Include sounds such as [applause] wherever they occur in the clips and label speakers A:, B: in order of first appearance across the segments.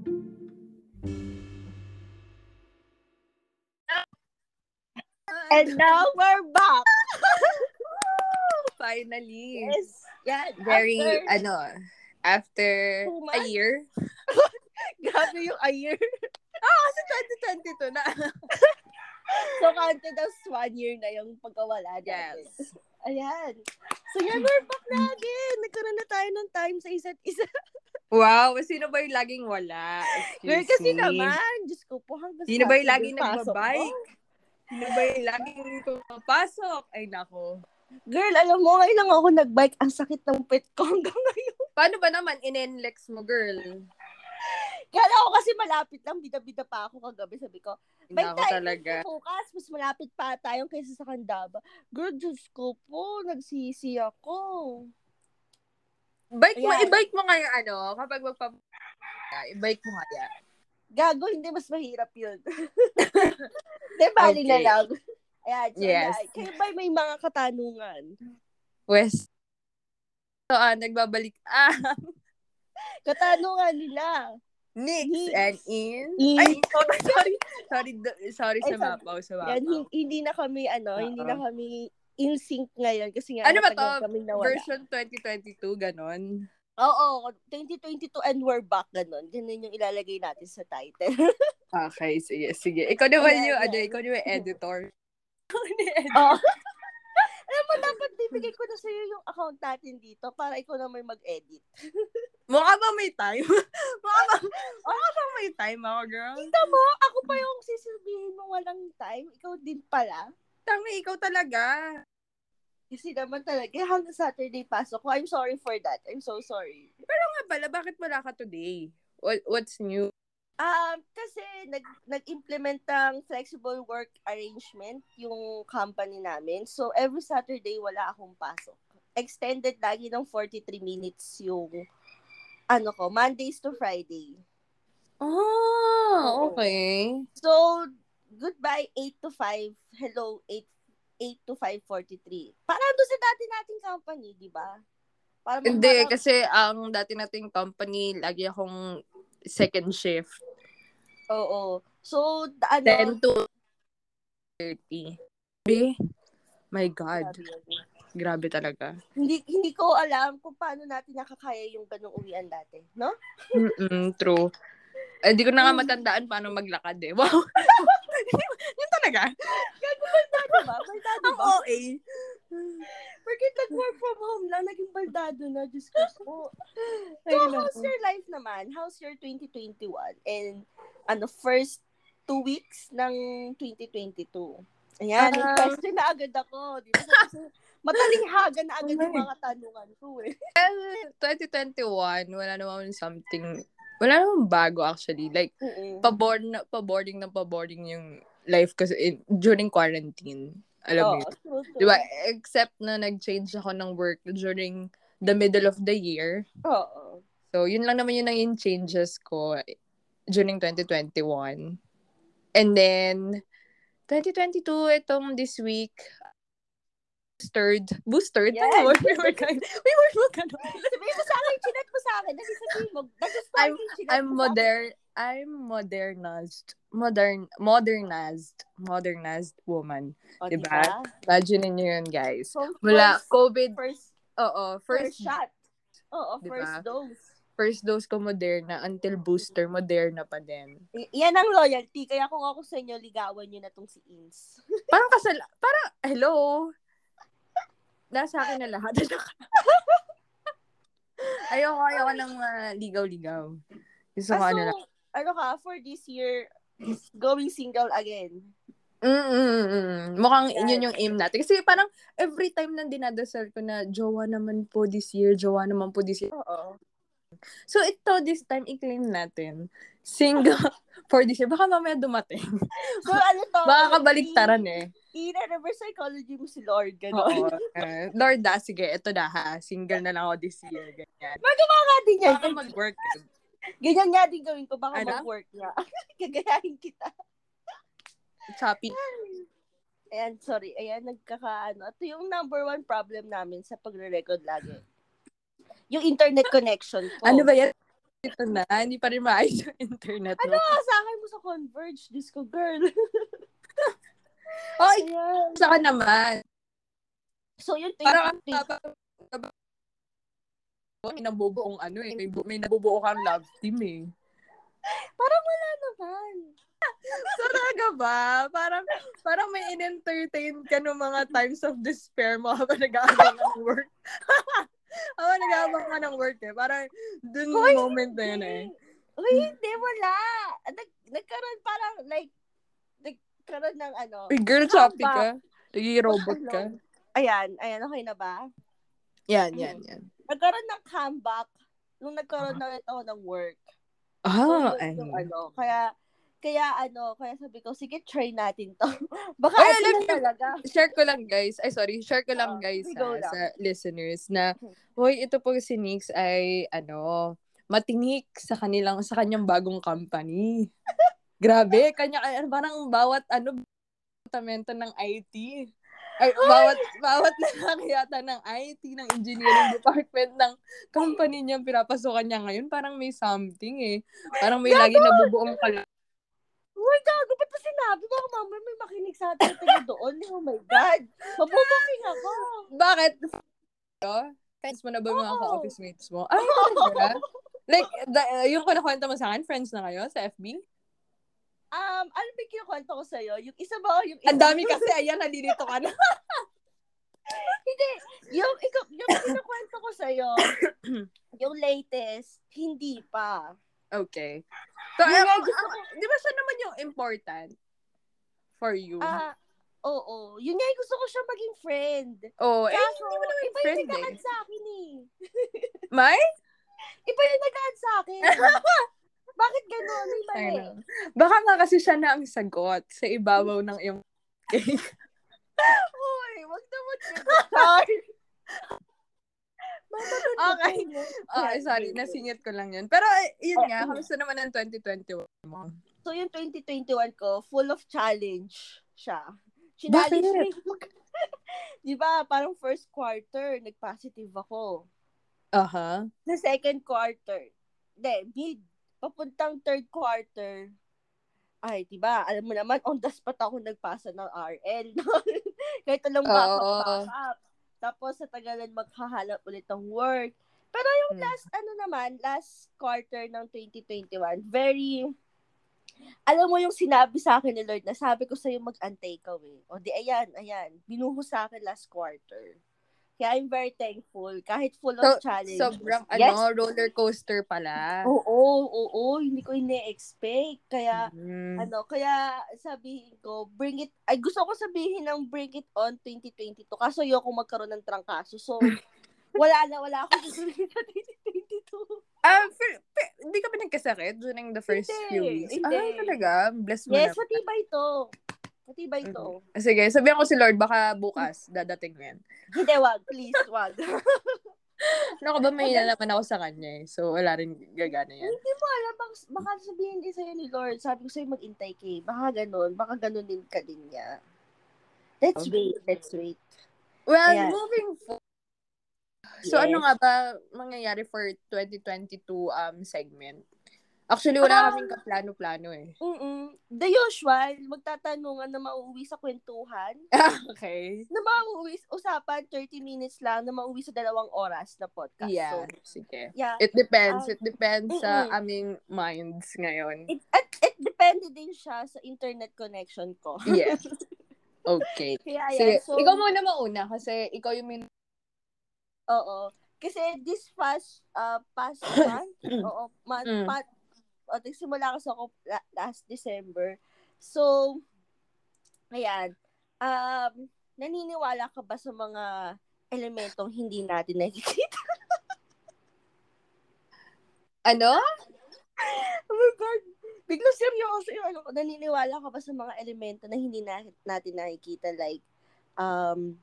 A: [laughs]
B: And now we're back.
A: Finally.
B: Yes. Yan.
A: Very,
B: After,
A: ano, after
B: Two
A: a
B: [laughs]
A: year.
B: grabe yung a year. [laughs]
A: Ah, kasi 2022 na.
B: So, counted as one year na yung pagkawala natin.
A: yes.
B: Ayan. So, yan, we're back na again. Nagkaroon na tayo ng time sa isa't isa.
A: Wow, sino ba yung laging wala? Excuse
B: Girl, kasi
A: me.
B: naman. Diyos ko po. Hanggang
A: Sino ba yung laging
B: Saturday pasok ko?
A: nagbabike? Sino ba yung laging pumapasok? Ay, nako.
B: Girl, alam mo, ngayon lang ako nagbike. Ang sakit ng pet ko hanggang [laughs] ngayon.
A: Paano ba naman inenlex mo, girl?
B: Kala ko kasi malapit lang. Bida-bida pa ako kagabi. Sabi ko,
A: Hindi
B: May
A: ako
B: timing
A: talaga.
B: bukas, mas malapit pa tayong kaysa sa Kandaba. Girl, Diyos ko po. Nagsisi ako.
A: Bike mo,
B: Ayan.
A: i-bike mo nga yung ano, kapag magpa... I-bike mo nga yan.
B: Gago, hindi mas mahirap yun. [laughs] Hindi, bali na
A: Okay.
B: lang. Ayan, so
A: Yes.
B: ayan. Kayo ba may mga katanungan?
A: West. So, ah, nagbabalik. Ah,
B: Katanungan nila.
A: Nix
B: Nix.
A: and in.
B: In.
A: Ay, sorry, [laughs] sorry. Sorry, do- sorry
B: Ay,
A: sa mapaw, sa
B: Yan,
A: mapaw.
B: hin- hindi na kami, ano, hindi na
A: Oo.
B: kami in sync ngayon kasi nga
A: Ano ba
B: matagal
A: to?
B: kami nawala.
A: Version 2022, ganon.
B: Oo, 2022 and we're back, ganun. Ganun yung ilalagay natin sa title.
A: [laughs] Okay, sige, sige. Ikaw naman
B: Ayan,
A: yung, ano,
B: ayan.
A: ikaw
B: [laughs]
A: naman yung editor. [laughs] Ikaw na yung editor.
B: Oo. Alam mo, dapat bibigay ko na sa'yo yung account natin dito para ikaw na may mag-edit.
A: Mukha ba may time? [laughs] Mukha ba, mukha ba may time ako, girl?
B: Kita mo, ako pa yung sisilbihin mo walang time. Ikaw din pala.
A: Tangi, ikaw talaga.
B: Kasi naman talaga, [laughs] hanggang Saturday pasok ko. I'm sorry for that. I'm so sorry.
A: Ano nga pala, bakit wala ka today? What, what's new?
B: Um, kasi nag, nag-implement ng flexible work arrangement yung company namin. So, every Saturday, wala akong pasok. Extended lagi ng 43 minutes yung, ano ko, Mondays to Friday. Ah,
A: Oh, okay.
B: So, goodbye 8 to 5. Hello, 8, 8 to 5.43. Parang doon sa dati nating company, di ba? Parang,
A: Hindi,
B: parang-
A: kasi ang dati nating company, lagi akong second shift.
B: Oo. So, da- ano,
A: 10 to 30. Grabe. My God.
B: Grabe yun.
A: Grabe talaga.
B: Hindi, hindi ko alam kung paano natin nakakaya yung ganung uwian dati, no?
A: Mm-mm, true. Eh, Hindi ko na nga matandaan paano maglakad eh. Wow. [laughs] Yun talaga.
B: Di ba? Diba? Baldado
A: Ang
B: ba? [laughs]
A: OA.
B: Bakit nag-work from home lang, naging baldado na, Diyos ko po. So,
A: Ayun
B: how's
A: ako.
B: your life naman? How's your 2021? And, ano, first two weeks ng 2022? Ayan, may
A: Um,
B: question na agad ako. Di ba? Kasi Matalinghaga na agad yung mga tanungan ko eh.
A: Well, 2021, wala naman something, wala naman bago actually. Like,
B: Oo.
A: paboard na, paboarding na paboarding yung life kasi in- during quarantine. Alam mo
B: Oo,
A: yun.
B: true, true.
A: Diba? Except na nag-change ako ng work during the middle of the year.
B: Oo.
A: So, yun lang naman yun ang yung changes ko during 2021. And then, 2022, itong this week, boosted. Boosted?
B: Yes.
A: Ano? We were kind. We were look ano?
B: Sabihin mo sa akin, chinat mo sa akin. Kasi sabihin mo, nagustuhan
A: I'm-
B: ko yung
A: I'm
B: chinat mo sa akin.
A: modern. I'm modernized. Modern, modernized. Modernized woman.
B: O,
A: diba? Imagine niyo yun, guys.
B: So,
A: Wala,
B: first-
A: COVID,
B: First,
A: oo,
B: first,
A: first,
B: shot. Oh, Oo,
A: Diba?
B: first dose.
A: first dose ko Moderna until booster Moderna pa din.
B: I- yan ang loyalty. Kaya kung ako sa inyo, ligawan nyo na tong si Ins.
A: Parang kasal, parang, hello, nasa akin na lahat. ayoko, ayoko ng mga ligaw-ligaw. Gusto ko
B: Ah,
A: ano
B: so,
A: lang.
B: ano ka, for this year, [clears throat] going single again.
A: Mm-mm-mm. Mukhang
B: Yes.
A: yun yung aim natin. Kasi parang every time na dinadasal ko na jowa naman po this year, jowa naman po this year.
B: Oo.
A: So ito, this time, i-claim natin. Single [laughs] for this year. Baka mamaya dumating.
B: So, ano
A: [laughs]
B: to?
A: Baka kabaliktaran eh.
B: In a reverse psychology mo si Lord, gano'n.
A: Oo. Eh, Lord ah, sige, ito na ha. Single na lang ako this year. Ganyan.
B: [laughs] Baka din yan.
A: Baka mag-work.
B: Ganyan nga din gawin ko. Baka
A: Ano?
B: mag-work nga. [laughs] Gagayahin kita.
A: Choppy.
B: Ayan, sorry. Ayan, nagkakaano. Ito yung number one problem namin sa pagre-record lagi. Yung internet connection ko.
A: Ano ba yan? Ito na. Hindi pa rin maayos yung internet.
B: Ano
A: Ano?
B: ka sa akin mo sa Converge? Disco girl.
A: Oh, ik-
B: Ayan.
A: sa ka naman.
B: So, yun,
A: Parang ang
B: 23.
A: tapang may nabubuong ano eh. May, bu- may nabubuo kang love team eh.
B: Parang wala naman.
A: Talaga ba? Parang, parang may in-entertain ka ng mga times of despair mo habang nag-aabang ka ng work. [laughs] habang nag-aabang ka ng work eh. Parang dun
B: Hoy,
A: moment na yun eh.
B: Uy, hindi, wala. Nag, nagkaroon parang, like, nagkaroon ng ano.
A: Uy, girl, choppy ka. Nagiging robot ka.
B: Ayan, ayan, okay na ba?
A: Yan, yan, yan.
B: Nagkaroon ng comeback nung nagkaroon na ito ng work.
A: Ah,
B: So,
A: ay.
B: yun yung ano, kaya, kaya ano, kaya sabi ko, sige, try natin to. [laughs] Baka
A: Ay,
B: ito
A: alam
B: na
A: niyo-
B: talaga.
A: Share ko lang guys. Ay, sorry. Share ko lang
B: Oo,
A: guys
B: Oh, we go
A: ah,
B: lang. Hmm.
A: sa listeners na, hoy, ito po si Nix ay, ano, matinik sa kanilang, sa kanyang bagong
B: [laughs]
A: company. Grabe, kanya, ay, parang bawat, ano, departamento ng IT. Ay, bawat, bawat lalaki yata ng IT, ng engineering department, ng company niya, pinapasukan niya ngayon, parang may something eh. Parang may lagi nabubuong kal-
B: Uy, gago, ba't pa sinabi? Baka mamaya may makinig sa atin taga doon. [laughs] Oh my God. Mabubuking ako.
A: Bakit? Yo? Friends mo na ba yung mga
B: Oo.
A: ka-office mates mo?
B: [laughs]
A: Ay, talaga? like, the, uh, yung kinakwento mo sa akin, friends na kayo sa FB?
B: Um, alam mo yung kinukwento ko sa'yo? Yung isa ba o yung isa?
A: Ang
B: [laughs]
A: dami kasi, ayan, nalilito ka na.
B: Hindi. Yung, ikaw, yung kinukwento ko
A: [coughs]
B: sa'yo, yung latest, hindi pa.
A: Okay. So,
B: Yun nga,
A: ang-
B: gusto
A: ang- di ba siya naman yung important for you?
B: Ah, oo. Yun nga, gusto ko siya maging friend.
A: oh, eh,
B: Kaso,
A: hindi mo naman
B: iba yung
A: friend eh.
B: nag sa akin eh.
A: May?
B: Iba yung nag sa
A: [laughs]
B: akin. Bakit gano'n? May mali.
A: Ayun. Baka nga kasi siya na ang sagot sa ibabaw ng
B: [laughs]
A: iyong cake.
B: Uy, wag naman
A: [laughs]
B: Char. Mamamatay
A: Okay.
B: mo.
A: Ah, sorry, nasingit ko lang yun. Pero, eh, yun nga,
B: Ah.
A: kamusta naman ang 2021 mo?
B: So, yung 2021 ko, full of challenge siya.
A: Bakit?
B: Challenge me. [laughs] Di ba, parang first quarter, nag-positive ako.
A: Aha.
B: Sa second quarter, hindi, mid, papuntang third quarter, ay, di ba, alam mo naman, on the spot ako nagpasa ng RL. [laughs] Kahit walang
A: Oo.
B: backup-backup. Tapos, sa tagalan, maghahalap ulit ng work. Pero yung
A: Mm.
B: last, ano naman, last quarter ng 2021, very, alam mo yung sinabi sa akin ni Lord na sabi ko sa'yo mag-antay ka, eh. O di, ayan, ayan, binuho sa akin last quarter. Kaya I'm very thankful. Kahit full of challenge.
A: Sobrang,
B: Yes.
A: ano, roller coaster pala.
B: Oo, oo, hindi ko ine-expect. Kaya,
A: Mm.
B: ano, kaya sabihin ko, bring it, ay gusto ko sabihin ng bring it on 2022. Kaso yoko magkaroon ng trangkaso. So,
A: [laughs]
B: wala na, wala ako sasabihin sa 2022.
A: Ah, fir- fir- hindi ka ba nagkasakit during the first
B: Hindi,
A: few weeks?
B: hindi.
A: Ah, talaga? Bless mo
B: Yes,
A: na.
B: matibay to. Matibay to.
A: Sige, sabihan ko si Lord, baka bukas dadating yan.
B: Hindi, wag. Please, wag. [laughs]
A: Ano ka ba, may nalaman ako sa kanya eh. So, wala rin gagana yan.
B: Hindi mo alam, bak- baka sabihin din sa'yo ni Lord, sabi ko sa'yo mag-intay ka eh. Baka ganun, baka ganun din ka din niya. Let's wait, let's wait.
A: Well,
B: Ayan.
A: moving forward. So,
B: Yes.
A: ano nga ba mangyayari for 2022 um segment? Actually, wala
B: Um,
A: kaming kaplano-plano eh. [laughs]
B: Mm-mm. The usual, magtatanungan na mauwi sa kwentuhan.
A: okay.
B: Na mauwi, usapan 30 minutes lang na mauwi sa dalawang oras na podcast.
A: Yeah,
B: So,
A: sige.
B: yeah. It,
A: It depends. it
B: Um,
A: depends sa
B: mm-mm.
A: aming minds ngayon.
B: it, at, it depende din siya sa internet connection ko.
A: [laughs]
B: [laughs]
A: Yes. Okay.
B: Kaya
A: Sige,
B: yan. So,
A: ikaw muna mauna kasi ikaw yung min-
B: oo. Kasi this past, uh,
A: [coughs]
B: past month, oo, month,
A: Mm.
B: month, o, nagsimula kasi ako la- last December. So, ayan. Um, naniniwala ka ba sa mga elementong hindi natin nakikita?
A: ano?
B: Oh my God. Biglang seryoso yung ano, ko. naniniwala ka ba sa mga elemento na hindi na, natin nakikita like um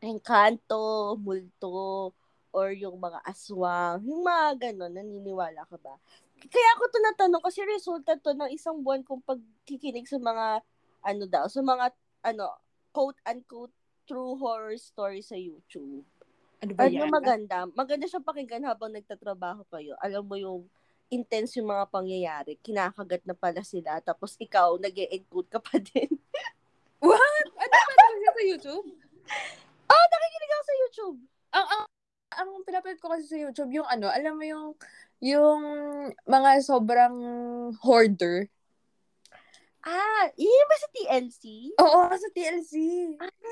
B: engkanto, multo, or yung mga aswang, yung mga ganon, naniniwala ka ba? Kaya ako to natanong kasi resulta to ng isang buwan kong pagkikinig sa mga ano daw, sa mga ano, quote-unquote true horror story sa YouTube.
A: Ano ba
B: Ano
A: yan?
B: maganda? Maganda siyang pakinggan habang nagtatrabaho kayo. Alam mo yung intense yung mga pangyayari. Kinakagat na pala sila. Tapos ikaw, nag encode ka pa [laughs] din.
A: What? Ano ba ito siya sa YouTube?
B: Oh, nakikinig ako sa YouTube.
A: Ang, ang, ang pinapanood ko kasi sa YouTube, yung ano, alam mo yung, yung mga sobrang hoarder.
B: Ah, yun ba sa TLC?
A: Oo, sa TLC.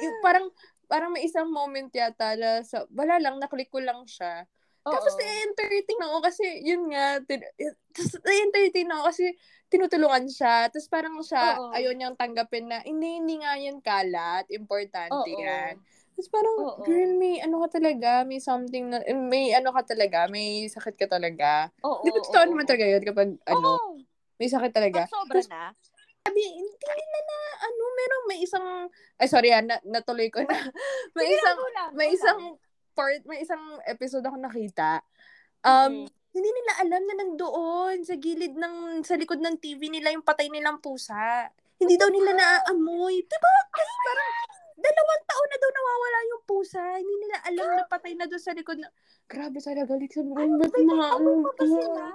A: Yung parang, parang may isang moment yata na sa, wala lang, naklik ko lang siya. Tapos
B: Oo.
A: na-entertain ako kasi yun nga, tin- tapos na-entertain ako kasi tinutulungan siya. Tapos parang siya,
B: Oo.
A: ayaw niyang tanggapin na, hindi, hindi nga yan kalat, importante
B: Oo.
A: yan. Tapos parang,
B: Oo.
A: girl, may ano ka talaga, may something na, may ano ka talaga, may sakit ka talaga.
B: Oo.
A: Di ba
B: oo,
A: totoo
B: oo.
A: naman talaga yun kapag, ano,
B: Oo.
A: may sakit talaga.
B: Pag sobra na.
A: Sabi, hindi na na, ano, merong may isang, ay sorry ha, na, natuloy ko na. [laughs] may
B: Sige lang,
A: isang,
B: go lang,
A: may
B: go
A: isang
B: lang.
A: part, may isang episode ako nakita. Um,
B: Mm.
A: hindi nila alam na nandoon sa gilid ng, sa likod ng TV nila yung patay nilang pusa. Hindi daw nila naaamoy. Diba? Kasi parang dalawang taon na daw nawawala yung pusa. Hindi nila alam na patay na doon sa likod ng... Grabe talaga, like, sabi ko, ba't
B: May
A: mga...
B: amoy pa ba sila?
A: [laughs]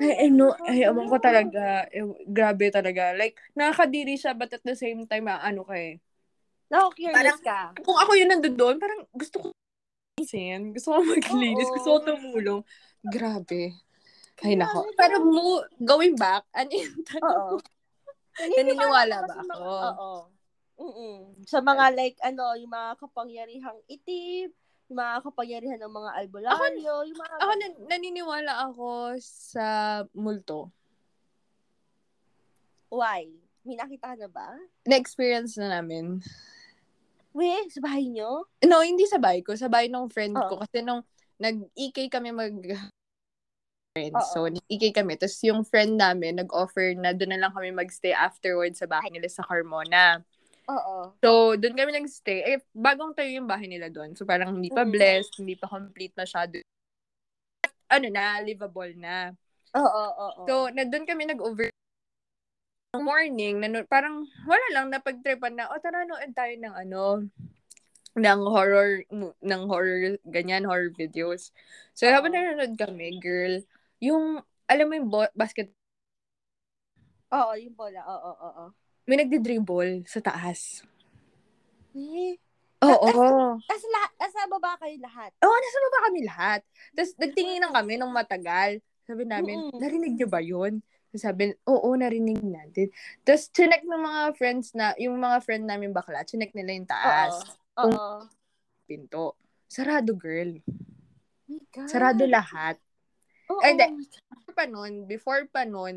A: Ay, ano, ay, amang ko talaga. Eh, grabe talaga. Like, nakakadiri siya, but at the same time, ah, ano ka eh.
B: Naku-curious
A: Parang-
B: ka.
A: Kung ako yung nandun doon, parang gusto ko isin, gusto ko maglinis,
B: Oo.
A: gusto ko tumulong. Grabe. Ay, nako.
B: Grabe,
A: Pero
B: grabe.
A: mo, going back, ano yung tanong?
B: Oo.
A: Naniniwala ba
B: Kasi mga-
A: ako?
B: Oo. Mm-mm. Sa mga like, ano, yung mga kapangyarihang itib, yung mga kapangyarihan ng mga albularyo, yung mga...
A: [laughs] Ako, nan- naniniwala ako sa multo.
B: Why? May nakita ka na ba?
A: Na-experience na namin.
B: We, sa bahay nyo?
A: No, hindi sa bahay ko. Sa bahay ng friend
B: Oo.
A: ko. Kasi nung nag-EK kami mag... Friends.
B: Oo.
A: So, nag-EK kami. Tapos yung friend namin, nag-offer na doon na lang kami magstay afterwards sa bahay nila sa Carmona.
B: Oo.
A: So, doon kami nagstay. Eh, bagong tayo yung bahay nila doon. So, parang hindi pa
B: Mm.
A: blessed, hindi pa complete masyado. At, ano na, livable na.
B: Oo, oo, oo.
A: So, na doon kami nag-over Nung morning, nanu- parang wala lang napagtripan na, o tara noon tayo ng ano, ng horror, mo- ng horror, ganyan, horror videos. So,
B: Oo.
A: habang nanonood kami, girl, yung, alam mo yung bo- basket,
B: Oo, yung bola. Oo, oo, oo.
A: may nagdi-dribble sa taas.
B: Eh,
A: Oo.
B: At-
A: Oo,
B: tas, la- tas sa baba kayo lahat.
A: Oh, nasa baba kami lahat. Tapos, nagtingin lang kami nung matagal. Sabi namin,
B: Mm-mm.
A: narinig niyo ba yun? Tapos Sabi, oo, narinig natin. Tapos, chinek ng mga friends na, yung mga friend namin bakla, chinek nila yung taas,
B: Oo.
A: Mm. pinto. Sarado, girl.
B: My God.
A: Sarado lahat.
B: Oo,
A: Ay, hindi.
B: my God.
A: before pa nun, before pa nun,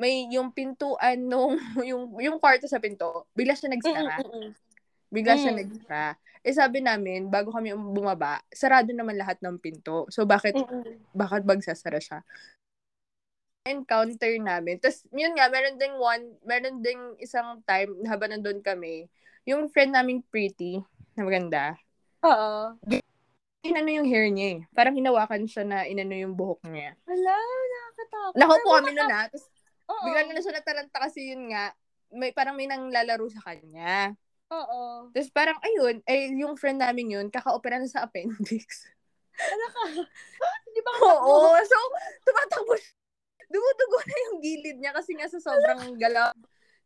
A: may yung pintuan nung, [laughs] yung, yung kwarto sa pinto, bigla siya nagsara.
B: Mm-mm-mm.
A: Bigla siya
B: Mm.
A: nagsara. Eh sabi namin, bago kami um- bumaba, sarado naman lahat ng pinto. So bakit,
B: Mm-mm.
A: bakit magsasara siya? Encounter namin. Tapos yun nga, meron ding one, meron ding isang time, habang nandun kami, yung friend naming pretty, na maganda,
B: Oo.
A: inano yung hair niya eh. Parang hinawakan siya na inano yung buhok niya.
B: Wala, nakakatakot.
A: Nakaupo
B: Pero
A: kami nun ha, tapos
B: Oo.
A: Bigla na lang siya nataranta kasi yun nga, may parang may nang lalaro sa kanya.
B: Oo.
A: Tapos parang ayun, eh yung friend namin yun, kakaopera na sa appendix.
B: Wala ka. Di ba
A: Oo, [laughs] so tumatakbo siya. Dumudugo na yung gilid niya kasi nga sa sobrang galaw.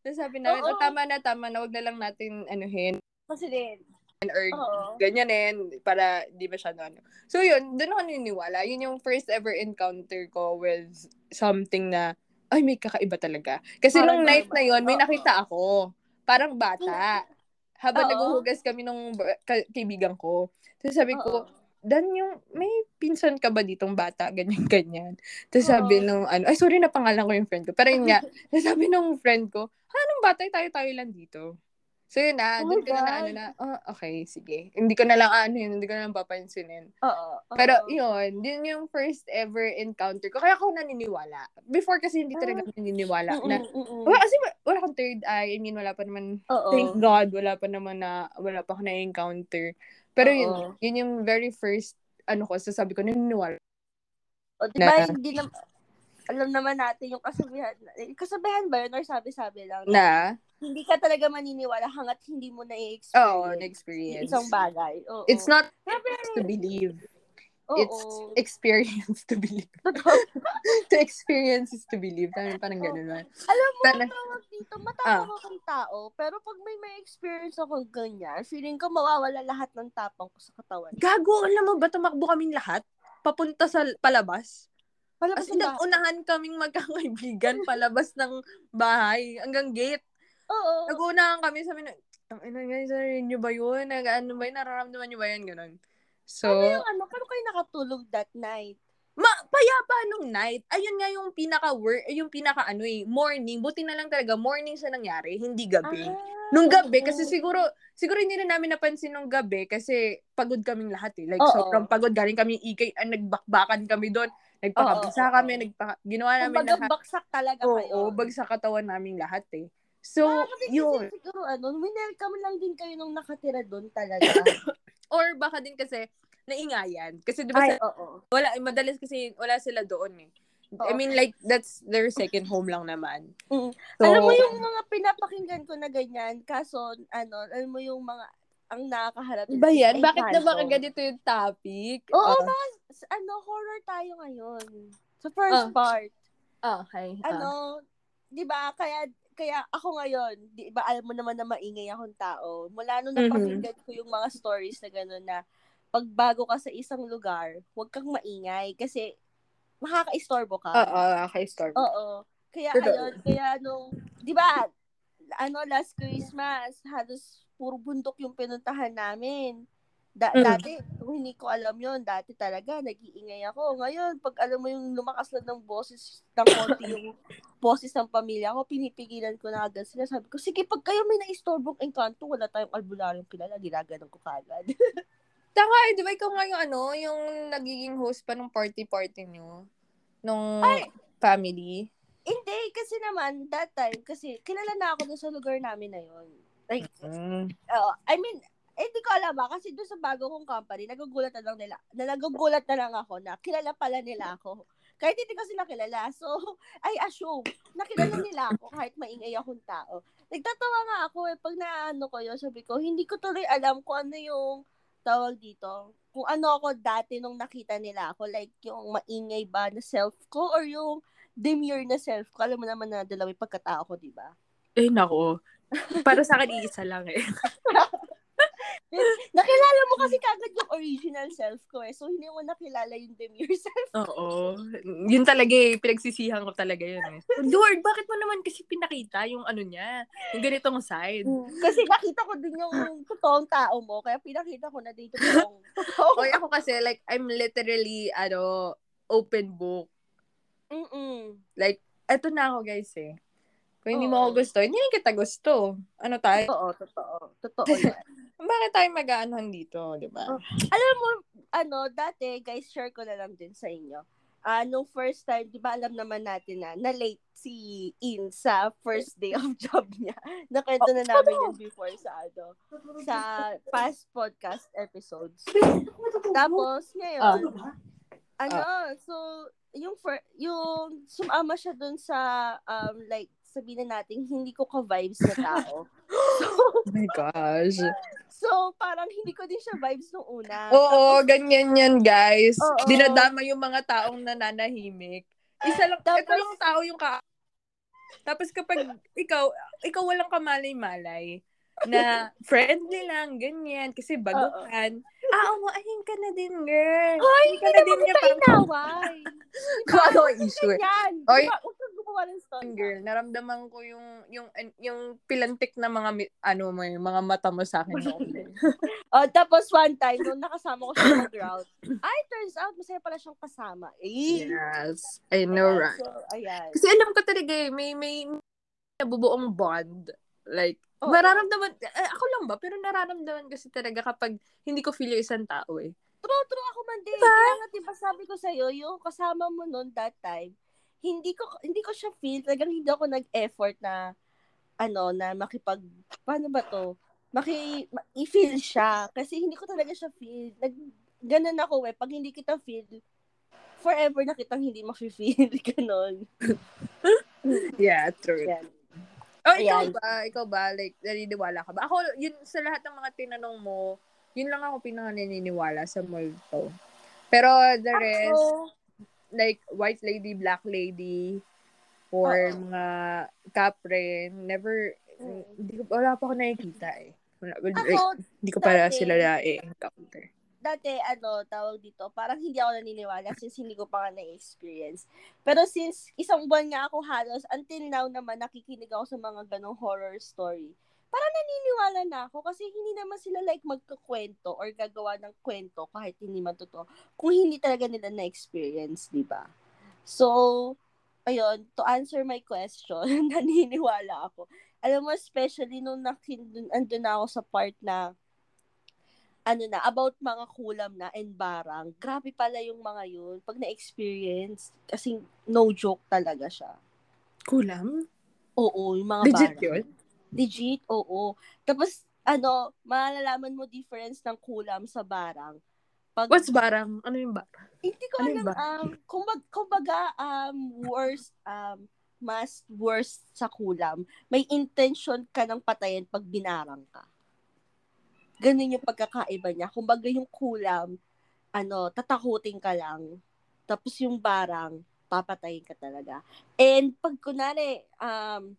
A: Tapos sabi namin,
B: Oo.
A: oh, tama na, tama na, wag na lang natin anuhin.
B: Kasi din.
A: Or
B: Oo.
A: ganyan eh, para di ba siya ano. So yun, doon ako naniniwala. Yun yung first ever encounter ko with something na, ay may kakaiba talaga. Kasi
B: Parang
A: nung night na yun, may
B: Oo.
A: nakita ako. Parang bata. Habang
B: Oo.
A: naghuhugas kami nung ba- ka- kaibigan ko. So sabi ko,
B: Oo.
A: Dan, yung may pinsan ka ba ditong bata? Ganyan, ganyan. Tapos sabi nung ano, ay sorry, napangalan ko yung friend ko. Pero
B: [laughs]
A: yun nga, tapos sabi nung friend ko, ha, anong bata? Tayo-tayo lang dito. So yun na,
B: Oh
A: doon
B: my
A: ko na na
B: God.
A: ano na, oh, okay, sige. Hindi ko na lang ano yun, hindi ko na lang papansinin.
B: Oo. Oo.
A: Pero yun, yun yung first ever encounter ko. Kaya ako naniniwala. Before kasi hindi talaga
B: Ah.
A: ako naniniwala na,
B: Mm-mm-mm.
A: wala, kasi wa- wala akong third eye. I mean, wala pa naman
B: Oo.
A: Thank God, wala pa naman na, wala pa ako na-encounter. Pero yun,
B: Oo.
A: yun yung very first, ano ko, sasabi ko, naniniwala.
B: O, di ba,
A: Na-
B: hindi na, alam naman natin yung kasabihan, eh, kasabihan ba yun or sabi-sabi lang? na
A: Na,
B: Hindi ka talaga maniniwala hangat hindi
A: oo,
B: mo
A: oh,
B: na-experience. yung
A: na-experience.
B: Isang bagay. Oo.
A: It's not
B: Sabi,
A: to believe. It's
B: Oo.
A: experience to believe. [laughs]
B: Totoo.
A: to experience is to believe. Parang, parang ganun na.
B: Alam mo,
A: Sana-
B: ang tawag dito,
A: Ah.
B: matapang akong tao, pero pag may may experience akong ganyan, feeling ko mawawala lahat ng tapang ko sa katawan.
A: Gago, alam mo ba, tumakbo kaming lahat? Papunta sa palabas?
B: Palabas
A: As in,
B: na.
A: nagunahan kaming magkakaibigan palabas ng bahay hanggang gate.
B: Oo.
A: Nagunahan kami, sabi na, ang ina guys, narinig nyo ba yun? Nag, ano ba yun? Nararamdaman nyo ba yun? Ganun. So,
B: Ano yung ano, paano kayo nakatulog that night?
A: ma, payapa nung night. Ayun nga yung pinaka work, yung pinaka ano eh, morning. Buti na lang talaga, morning siya nangyari, hindi gabi.
B: Ah,
A: nung gabi,
B: oo.
A: kasi siguro, siguro hindi na namin napansin nung gabi kasi pagod kaming lahat eh. Like,
B: Oo.
A: sobrang pagod. Galing kami ikay, ah, nagbakbakan kami doon.
B: Oo, oo.
A: Nagpakabisa kami, nagpaka, ginawa namin
B: Kumbaga,
A: lahat.
B: baksak talaga
A: Oo,
B: kayo.
A: bagsak katawan namin lahat eh. So,
B: Ah, kasi
A: yun.
B: Kasi siguro, ano, winelcome lang din kayo nung nakatira doon
A: [laughs]
B: talaga.
A: Or baka din kasi, naingayan. Kasi di ba
B: Ay,
A: sa-
B: oo.
A: wala, madalas kasi wala sila doon eh. I
B: Oo.
A: mean like, that's their second home lang naman.
B: Mm.
A: So,
B: alam mo yung mga pinapakinggan ko na ganyan, kaso, ano, alam mo yung mga, ang nakakaharap.
A: Ba yan?
B: Ay,
A: Bakit na ba
B: kanto.
A: ganito yung topic?
B: Oo,
A: Ah,
B: mga, s- ano, horror tayo ngayon. Sa first
A: Ah.
B: part,
A: ah, okay. Ah.
B: ano, di ba, kaya, kaya ako ngayon, di ba, alam mo naman na maingay akong tao. Mula nung
A: Mhm.
B: napakinggan ko yung mga stories na gano'n na, pag bago ka sa isang lugar, huwag kang maingay kasi makakaistorbo ka.
A: Oo, okay, Storm.
B: Oo. Kaya
A: Totoo.
B: ayun, kaya nung, di ba, ano, last Christmas, halos puro bundok yung pinuntahan namin. Da-
A: Mm.
B: Dati, hindi ko alam yon Dati talaga, nag-iingay ako. Ngayon, pag alam mo yung lumakas lang ng boses, ng konti yung boses ng pamilya ko, pinipigilan ko na agad sila. Sabi ko, sige, pag kayo may naistorbong engkanto, wala tayong albularyong kilala, ginaganon ko kagad.
A: Tama eh, di ba ikaw nga yung ano, yung nagiging host pa nung party-party nyo? Nung
B: Ay!
A: family?
B: [laughs] hindi, kasi naman, that time, kasi kilala na ako dun sa lugar namin na yon Like, Oo. I mean, eh, hindi ko alam ah, kasi doon sa bago kong company, nagugulat na lang nila, na nagugulat na lang ako na kilala pala nila ako. Kahit hindi ko sila kilala. So, [laughs] I assume na kilala nila ako kahit maingay akong tao. Nagtatawa nga ako eh, pag naano ko yun, sabi ko, hindi ko tuloy alam kung ano yung tawag dito. Kung ano ako dati nung nakita nila ako, like yung maingay ba na self ko or yung demure na self ko. Alam mo naman na dalawa yung pagkatao ko, di ba?
A: Eh, nako. Para sa akin, iisa lang eh.
B: Nakilala mo kasi kagad yung original self ko eh. So, hindi mo nakilala yung demure self.
A: Oo. Yun talaga eh, pinagsisihan ko talaga yun [laughs] eh. Lord, bakit mo naman kasi pinakita yung ano niya? Yung ganitong side?
B: Kasi nakita ko din yung totoong tao mo. Kaya pinakita ko na din yung totoong totoo. [laughs]
A: Oy, ako kasi, like, I'm literally, ano, open book.
B: Mm-mm.
A: Like, eto na ako, guys, eh. Kung hindi
B: Oo.
A: mo ako gusto, hindi rin kita gusto. Ano tayo?
B: Totoo, totoo. [laughs] Totoo yan.
A: Bakit tayo mag-aanohan dito, di ba?
B: Oo. Alam mo, ano, dati, guys, share ko na lang din sa inyo. Ah, nung first time, di ba alam naman natin na, na late si In sa first day of [laughs] job niya. Nakwento na namin yun before sa ano, sa past podcast episodes. Tapos, ngayon,
A: Oh Ah.
B: ano, so, yung, for, yung sumama siya dun sa, um, like, sabihin na natin, hindi ko ka-vibes na
A: [gasps]
B: tao.
A: Oh my gosh.
B: so, parang hindi ko din siya vibes nung una.
A: Oo, ganyan yan, guys.
B: Oo.
A: Dinadama yung mga taong nananahimik. Isa lang,
B: Tapos-
A: ito lang tao yung ka... Tapos kapag ikaw, ikaw walang kamalay-malay na friendly lang, ganyan, kasi baguhan. Ah, umuahin ka na din, girl.
B: Hoy,
A: Hindi
B: hindi naman kita
A: [laughs]
B: inaway.
A: Kalo issue eh.
B: Yan.
A: Oy.
B: Di ba, Huwag kang gumawa ng story.
A: girl, naramdaman ko yung yung yung pilantik na mga mi- ano mo eh, mga mata mo sa akin noon.
B: ah. [laughs] Oh, tapos one time, nung nakasama ko siya mag-route, ay, turns out, masaya pala siyang kasama. Eh.
A: yes, I know
B: Ayan,
A: right.
B: So, ayan.
A: Kasi alam ko talaga eh, may may nabubuong bond. Like,
B: Oo.
A: mararamdaman, eh, ako lang ba? Pero nararamdaman kasi talaga kapag hindi ko feel yung isang tao eh.
B: True, true ako man din. Kaya nga, diba sabi ko sa'yo, yung kasama mo noon that time, hindi ko hindi ko siya feel, talagang hindi ako nag-effort na ano na makipag paano ba to? Maki ma- i-feel siya kasi hindi ko talaga siya feel. Nag ganun ako eh, pag hindi kita feel, forever na kitang hindi [laughs] mafe-feel ganun.
A: Yeah, true.
B: Yan.
A: Oh, ikaw
B: Ayan.
A: ba? Ikaw ba? Like, naniniwala ka ba? Ako, yun, sa lahat ng mga tinanong mo, yun lang ako pinaka naniniwala sa multo. Pero the rest, like White Lady, Black Lady, or
B: Oo.
A: mga Capren, never,
B: Mm.
A: hindi ko, wala pa ako nakikita eh. Wala, well,
B: Ako,
A: like, hindi ko para
B: dati.
A: sila na encounter.
B: dati, ano, tawag dito, parang hindi ako naniniwala since hindi ko pa nga na-experience. Pero since isang buwan nga ako halos, until now naman, nakikinig ako sa mga ganong horror story. Parang naniniwala na ako kasi hindi naman sila like magkakwento or gagawa ng kwento kahit hindi man totoo kung hindi talaga nila na-experience, di ba? So, ayun, to answer my question, [laughs] naniniwala ako. Alam mo, especially nung nakin, andun na ako sa part na ano na, about mga kulam na and barang. Grabe pala yung mga yun. Pag na-experience, kasi no joke talaga siya.
A: Kulam?
B: Oo, yung mga
A: Legit
B: barang.
A: yun?
B: Legit, oo. Tapos, ano, malalaman mo difference ng kulam sa barang. Pag,
A: What's barang? Ano yung barang?
B: Hindi ko
A: Ano
B: alam,
A: ba?
B: um, kumbag, kumbaga, um, worst, um, mas worst sa kulam. May intention ka ng patayan pag binarang ka. Ganun yung pagkakaiba niya. Kumbaga yung kulam, ano, tatakutin ka lang. Tapos yung barang, papatayin ka talaga. And pag kunwari, um,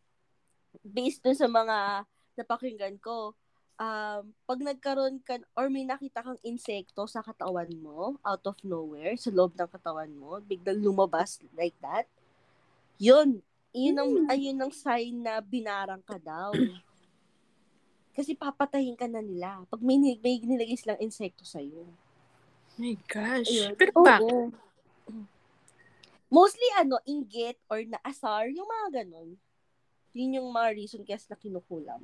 B: based dun sa mga napakinggan ko, um, pag nagkaroon ka or may nakita kang insekto sa katawan mo, out of nowhere, sa loob ng katawan mo, biglang lumabas like that, yun, yun ang,
A: Hmm.
B: ayun ang sign na binarang ka daw. [clears throat] Kasi papatayin ka na nila pag may, ni- may nilagay silang insekto sa'yo.
A: my gosh.
B: Ayun.
A: Pero
B: Oo.
A: bakit?
B: [clears throat] Mostly, ano, inggit or naasar, yung mga ganun. Yun yung mga reason kaya sila kinukulam.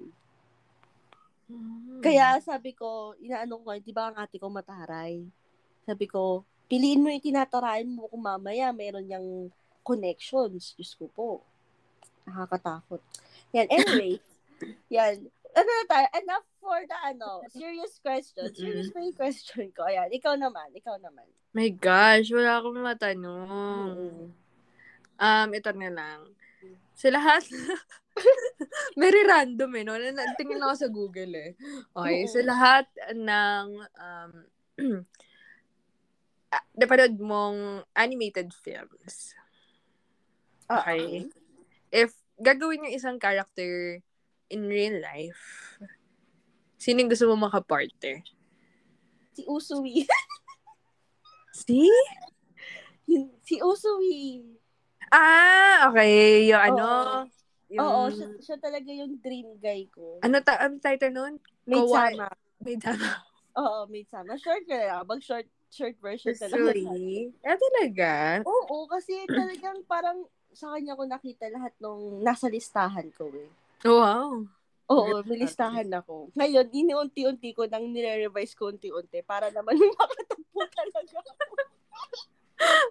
A: Hmm.
B: Kaya sabi ko, inaano ko, di ba ang ate ko mataray? Sabi ko, piliin mo yung tinatarayan mo kung mamaya meron niyang connections. Diyos ko po. Nakakatakot. Yan, anyway. yan. Ano na tayo? Enough for the ano, serious question. Serious pa yung question ko. Ayan, ikaw naman. Ikaw naman.
A: my gosh, wala akong matanong. Um, ito na lang. Sa lahat, [laughs] very random eh, no? Na- Tingin ako sa Google eh. Okay,
B: Oo.
A: sa lahat ng, um, [clears throat] ah, napanood mong animated films,
B: Ah,
A: Okay. if gagawin yung isang character in real life, sino yung gusto mo makapartner?
B: Si Usui. [laughs]
A: See?
B: si Usui.
A: Ah, okay. Yung ano, yung,
B: Oo, siya, siya talaga yung dream guy ko.
A: ano ta ang title nun? Kawaii.
B: Midsummer.
A: May tama.
B: Oo, midsummer. Short ka lang. Mag short, short version ka lang.
A: Sorry. Ah, talaga?
B: Oo, kasi talagang parang sa kanya ko nakita lahat nung nasa listahan ko eh.
A: Wow.
B: Oo, may listahan ako. Ngayon, iniunti-unti ko nang nire-revise ko unti-unti para naman [laughs] makatagpo talaga.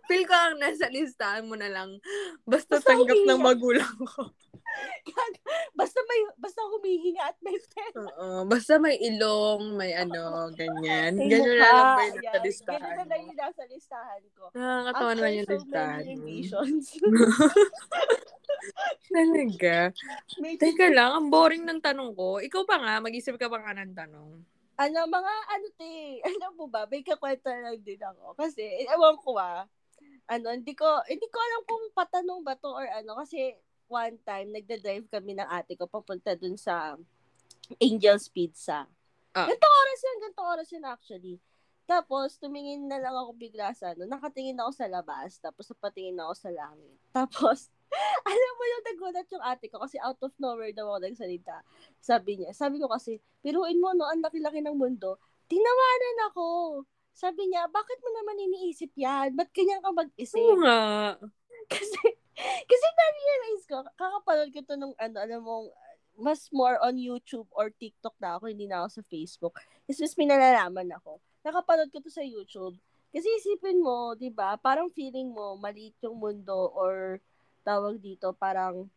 A: Feel ko ang nasa listahan mo na lang. Basta
B: Sorry.
A: tanggap ng magulang ko.
B: Basta may basta humihinga at may pera.
A: Oo. Basta may ilong, may ano, ganyan.
B: May
A: Ganyan na
B: mukha,
A: lang ba yung nasa
B: ayan.
A: listahan
B: Ganun na lang
A: mo?
B: yung nasa listahan ko.
A: Nakakatawa naman yung
B: so
A: listahan
B: many
A: mo.
B: revisions.
A: Talaga.
B: [laughs] May-
A: Teka lang, ang boring ng tanong ko. Ikaw pa nga, mag-isip ka pa nga ng tanong.
B: ano, mga ano te, [laughs] alam mo ba, may kakwento lang din ako. Kasi, eh, ewan ko ah, ano, hindi ko, hindi ko alam kung patanong ba to or ano, kasi one time, nagda-drive kami ng ate ko papunta dun sa Angel's Pizza.
A: Ah.
B: Ganito oras yun, ganito oras yun actually. Tapos, tumingin na lang ako bigla sa ano. Nakatingin ako sa labas. Tapos, napatingin ako sa langit. [laughs] Tapos, alam mo yung nagulat yung ate ko kasi out of nowhere daw ako nagsalita. Sabi niya, sabi ko kasi, piruin mo no, ang laki-laki ng mundo. Tinawanan ako. Sabi niya, bakit mo naman iniisip yan? Ba't ganyan ka mag-isip?
A: Oo nga.
B: kasi [laughs] kasi na-realize ko, kakapanood ko to nung ano, alam mong, mas more on YouTube or TikTok na ako, hindi na ako sa Facebook. Is mas pinalalaman ako. Nakapanood ko to sa YouTube. Kasi isipin mo, di ba, parang feeling mo, maliit yung mundo or tawag dito, parang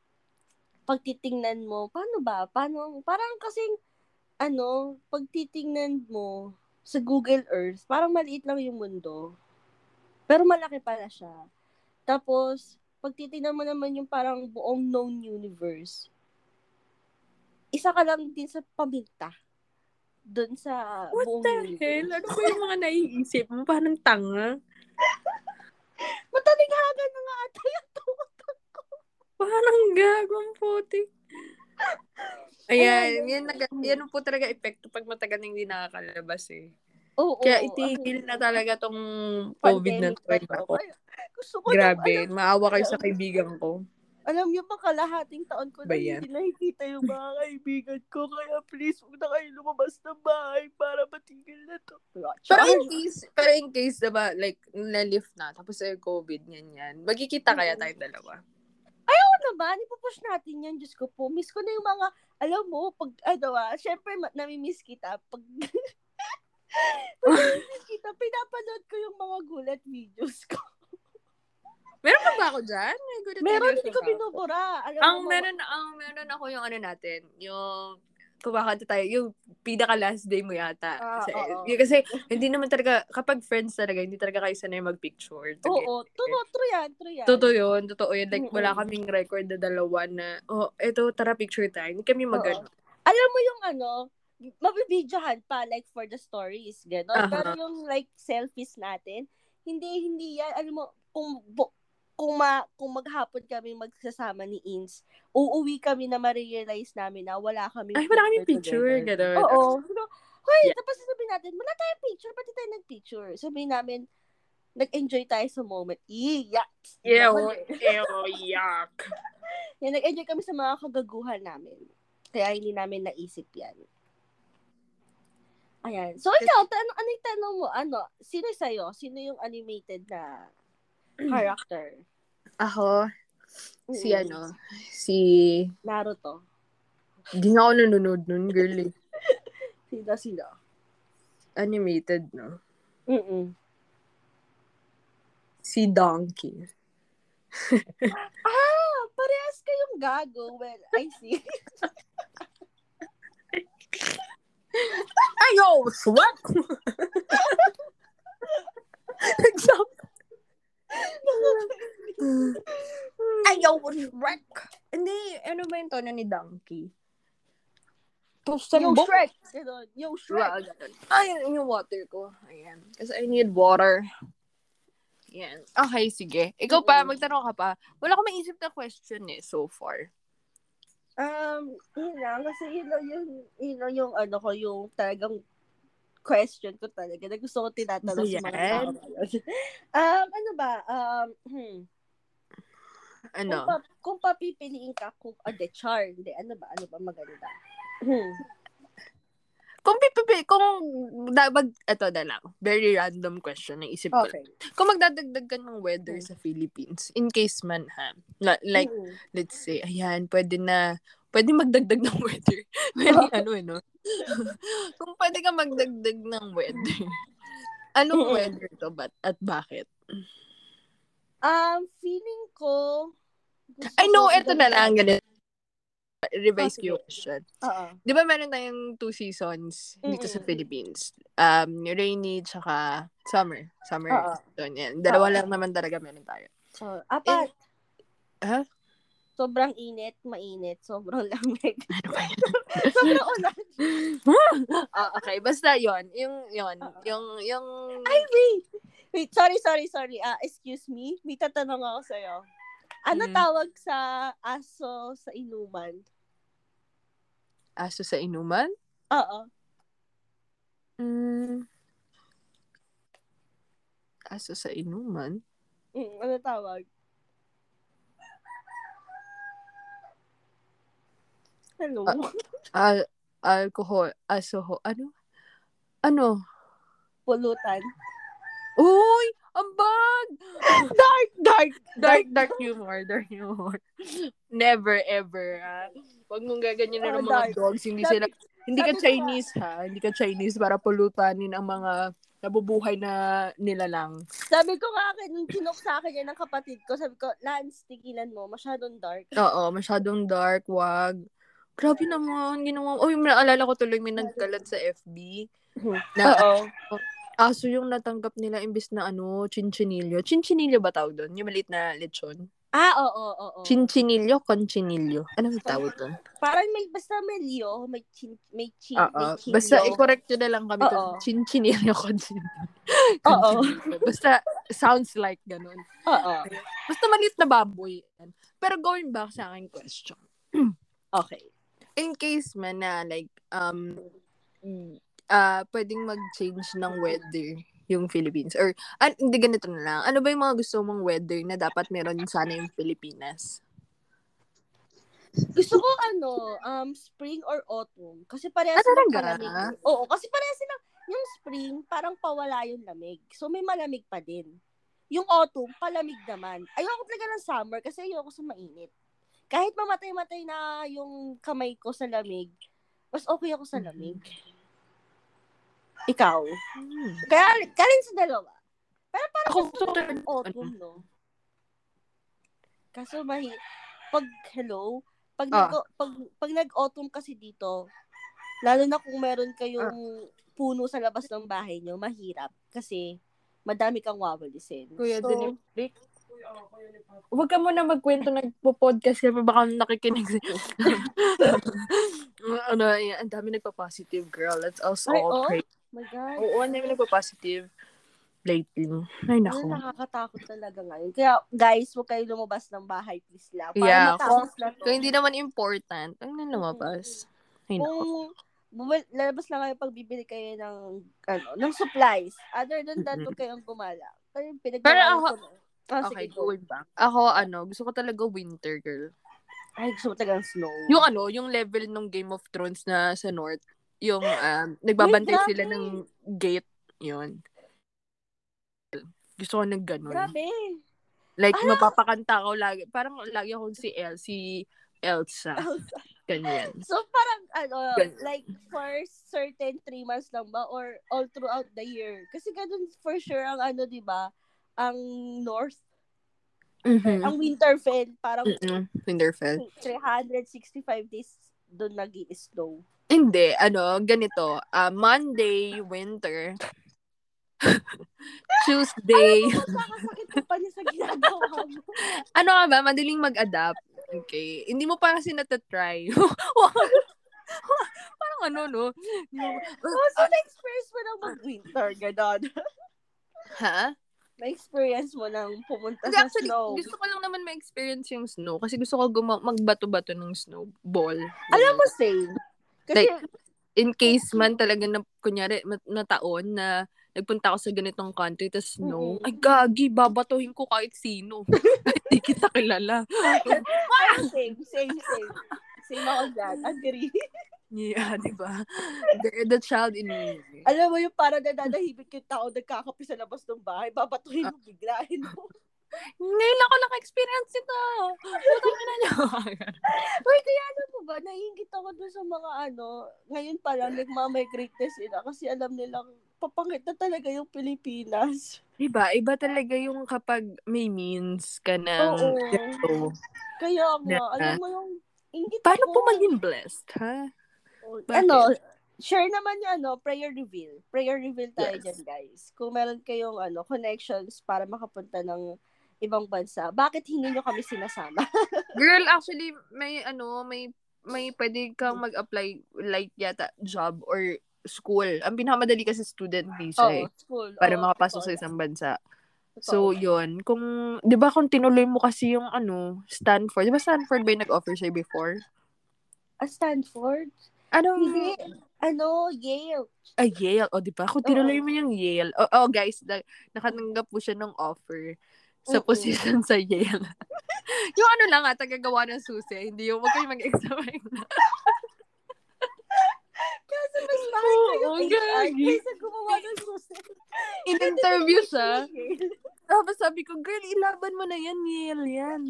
B: pagtitingnan mo, paano ba? Paano? Parang kasing, ano, pagtitingnan mo sa Google Earth, parang maliit lang yung mundo. Pero malaki pala siya. Tapos, pag titignan mo naman yung parang buong known universe, isa ka lang din sa paminta doon sa
A: What
B: buong
A: the
B: universe.
A: hell? Ano ba yung mga naiisip mo? Parang tanga. Ayan, yan, nag- yan po talaga epekto pag matagal na hindi nakakalabas eh.
B: Oo,
A: Kaya
B: oo,
A: itigil na talaga tong COVID na
B: pandemic
A: to. eh,
B: na to.
A: nako.
B: Ay, Gusto ko
A: Grabe,
B: Nang, alam,
A: maawa kayo sa kaibigan ko.
B: alam niyo ba kalahating taon ko na
A: Ba yan?
B: hindi nakikita yung mga kaibigan ko. Kaya please, huwag na kayo lumabas ng bahay para matigil na to.
A: Pero in case, pero in case, diba, like, na-lift na, tapos ay COVID, yan yan. Magkikita kaya tayong dalawa.
B: naman, ipupush natin yan. Diyos ko po, miss ko na yung mga, alam mo, pag, ano ah, syempre, ma- namimiss kita. Pag, [laughs] pag namimiss kita, pinapanood ko yung mga gulat videos ko.
A: Meron pa ba ako dyan? May good
B: Meron, hindi
A: attention ba
B: ko
A: ako?
B: binubura. Alam
A: Ang
B: mo,
A: meron, ang meron ako yung ano natin, yung kumakanta tayo, yung pinaka last day mo yata.
B: Ah,
A: Kasi,
B: oo.
A: yung- kasi hindi naman talaga, kapag friends talaga, hindi talaga kayo sanay mag-picture.
B: Oo,
A: together.
B: oo. Totoo, true yan, true yan.
A: Totoo yun, totoo yun. Like,
B: Mm-mm.
A: wala kaming record na dalawa na, oh, eto, tara picture tayo. Hindi kami mag
B: Oo. Alam mo yung ano, mabibidyohan pa, like, for the stories, gano'n.
A: Aha.
B: Pero yung, like, selfies natin, hindi, hindi yan, alam mo, kung, bu- kung, ma, kung maghapon kami magsasama ni Ins, uuwi kami na ma-realize namin na wala kami
A: Ay, wala kaming picture. Gano'n.
B: Oo. Pero, Hoy,
A: Yeah.
B: tapos sabihin natin, wala tayong picture, pati tayo nag-picture. Sabihin namin, nag-enjoy tayo sa moment. Iya!
A: Ew, ew, yuck.
B: Yan, nag-enjoy kami sa mga kagaguhan namin. Kaya hindi namin naisip yan. Ayan. So, ikaw, ano, ano yung tanong mo? Ano, sino sa'yo? Sino yung animated [clears throat] na character?
A: Ako, si
B: Mm-mm.
A: ano, si...
B: Naruto.
A: Hindi nga ako nanonood nun, girl. eh.
B: Sino, sino?
A: Animated, no?
B: Mm-mm.
A: Si Donkey.
B: Ah, parehas kayong gago. Well, I see.
A: Ayo, swat! Nag-jump. Ayaw, Shrek! Hindi, ano ba yung tono ni Donkey? To
B: Yo, Shrek! [laughs] Ganon. Yo, Shrek!
A: Ay, yun yung water ko. Ayan. Kasi I need water. Ayan. Okay, sige. Ikaw pa,
B: Mm-mm.
A: magtanong ka pa. Wala akong maisip na question eh, so far.
B: Um, yun lang. Kasi yun lang yung, yun lang yung ano ko, yung talagang question ko talaga. Na gusto ko tinatanong sa mga tao.
A: Ayan.
B: ngayon. [laughs] um, ano ba? Um, hmm, kung,
A: Ano?
B: pa, kung papipiliin ka kung, ah, de, char. Hindi, ano ba? Ano ba maganda? Hmm.
A: Kung pipipi, kung da, mag, eto na lang. Very random question na isip ko. lang.
B: Okay.
A: Kung magdadagdag ka ng weather
B: Mm.
A: sa Philippines, in case man ha, la- like,
B: Mm-mm.
A: let's say, ayan, pwede na, pwede magdagdag ng [laughs] weather. Pwede, ano, eh, no? [laughs] Kung pwede ka magdagdag ng
B: [laughs]
A: weather, anong
B: Mm-mm.
A: weather to ba at bakit?
B: Um, feeling ko, gusto
A: I know,
B: ko-
A: eto na lang, ganun. Revise ko
B: Oh, sige.
A: yung question.
B: Oo.
A: Di ba meron tayong two seasons dito sa
B: Mm-mm.
A: Philippines? Um, rainy, tsaka summer. Summer
B: Oo.
A: season, yan. Dalawa
B: Oo.
A: lang naman talaga meron tayo.
B: So, apat.
A: Ha?
B: Sobrang init, mainit. Sobrang [laughs] lamig.
A: Ano ba yan?
B: [laughs] sobrang ulan. [laughs]
A: Ah, okay, basta yon Yung, yon
B: Oo.
A: Yung, yung...
B: Ah. Ay, wait. Wait, sorry, sorry, sorry. Ah, excuse me. May tatanong ako sa'yo. Ano
A: Mm.
B: tawag sa aso sa inuman?
A: Aso sa inuman?
B: Oo. Hmm.
A: Mm. Aso sa inuman?
B: Mm, ano tawag? Hello?
A: Ah. Al- alcohol. Aso ho. Ano? Ano?
B: Pulutan.
A: Uy! Ang bag!
B: Dark, dark,
A: Dark,
B: [laughs]
A: dark humor. Dark humor. Never, ever. ah. Huwag mong gaganyan
B: Ah,
A: ng mga
B: dark.
A: dogs. Hindi
B: Sabi-
A: sila... Hindi ka
B: sabi ko nga-
A: Chinese, ha? Hindi ka Chinese para pulutanin ang mga nabubuhay na nila lang.
B: Sabi ko nga akin, nung kinok sa akin yan ng kapatid ko, sabi ko, Lance, tigilan mo, masyadong dark.
A: Oo, masyadong dark, wag. Grabe naman, ginawa. Uy, naalala ko tuloy may nagkalat sa FB. Na
B: Oo.
A: aso yung natanggap nila imbis na ano, chinchinillo. Chinchinillo ba tawag doon? Yung maliit na lechon?
B: Ah, oo, oo, oo.
A: Chinchinillo, conchinillo. Ano yung tawag doon?
B: Parang may, basta may liyo, may chin, may chin,
A: Oo.
B: may chin
A: Basta
B: liyo.
A: i-correct nyo na lang kami kung
B: Oo.
A: chinchinillo, conchinillo.
B: [laughs] Oo.
A: Conchinillo. Basta sounds like ganun.
B: Oo.
A: Basta maliit na baboy. Pero going back sa aking question.
B: Okay.
A: in case man na like um uh pwedeng mag-change ng weather yung Philippines or ah, hindi ganito na lang. Ano ba yung mga gusto mong weather na dapat meron sana yung Pilipinas?
B: Gusto ko ano, um, spring or autumn. Kasi parehas
A: Ah,
B: silang
A: talaga?
B: malamig. Oo, kasi parehas silang, yung spring, parang pawala yung lamig. So, may malamig pa din. Yung autumn, palamig naman. Ayoko talaga ng summer kasi ayoko sa mainit. Kahit mamatay-matay na yung kamay ko sa lamig, mas okay ako
A: Mm.
B: sa lamig. Ikaw.
A: Hmm.
B: Kaya, karin sa dalawa. Pero parang
A: Ako
B: gusto ko
A: gusto ko ano.
B: ng
A: ng-
B: autumn, ano, no? Kaso mahi... Pag, hello? Pag,
A: Ah.
B: nag, pag, pag nag-autumn kasi dito, lalo na kung meron
A: Ah.
B: kayong puno sa labas ng bahay nyo, mahirap. Kasi, madami kang wawalisin.
A: Kuya
B: so,
A: Denny Rick. Huwag ka muna magkwento nagpo-podcast kasi baka nakikinig si... [laughs] ano, yan, ang dami nagpa-positive, girl. Let's us
B: Ay,
A: all
B: oh.
A: pray.
B: my God.
A: Oo, ano ang dami nagpa-positive. Lately. Ay,
B: Ano,
A: nako.
B: nakakatakot talaga ngayon. Kaya, guys, huwag kayo lumabas ng bahay, please lang. Para
A: Yeah,
B: matapos na to.
A: Kung hindi naman important, ang nang lumabas. Ay, nako.
B: kung bumal- lalabas lang kayo pag bibili kayo ng ano, ng supplies. Other than that, huwag kayong gumala. Kayo pinag
A: Pero ako-
B: Ah,
A: Okay,
B: sige, go.
A: going back. Ako, ano, gusto ko talaga winter, girl.
B: Ay, gusto mo talagang snow.
A: Yung ano, yung level ng Game of Thrones na sa North, yung
B: [gasps]
A: um, nagbabantay
B: Uy, grabe!
A: sila ng gate, yun. Gusto ko ng ganun.
B: Grabe. [laughs]
A: Like,
B: Ala!
A: mapapakanta ko lagi. Parang lagi akong si El, si Elsa.
B: [laughs]
A: Ganyan.
B: So, parang, ano,
A: Ganun.
B: like, for certain three months lang ba? Or all throughout the year? Kasi ganun, for sure, ang ano, di ba? Ang North,
A: Mm-hmm.
B: ang Winterfell, parang
A: Winterfell.
B: 365 days doon nag snow
A: Hindi, ano, ganito. ah Monday, winter. [laughs] Tuesday.
B: Nakakasakit ka pa niya sa ginagawa mo.
A: ano ka ba? Madaling mag-adapt. Okay. Hindi mo pa kasi natatry. [laughs] Parang ano, no? Hindi mo-
B: Oh, so na-experience mo nang mag-winter, gano'n. [laughs]
A: Ah, Ha?
B: Na-experience mo nang pumunta
A: Hindi,
B: sa
A: actually,
B: snow.
A: gusto ko lang naman ma-experience yung snow. Kasi gusto ko guma- magbato-bato ng snowball.
B: Alam mo, same. Kasi,
A: in case man talaga na, kunyari, mat- na taon na nagpunta ako sa ganitong country, tas snow,
B: Mm-mm.
A: ay gagi, babatuhin ko kahit
B: [laughs]
A: sino. Hindi kita kilala.
B: parang same, same, same. Same ako [laughs] dyan. Agree.
A: Yeah, di ba? The, the child in me.
B: Alam mo yung parang nananahimik yung tao nagkakapi sa labas ng bahay, babatuhin mo biglahin mo.
A: Ngayon lang ako naka-experience ito. Putang ina niyo.
B: [laughs] Uy, kaya alam mo ba, naiingit ako dun sa mga ano, ngayon pa lang, nagmamigrate na sila kasi alam nila, papangit na talaga yung Pilipinas.
A: [laughs] Diba? Iba talaga yung kapag may means ka ng
B: Oo.
A: ganito.
B: Kaya nga,
A: Yeah.
B: alam mo yung, ingit
A: Paano po
B: ako.
A: maging blessed, ha? Bakit?
B: Ano, share naman yung ano, prayer reveal. Prayer reveal tayo
A: Yes.
B: dyan, guys. Kung meron kayong ano, connections para makapunta ng ibang bansa, bakit hindi nyo kami
A: [laughs]
B: sinasama?
A: Girl, actually, may ano, may may pwede kang mag-apply like yata job or school. Ang pinakamadali kasi student visa eh,
B: Oo, school.
A: para
B: oo,
A: makapasok sa
B: totoo.
A: isang bansa. So,
B: Totoo.
A: yun. Kung, di ba kung tinuloy mo kasi yung ano, Stanford. Di ba Stanford ba yung nag-offer sa'yo before?
B: Ah, Stanford?
A: Ano?
B: Hindi. Ano, Yale.
A: Ay, Yale. O, di ba? Kung
B: Oo.
A: tinuloy mo yung Yale. O, oh, guys, na, nakatanggap po siya ng offer sa
B: Oo.
A: position sa Yale. [laughs] yung ano lang ha, tagagawa ng susi. Hindi yung, huwag kayo mag-examine. [laughs]
B: Kasi mas
A: [laughs]
B: mahal kayo
A: Oo,
B: HR
A: Oh, gagi.
B: [laughs] kaysa gumawa ng susunod.
A: In-interview
B: [laughs]
A: siya. Tapos sabi ko, girl, ilaban mo na yan, Yale, yan.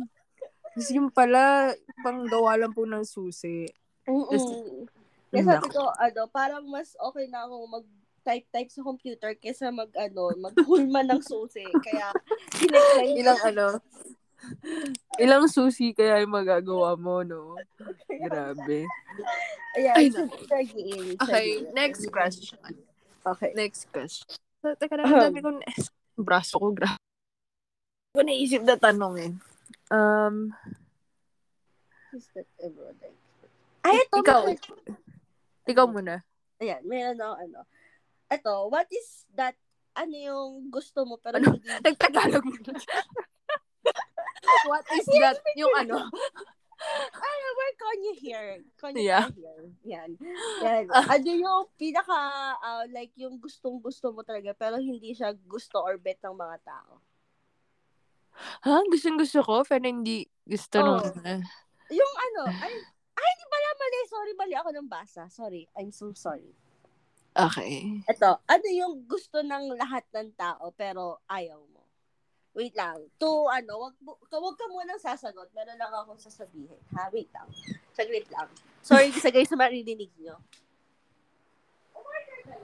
A: Tapos yung pala, panggawa lang po ng susi.
B: Oo. Kaya sabi ko, ano, parang mas okay na akong mag type-type sa computer kaysa mag, ano, maghulma ng susi. Kaya, [laughs] sinecline
A: Ilang ano, ilang susi kaya yung magagawa mo, [laughs] no? Grabe.
B: Ayan,
A: Ay,
B: Ay, sagiin.
A: Okay, next question.
B: Okay.
A: Next question. So, teka lang, ang dami kong [laughs] braso ko, grabe. Hindi ko naisip na tanong eh. Um,
B: Is that everyone? Ay, ito.
A: Ikaw.
B: Ikaw.
A: ikaw muna.
B: Ayan, meron ako, ano. Ito, what is that, ano yung gusto mo pero
A: Ano?
B: hindi.
A: Nagtagalog [laughs] mo. What is that? Yung ano?
B: Ano, we're on you here. year. Connect
A: Yeah. Ah.
B: the year. Yan. Yan. Ano yung pinaka, ah, like, yung gustong-gusto mo talaga, pero hindi siya gusto or bet ng mga tao?
A: Ha? Gustong gusto ko, pero hindi gusto
B: Oo.
A: nung... ah,
B: Yung ano, ay, ay, hindi pala mali. Sorry, mali ako ng basa. Sorry. I'm so sorry.
A: Okay.
B: Eto, ano yung gusto ng lahat ng tao pero ayaw mo? Wait lang. To, ano, wag, mo- ka- wag ka munang sasagot. Meron lang akong sasabihin. Ha? Wait lang. Saglit lang. Sorry sa guys sa maririnig nyo. Order ka lang.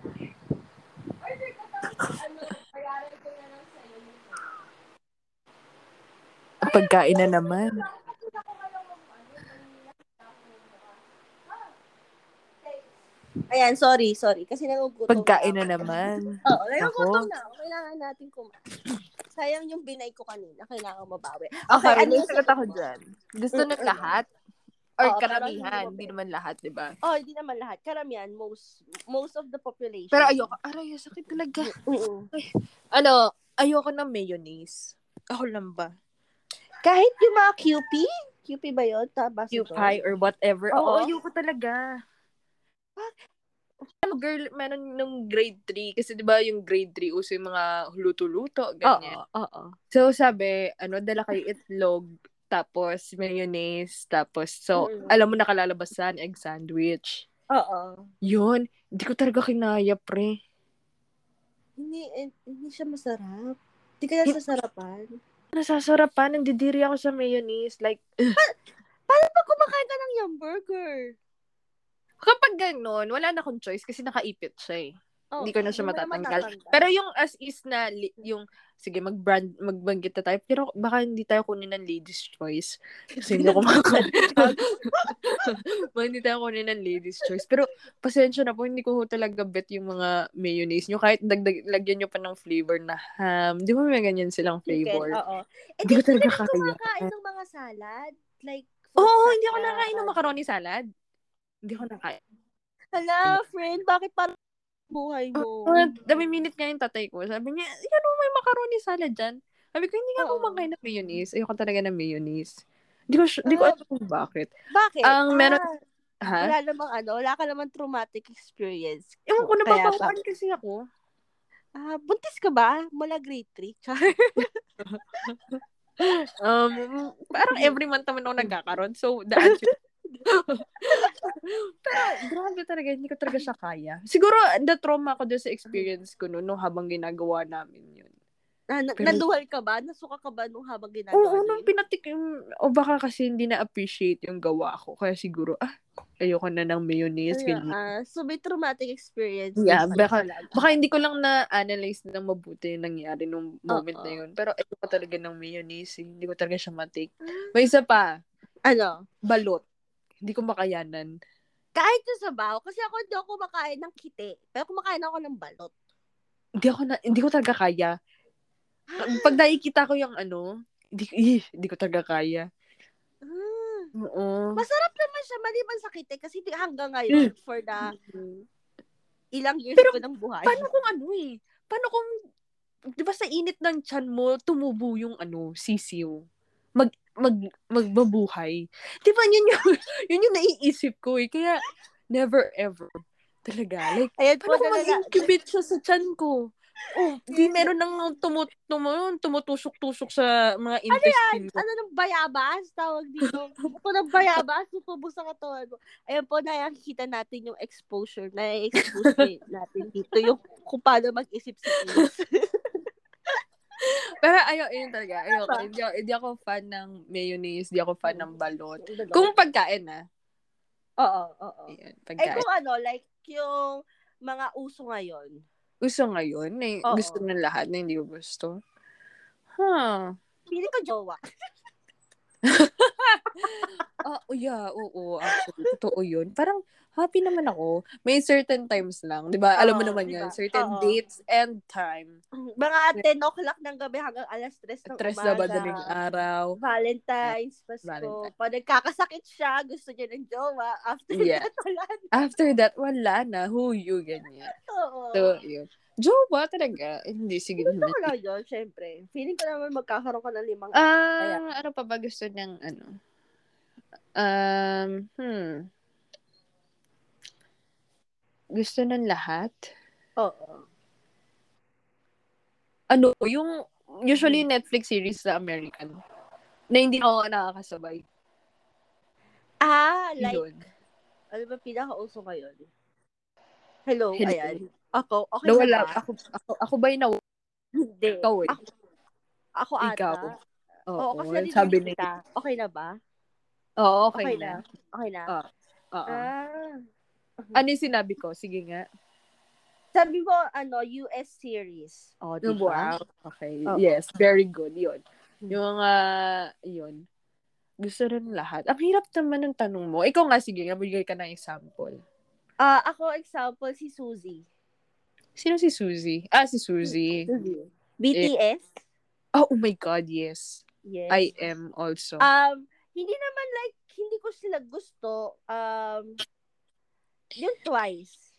B: Order ka lang. Ano, bayaran ko na lang sa'yo.
A: Ah, Pagkain na naman.
B: Ayan, sorry, sorry. Kasi nangugutom
A: Pagkain na
B: ako.
A: naman.
B: Oo, ngayon
A: Ako?
B: gutom na. ako. Kailangan natin kumain. [clears throat] Sayang yung binay ko kanina. Kailangan mabawi.
A: Okay, ano yung sagot
B: yung
A: Mm,
B: sagot
A: ako
B: mo?
A: dyan? Gusto ng
B: Mm-mm.
A: lahat? Or
B: Oo, pero hindi
A: karamihan?
B: mo-
A: Hindi naman lahat, di ba?
B: Oh, hindi naman lahat. Karamihan, most most of the population.
A: Pero ayoko. Aray, sakit talaga.
B: Oo.
A: Ano, ayoko ng mayonnaise. Ako lang ba?
B: Kahit yung mga QP, QP ba yun? Taba sa
A: Cute
B: doon?
A: pie or whatever. Oh.
B: Oo.
A: Oo, ayoko talaga. Ano, girl, meron nung grade 3. Kasi di ba yung grade 3, uso yung mga luto-luto, ganyan.
B: Oo, oo.
A: So, sabi, ano, dala kayo itlog, tapos mayonnaise, tapos, so,
B: Mm.
A: alam mo, nakalalabasan, egg sandwich.
B: Oo.
A: Yun, hindi ko talaga kinaya, pre.
B: Hindi, eh, hindi siya masarap. Hindi ka na sasarapan.
A: Nasasarapan, nandidiri ako sa mayonnaise. Like,
B: Paano ba kumakain ka ng yum burger?
A: kapag ganun, wala na akong choice kasi nakaipit siya eh.
B: Oh,
A: Hindi ko na siya
B: mo
A: matatanggal.
B: matatanggal.
A: Pero yung as is na, li- yung, sige, mag-brand, magbanggit na tayo, pero baka hindi tayo kunin ng ladies' choice. Kasi
B: [laughs]
A: hindi ko makakunin. Baka [laughs] hindi tayo kunin ng ladies' choice. Pero, pasensya na po, hindi ko talaga bet yung mga mayonnaise nyo. Kahit dagdag, lagyan nyo pa ng flavor na ham. Di ba may ganyan silang [laughs]
B: Chicken,
A: flavor?
B: oo. Eh,
A: Hindi ko talaga
B: Hindi
A: kaya.
B: kumakain ng mga salad. Like,
A: Oo,
B: fruit
A: hindi ako
B: salad.
A: nakain ng macaroni salad. Hindi ako nakain.
B: Hala, friend, bakit parang buhay mo?
A: Mga nami-minute nga yung tatay ko. Sabi niya, yan o, may macaroni salad dyan. Sabi ko, hindi nga ako
B: Oo.
A: kumakain ng mayonnaise. Ayoko talaga ng mayonnaise. Hindi ko, sure- hindi ko
B: Ah.
A: alam kung bakit.
B: Bakit?
A: Ang meron-
B: Ah,
A: Ha?
B: wala namang ano, wala ka namang traumatic experience.
A: Ewan ko,
B: Kaya pa.
A: napapaukan kasi ako.
B: Ah, buntis ka ba? Mula grade 3? [laughs] Char.
A: Um, parang
B: Mm.
A: every month naman ako nagkakaroon.
B: [laughs]
A: So, the answer... [laughs] Pero, grabe talaga. Hindi ko talaga siya kaya. Siguro, the trauma ko doon sa experience ko noon, no, habang ginagawa namin yun.
B: Na, na,
A: Pero-
B: nanduhal ka ba? Nasuka ka ba nung habang ginagawa?
A: Oo,
B: niyo
A: nung
B: yun?
A: pinatik yung... O baka kasi hindi na-appreciate yung gawa ko. Kaya siguro, ah, ayoko na ng mayonnaise.
B: Ayun,
A: ganyan.
B: ah, so may traumatic experience.
A: Yeah,
B: din
A: baka-
B: pala.
A: Baka hindi ko lang na-analyze na mabuti yung nangyari nung moment
B: Oo.
A: na yun. Pero ayoko talaga ng mayonnaise. eh. Hindi ko talaga siya matake. May isa pa,
B: Ano?
A: balot. Hindi ko makayanan.
B: Kahit yung sabaw, kasi ako hindi ako kumakain ng kite. Pero kumakain ako ng balot.
A: Hindi ako na, hindi ko talaga kaya. Pag nakikita ko yung ano, hindi, ko- ih, hindi ko talaga kaya.
B: Ah,
A: Oo.
B: masarap naman siya maliban sa kite kasi di- hanggang ngayon for the ilang years
A: Hmm. Pero
B: ko ng buhay.
A: Paano kung ano eh? Paano kung, di ba sa init ng tiyan mo, tumubo yung ano, sisiw? Mag, mag, magbabuhay. Di ba yun yung, [laughs] yun yung naiisip ko eh. Kaya, never ever. Talaga. Like,
B: Ayan po,
A: paano kung
B: nalala-
A: mag-incubate siya sa tiyan ko? Oh, di meron nang tumut, tumu, tumutusok-tusok sa mga intestine ko.
B: ano ng bayabas, tawag dito. Ito ng bayabas, supubos sa katawan ko. Ayan po, nakikita natin yung exposure. Na-expose din [laughs] natin dito yung kung paano mag-isip si Iris.
A: Pero ayaw, yun talaga.
B: Ano
A: Ayaw, hindi, ako- hindi ako fan ng mayonnaise, hindi ako fan ng balot.
B: Kung,
A: Kung pagkain ah.
B: oo, oo.
A: Ayan,
B: Eh
A: pagkain.
B: kung ano, like yung mga uso ngayon.
A: uso ngayon na y-
B: Oo.
A: gusto ng lahat na hindi ko gusto. Huh.
B: Pili ko jowa. [clears throat]
A: Ah, oh yeah, oo, [laughs] actually, totoo yun. Parang happy naman ako. May certain times lang, di ba? Alam mo
B: Oo,
A: naman
B: di
A: yun,
B: ba?
A: certain
B: Oo.
A: dates and time.
B: Mga 10 o'clock ng gabi hanggang alas 3 ng
A: Tres na
B: umaga.
A: ah, ba ng araw?
B: Valentine's, Pasko.
A: Valentine.
B: Pag nagkakasakit siya, gusto niya ng jowa. After
A: Yeah.
B: that, wala na. [laughs]
A: After that, wala na. Who you, ganyan.
B: Oo.
A: So, yun. Jowa talaga. Hindi, sige naman.
B: Gusto ko lang yun, syempre. Feeling ko naman magkakaroon ka ng limang
A: Ah, ano pa ba gusto ng ano? Um, hmm. Gusto ng lahat?
B: Oo.
A: Ano, yung usually
B: Hmm.
A: Netflix series na American na hindi ako nakakasabay.
B: Ah, like,
A: Yun.
B: ano ba pinakauso ngayon? Hello,
A: Hello.
B: oh, ayan. Ako, okay na
A: Nawala.
B: ba?
A: Ako, ako, ako ba yung nawala?
B: Hindi.
A: Ikaw eh.
B: Ako, ako ata.
A: Ikaw.
B: Oo,
A: Oo,
B: kasi narinig
A: sabi ni
B: kita. Okay na ba?
A: Oo, okay,
B: Okay
A: na.
B: na. Okay na.
A: Ah. Oo.
B: Ah.
A: ano yung sinabi ko? Sige nga.
B: Sabi mo, ano, US series.
A: Oh,
B: Yung
A: diba? Okay.
B: Oo.
A: Yes, very good. Yun.
B: Hmm.
A: Yung, ah, yun. Gusto rin lahat. Ang hirap naman ng tanong mo. Ikaw nga, sige, nabigay ka ng example.
B: Ah, ako, example, si Suzy.
A: Sino si Suzy? Ah, si Suzy.
B: Suzy. BTS.
A: Oh, oh my God, yes.
B: Yes.
A: I am also.
B: Um, hindi naman like, hindi ko sila gusto. Um, yung twice.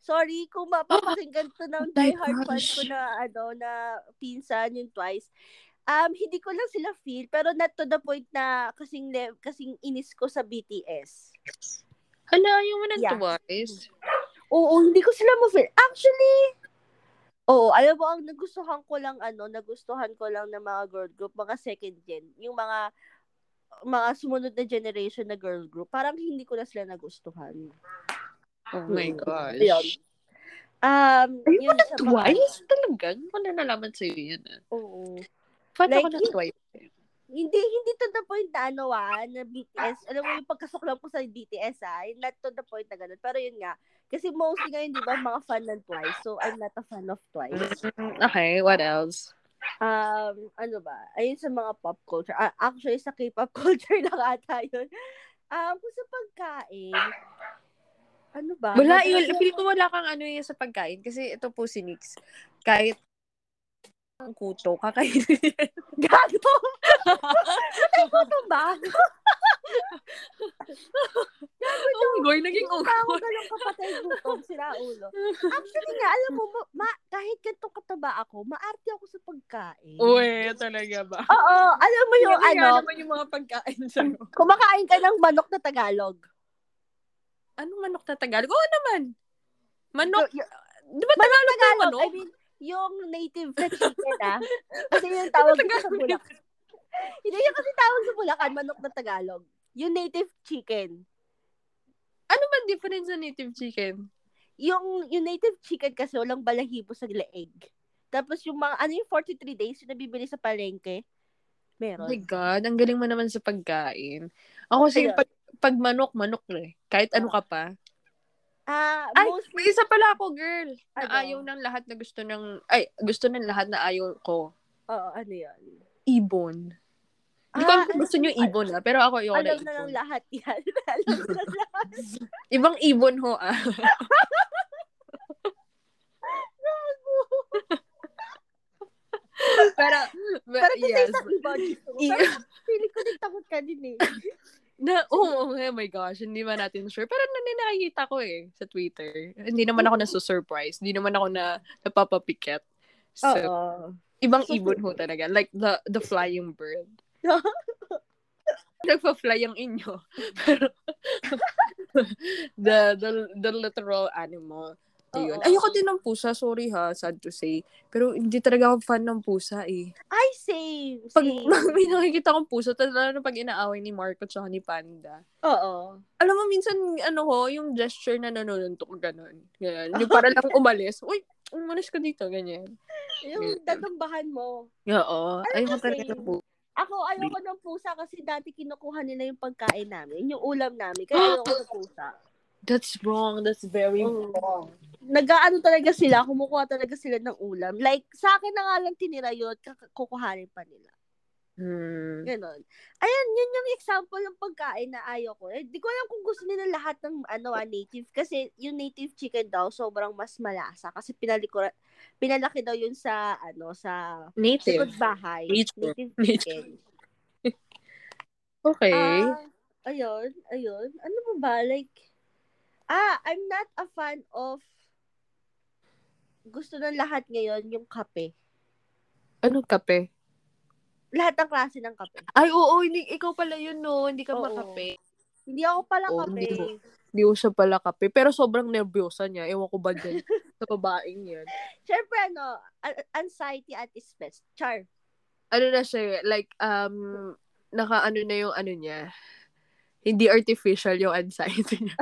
B: Sorry kung mapapakinggan to ng
A: Oh my
B: diehard fan
A: gosh.
B: ko na, ano, na pinsan yung twice. Um, hindi ko lang sila feel, pero not to the point na kasing, le- kasing inis ko sa BTS.
A: Hala, yung mo ng
B: Yeah.
A: twice.
B: Oo, hindi ko sila ma-feel. Actually, oo, alam mo, ang nagustuhan ko lang, ano, nagustuhan ko lang ng mga girl group, mga second gen, yung mga, mga sumunod na generation na girl group, parang hindi ko na sila nagustuhan.
A: Oh my
B: Mm.
A: gosh.
B: Ayun. Um,
A: Ayun
B: yun sa mga-
A: Twice? Talaga? Hindi ko na nalaman sa'yo yun. ah.
B: Oo.
A: Fan
B: Like,
A: ako ng
B: yun-
A: twice.
B: Hindi, hindi to the point na ano ah, na BTS. Alam mo yung pagkasuklam ko sa BTS ah, yung not to the point na ganun. Pero yun nga, kasi mostly ngayon, di ba, mga fan ng Twice. So, I'm not a fan of Twice.
A: Okay, what else?
B: Um, ano ba? Ayun sa mga pop culture. Ah, actually, sa K-pop [laughs] culture lang ata yun. Um, kung sa pagkain, ano ba?
A: Wala,
B: Madalas
A: yun, feel ko wala kang ano yun sa pagkain. Kasi ito po si Nix. Kahit ang kuto, kakainin niya. [laughs]
B: Gago! Patay ko ito ba?
A: Unggoy, naging
B: Tawag
A: unggoy.
B: ka lang kapatay gutom, sira ulo. Actually nga, alam mo, ma- ma- kahit ganito kataba ako, maarte ako sa pagkain.
A: Uy, talaga ba?
B: Oo, alam mo yung
A: Hindi nga
B: ano,
A: naman yung mga pagkain sa'yo.
B: kumakain ka ng manok na Tagalog.
A: [laughs] Anong manok na Tagalog? Oo naman. Manok.
B: Y- y-
A: Di ba Tagalog na
B: Tagalog,
A: manok?
B: I mean, yung native [laughs] na chicken ah. Kasi yung tawag ko sa
A: Tagalog.
B: Bulacan. Hindi yung kasi tawag sa Bulacan, manok na Tagalog. Yung native chicken.
A: Ano man difference sa native chicken?
B: Yung, yung native chicken kasi walang balahibo sa leeg. Tapos yung mga, ano yung 43 days yung nabibili sa palengke?
A: Oh my
B: Meron.
A: God, ang galing mo naman sa pagkain. Ako kasi
B: Ayun.
A: pag, pag manok, manok eh. Kahit ano ka pa.
B: Ah,
A: Ay,
B: most,
A: may isa pala ako, girl. Na
B: Ano?
A: ayaw ng lahat na gusto ng... Ay, gusto ng lahat na ayaw ko.
B: oo, ano yun?
A: Ibon. Hindi ko
B: Ah,
A: alam kung gusto nyo ibon, ah. Pero ako, ayoko na
B: Alam na
A: ibon.
B: lang lahat yan. [laughs] Alam na
A: [laughs]
B: lahat.
A: Ibang ibon, ho, [laughs] ah. [laughs] pero, but,
B: Pero kasi
A: [laughs] yes.
B: sa ibon. Pero
A: I-
B: feeling ko din takot ka din eh.
A: na, oh, oh my gosh, hindi ba natin sure. Pero naninakita ko eh sa Twitter. Hindi naman ako
B: Mm-hmm.
A: nasusurprise. Hindi naman ako na napapapikit. So,
B: Oo.
A: ibang
B: So,
A: ibon ho talaga. Like the the flying bird.
B: [laughs]
A: Nagpa-fly ang inyo. [laughs] Pero, the, the, the literal animal. Ayun.
B: Oo.
A: Ayoko din ng pusa. Sorry ha, sad to say. Pero hindi talaga ako fan ng pusa eh.
B: Ay, same.
A: Pag
B: same.
A: [laughs] may nakikita akong pusa, talaga pag inaaway ni Marco tsaka ni Panda.
B: Oo.
A: Alam mo, minsan, ano ho, yung gesture na nanununtok, ganun. Ganun. Yung para lang umalis. Uy, umalis ka dito, ganyan.
B: Yung tatambahan mo.
A: Oo. Ayoko
B: kasi-
A: talaga ng pusa.
B: Ako, ayoko ng pusa kasi dati kinukuha nila yung pagkain namin, yung ulam namin. Kaya ayoko ng pusa.
A: That's wrong. That's very
B: Oo.
A: wrong.
B: Nagaano talaga sila, kumukuha talaga sila ng ulam. Like, sa akin na nga lang tinira yun, kak- kukuhanin pa nila.
A: Hmm.
B: Ganon. Ayan, yun yung example ng pagkain na ayoko. Eh, di ko alam kung gusto nila lahat ng ano, ah, native. Kasi yung native chicken daw, sobrang mas malasa. Kasi pinalikura, pinalaki daw yun sa, ano, sa likod
A: Native.
B: bahay.
A: Nature.
B: Native
A: Nature.
B: chicken.
A: Okay.
B: Ah, ayun, ayun. Ano ba ba? Like, ah, I'm not a fan of gusto ng lahat ngayon yung kape.
A: Anong kape?
B: lahat ng klase ng kape.
A: Ay, oo, hindi, ikaw pala yun, no? Hindi ka
B: Oo.
A: makape.
B: Hindi ako pala
A: Oo,
B: kape.
A: Oh, hindi ko. Hindi ko siya pala kape. Pero sobrang nervyosa niya. Ewan ko ba [laughs] dyan sa babaeng yun.
B: Siyempre, ano, a- anxiety at its best. Char.
A: Ano na siya, eh, like, um, naka-ano na yung ano niya. Hindi artificial yung anxiety niya.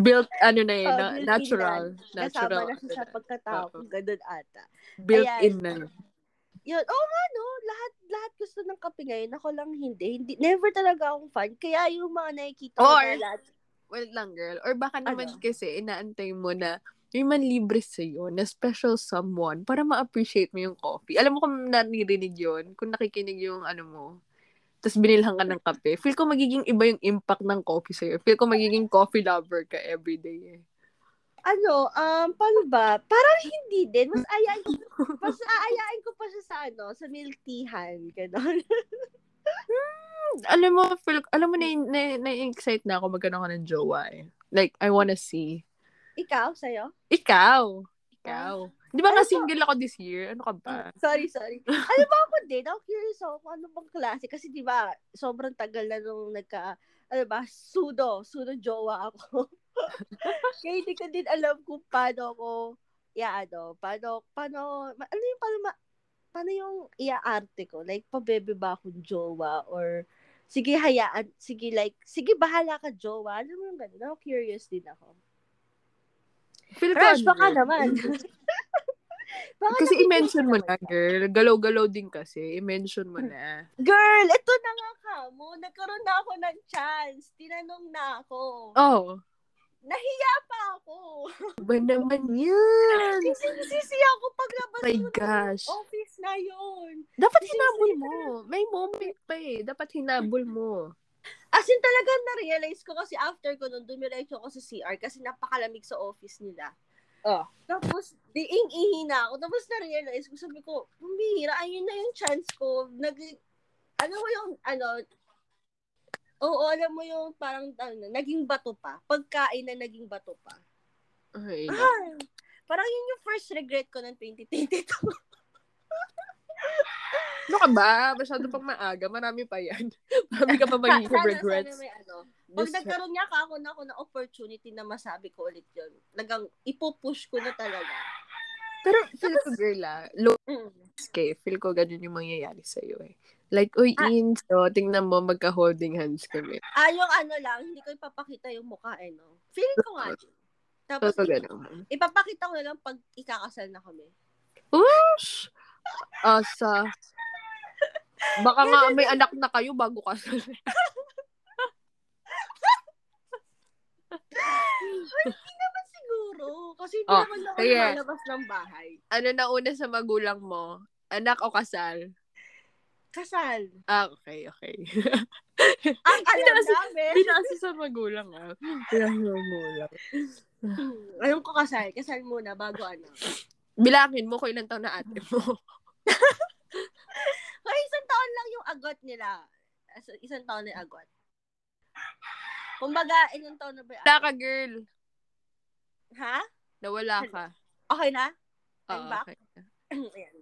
A: Built, ano na yun,
B: Oo,
A: na-
B: built in
A: natural. [laughs] Natural.
B: Kasama na siya sa pagkatao.
A: Oo.
B: Ganun ata.
A: Built
B: Ayan.
A: in na. yun.
B: Yun, oo nga no, lahat, lahat gusto ng kape ngayon. Ako lang hindi. hindi never talaga akong fan. Kaya yung mga nakikita ko
A: Or-
B: na lahat.
A: Wait lang, girl. Or baka naman
B: Ano?
A: kasi inaantay mo na may manlibre sa'yo na special someone para ma-appreciate mo yung coffee. Alam mo kung naririnig yun, kung nakikinig yung ano mo, tapos binilhan ka ng kape, feel ko magiging iba yung impact ng coffee sa'yo. Feel ko magiging coffee lover ka everyday eh.
B: Ano, um, paano ba? Parang hindi din. Mas ayain, mas aayain ko pa siya sa ano, sa milk teahan. Ganon. [laughs]
A: Alam mo, feel, alam mo, na, na, na-excite na ako magkano ka ng jowa eh. Like, I wanna see.
B: Ikaw, sa'yo?
A: Ikaw! Ikaw. Di ba
B: Ano to? Mm.
A: na-single ako this year? Ano ka ba?
B: [laughs] Sorry, sorry. Alam mo ako din, ako curious ako kung ano bang klase. Kasi di ba, sobrang tagal na nung nagka, ano ba, sudo, sudo jowa ako. [laughs] Kaya hindi ko din alam kung paano ako, ya ano, paano, paano, ma- ano yung paano, ma- paano yung iaarte ko? Like, pabebe ba akong jowa? Or, sige, hayaan, sige, like, sige, bahala ka, jowa. Alam mo yung ganun, ako curious din ako.
A: Feel ko
B: Crush,
A: ano
B: baka
A: yun.
B: [laughs] naman. Baka
A: Kasi
B: naman,
A: i-mention mo
B: naman
A: na, girl. Galaw-galaw din kasi. I-mention mo na.
B: Girl, ito na nga ka mo. Nagkaroon na ako ng chance. Tinanong na ako.
A: Oh,
B: Nahiya pa ako.
A: ba naman yan?
B: Sisi-sisi ako paglabas
A: My
B: ko ng
A: gosh.
B: office na yun.
A: Dapat hinabol mo. May moment pa eh. Dapat hinabol mo.
B: As in talaga na-realize ko kasi after ko nun, dumiretso ako sa CR kasi napakalamig sa office nila.
A: Oh.
B: Tapos, diing-ihi na ako. Tapos na-realize ko, sabi ko, humihira, ayun na yung chance ko. Nag, ano mo yung, ano, oo, alam mo yung parang, ano, naging bato pa. Pagkain na naging bato pa.
A: Okay.
B: Ay, Ah, parang yun yung first regret ko ng 2022.
A: Ano ka ba? Masyado pang maaga. Marami pa yan. [laughs] Marami ka pa
B: Sana-
A: magiging regrets.
B: Sana may ano. Pag
A: This-
B: nagkaroon niya ka, ako na ako ng opportunity na masabi ko ulit yun. Nagang ipupush ko na talaga.
A: Pero feel ko, girl ah. Low
B: Mm.
A: risk eh. Feel ko ganun yung mangyayari sa'yo eh. Like, uy, Inz, oh, tingnan mo, magka-holding hands kami.
B: Ah, yung ano lang, hindi ko ipapakita yung mukha eh, no? Feeling ko nga yun. Tapos,
A: Totoo ganun.
B: ipapakita ko na lang pag ikakasal na kami.
A: Ush! Asa. Baka nga may anak na kayo bago kasal.
B: Naman siguro, kasi hindi
A: Oh,
B: naman ako
A: sige.
B: lumalabas ng bahay.
A: [laughs] ano na una sa magulang mo? Anak o kasal?
B: Kasal.
A: Ah, okay, okay. [laughs]
B: Ang alam
A: Pinasa-
B: namin.
A: Pinasa sa magulang ah. Pinasa sa magulang.
B: Ayun Hmm, ko kasal. Kasal muna bago ano.
A: Bilangin mo kung ilang taon na ate mo. [laughs]
B: Kaya isang taon lang yung agot nila. As- Isang taon na yung agot. Kumbaga, ilang taon na ba yung
A: Wala ka, girl.
B: Ha?
A: Nawala ka.
B: Okay na? [clears throat] I'm
A: Ah,
B: back.
A: okay.
B: Ayan.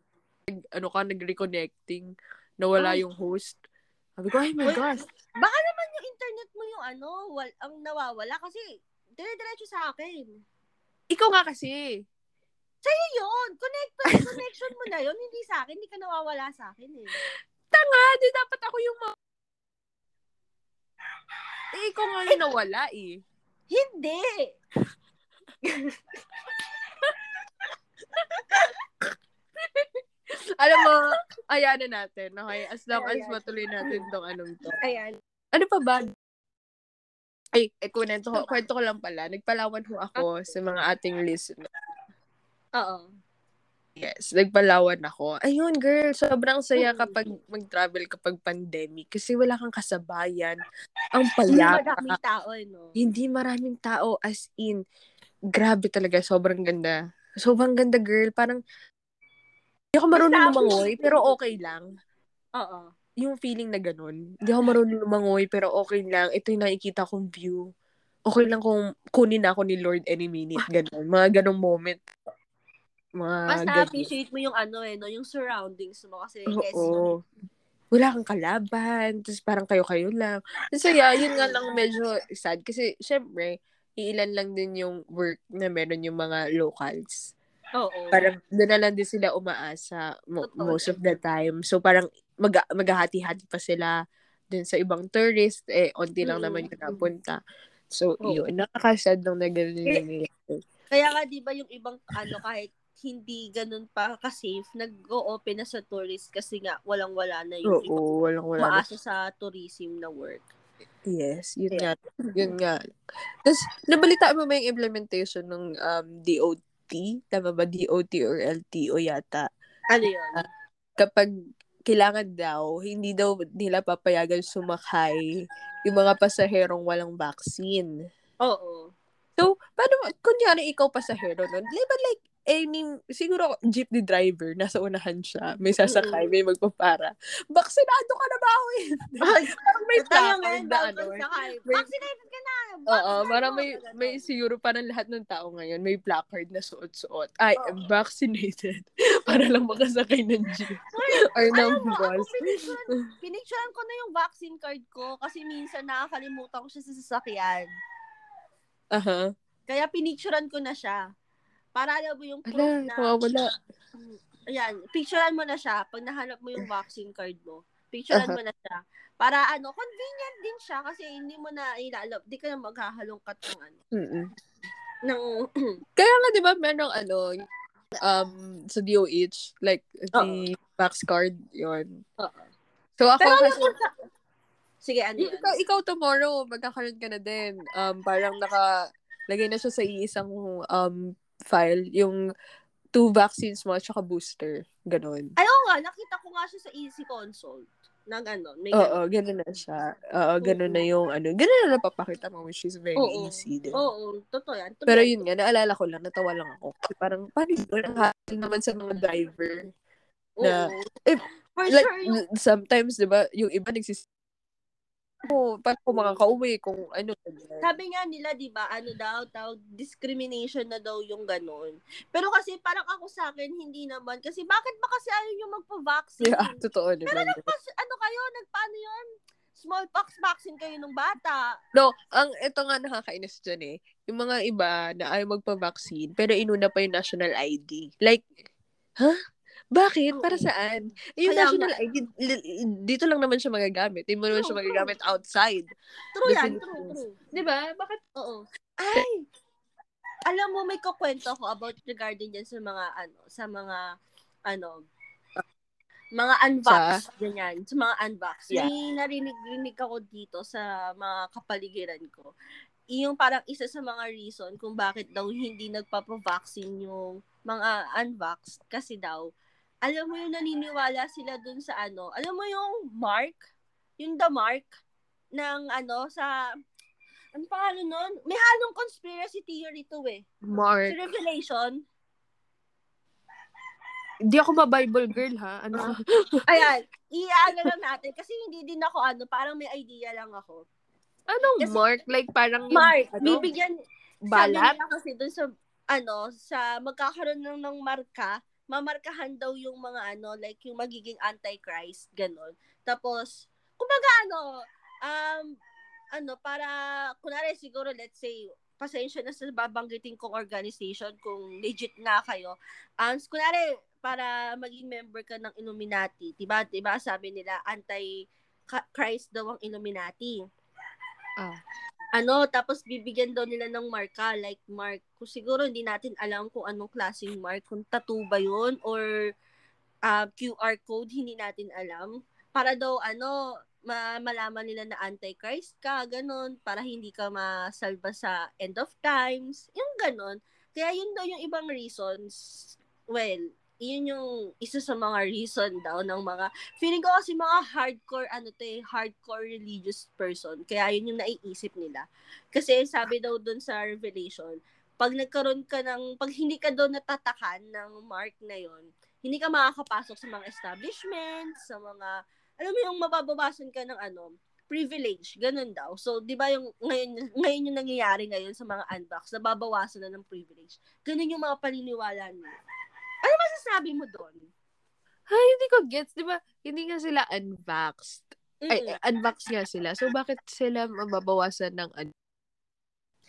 A: Ano ka, nag-reconnecting. Nawala
B: Ay.
A: yung host. Sabi ko, ay my
B: Wait.
A: gosh.
B: Baka naman yung internet mo yung ano, wal, ang nawawala kasi dire-diretso sa akin.
A: Ikaw nga kasi.
B: Kaya yun, connect, connection mo na yun, hindi sa akin, hindi ka nawawala sa akin eh.
A: Tanga, Ah, di dapat ako yung ma- Eh, ikaw nga yung nawala eh.
B: Hindi!
A: Alam mo, ayan na natin. Okay, as long as
B: Ayan.
A: matuloy natin tong anong to.
B: Ayan.
A: Ano pa ba? Ay, eh, kwento ko, kwento ko lang pala. Nagpalawan ho ako sa mga ating listeners.
B: Oo.
A: Yes, nagpalawan ako. Ayun, girl, sobrang saya kapag mag-travel kapag pandemic kasi wala kang kasabayan. Ang
B: Hindi
A: payapa.
B: madaming tao eh, no?
A: Hindi maraming tao as in. Grabe talaga, sobrang ganda. Sobrang ganda, girl. Parang hindi ako marunong lumangoy, pero okay lang.
B: Oo.
A: Yung feeling na ganun. Hindi ako marunong lumangoy, pero okay lang. Ito yung nakikita kong view. Okay lang kung kunin ako ni Lord any minute. Ah, Ganun. Mga ganong moment. Mga
B: Mas
A: ganyan.
B: na-appreciate mo yung ano eh, no? yung surroundings mo kasi yes,
A: Oo. Wala kang kalaban. Tapos parang kayo-kayo lang. So yeah, yun nga lang medyo sad. Kasi syempre, iilan lang din yung work na meron yung mga locals.
B: oo.
A: Parang doon na lang din sila umaasa mo-
B: Mm. Totoo.
A: most of the time. So parang mag maghahati-hati pa sila dun sa ibang tourist. Eh, onti lang
B: Mm-mm.
A: naman yung napunta. So,
B: Mm. Oo. Eh,
A: yun. Nakakasad nung na ganun yung nangyayari.
B: Kaya nga, di ba yung ibang, ano, kahit hindi ganun pa ka-safe, nag-o-open na sa tourist kasi nga, walang-wala na yung iba.
A: Oo, walang wala. na
B: Maasa sa tourism na work.
A: Yes, yun
B: Yeah.
A: nga. Yun
B: Mm.
A: nga. Tapos, nabalitaan mo ba yung implementation ng um, DOT? Tama ba? DOT or LTO yata.
B: Ano yun?
A: Kapag kailangan daw, hindi daw nila papayagan sumakay yung mga pasaherong walang vaccine.
B: Oo.
A: So, paano, kunyari ikaw pasahero nun, di ba like, any, siguro jeepney driver, nasa unahan siya, may sasakay, may magpapara. Baksinado ka na ba, Owen?
B: [laughs]
A: Parang may
B: Tayo
A: plaka
B: ngayon,
A: ng
B: bago
A: daanan.
B: sakay.
A: May-
B: Vaccinated ka na!
A: eh. Oo,
B: Vaccinated
A: parang
B: ka! oh.
A: may,
B: Ganun.
A: may siguro parang lahat ng tao ngayon may placard na suot-suot. I am
B: Oo.
A: vaccinated. [laughs] Para lang makasakay ng jeep. Or ng
B: Alam mo, ako
A: bus.
B: pinicturean, pinicturean ko na yung vaccine card ko kasi minsan nakakalimutan ko siya sa sasakyan.
A: Aha.
B: Kaya pinicturean ko na siya. Para alam mo yung proof
A: Ala,
B: na,
A: nawawala.
B: ayan, picturean mo na siya pag nahanap mo yung vaccine card mo. Picturean
A: Uh-huh.
B: mo na siya. Para ano, convenient din siya kasi hindi mo na ilalab, di ka na maghahalongkat ng ano,
A: Mm-mm.
B: ng, [clears throat]
A: Kaya nga, di ba, merong ano, um, sa DOH, like, the vax card, yun.
B: Oo.
A: So, ako
B: pero ano, alam
A: kasi,
B: mo sa, sige, ano yan?
A: ikaw, ikaw tomorrow, magkakaroon ka na din. Um, parang naka, lagay na siya sa iisang um, file, yung two vaccines mo at saka booster. Ganon.
B: Ay, oo nga, nakita ko nga siya sa Easy Consult. Na gano'n. May ganun.
A: Oo, ganun na siya. Oo, ganun
B: Oo.
A: na yung ano. Ganun na napapakita mo, which is very
B: Oo.
A: easy. Din.
B: Oo, totoo yan. True
A: Pero
B: yan.
A: yun nga, naalala ko lang, natawa lang ako. Kasi Parang, paano yun? Ang hassle naman sa mga driver. na-
B: Oo.
A: Eh,
B: For
A: Like,
B: sure yung,
A: sometimes, di ba, yung iba nagsis... Oh, paano ko makakauwi kung ano. ganyan.
B: sabi nga nila, di ba, ano daw, tawag, discrimination na daw yung ganun. Pero kasi parang ako sa akin, hindi naman. Kasi bakit ba kasi ayaw nyo magpa-vaccine?
A: Yeah, [laughs] totoo naman.
B: Mas, ano kayo, nagpaano yun? Smallpox vaccine kayo nung bata.
A: No, ang ito nga nakakainis dyan eh. Yung mga iba na ayaw magpa-vaccine, pero inuna pa yung national ID. Like, ha? Bakit? Para
B: Oo.
A: saan? Eh, Yung
B: Kaya
A: national ID, li- dito lang naman siya magagamit. Hindi mo naman siya
B: True,
A: magagamit outside.
B: True yan,
A: The
B: true,
A: Philippines.
B: true.
A: Di ba? Bakit?
B: Oo. Ay! Alam mo, may kukwento ako about regarding dyan sa mga, ano, sa mga, ano, mga unvax, ganyan, sa mga unvax.
A: Yeah.
B: May narinig-rinig ako dito sa mga kapaligiran ko. Yung parang isa sa mga reason kung bakit daw hindi nagpapro-vaccine yung mga unvax kasi daw, alam mo yung naniniwala sila dun sa ano, alam mo yung mark, yung the mark ng ano sa ano pangalan nun? May halong conspiracy theory to eh. Sa
A: Mark. [laughs]
B: Revelation.
A: Hindi ako ma-Bible girl, ha? Ano? [laughs]
B: Ayan. Iyaano lang natin. Kasi hindi din ako ano, parang may idea lang ako.
A: Anong
B: Kasi-
A: mark? Like, parang yung...
B: Mark,
A: ano?
B: bibigyan,
A: Balat?
B: sabi nila kasi dun sa, ano, sa magkakaroon ng, ng marka, mamarkahan daw yung mga ano, like yung magiging antichrist, ganun. Tapos, kumbaga ano, um, ano, para, kunwari siguro, let's say, pasensya na sa babanggitin kong organization kung legit nga kayo. Um, kunwari, para maging member ka ng Illuminati, diba? Diba sabi nila, anti-Christ daw ang Illuminati
A: Ah.
B: ano, tapos bibigyan daw nila ng marka, like mark. Kung siguro hindi natin alam kung anong klaseng mark, kung tattoo ba yun or ah, QR code, hindi natin alam. Para daw, ano, ma- malaman nila na antichrist ka, ganun, para hindi ka masalba sa end of times, yung ganun. Kaya yun daw yung ibang reasons, well, yun yung isa sa mga reason daw ng mga, feeling ko kasi mga hardcore, ano to eh, hardcore religious person, kaya yun yung naiisip nila. Kasi sabi daw dun sa Revelation, pag nagkaroon ka ng, pag hindi ka daw natatakan ng mark na yon hindi ka makakapasok sa mga establishments, sa mga, alam mo yung mababawasan ka ng ano, privilege, ganun daw. So, di ba yung, ngayon, ngayon yung nangyayari ngayon sa mga unbox, nababawasan na ng privilege. Ganun yung mga paniniwala nila. sabi mo doon?
A: Ay, hindi ko gets. Di ba, hindi nga sila unvaxxed. Ay,
B: Mm.
A: unvaxxed nga sila. So, bakit sila mababawasan ng... Un-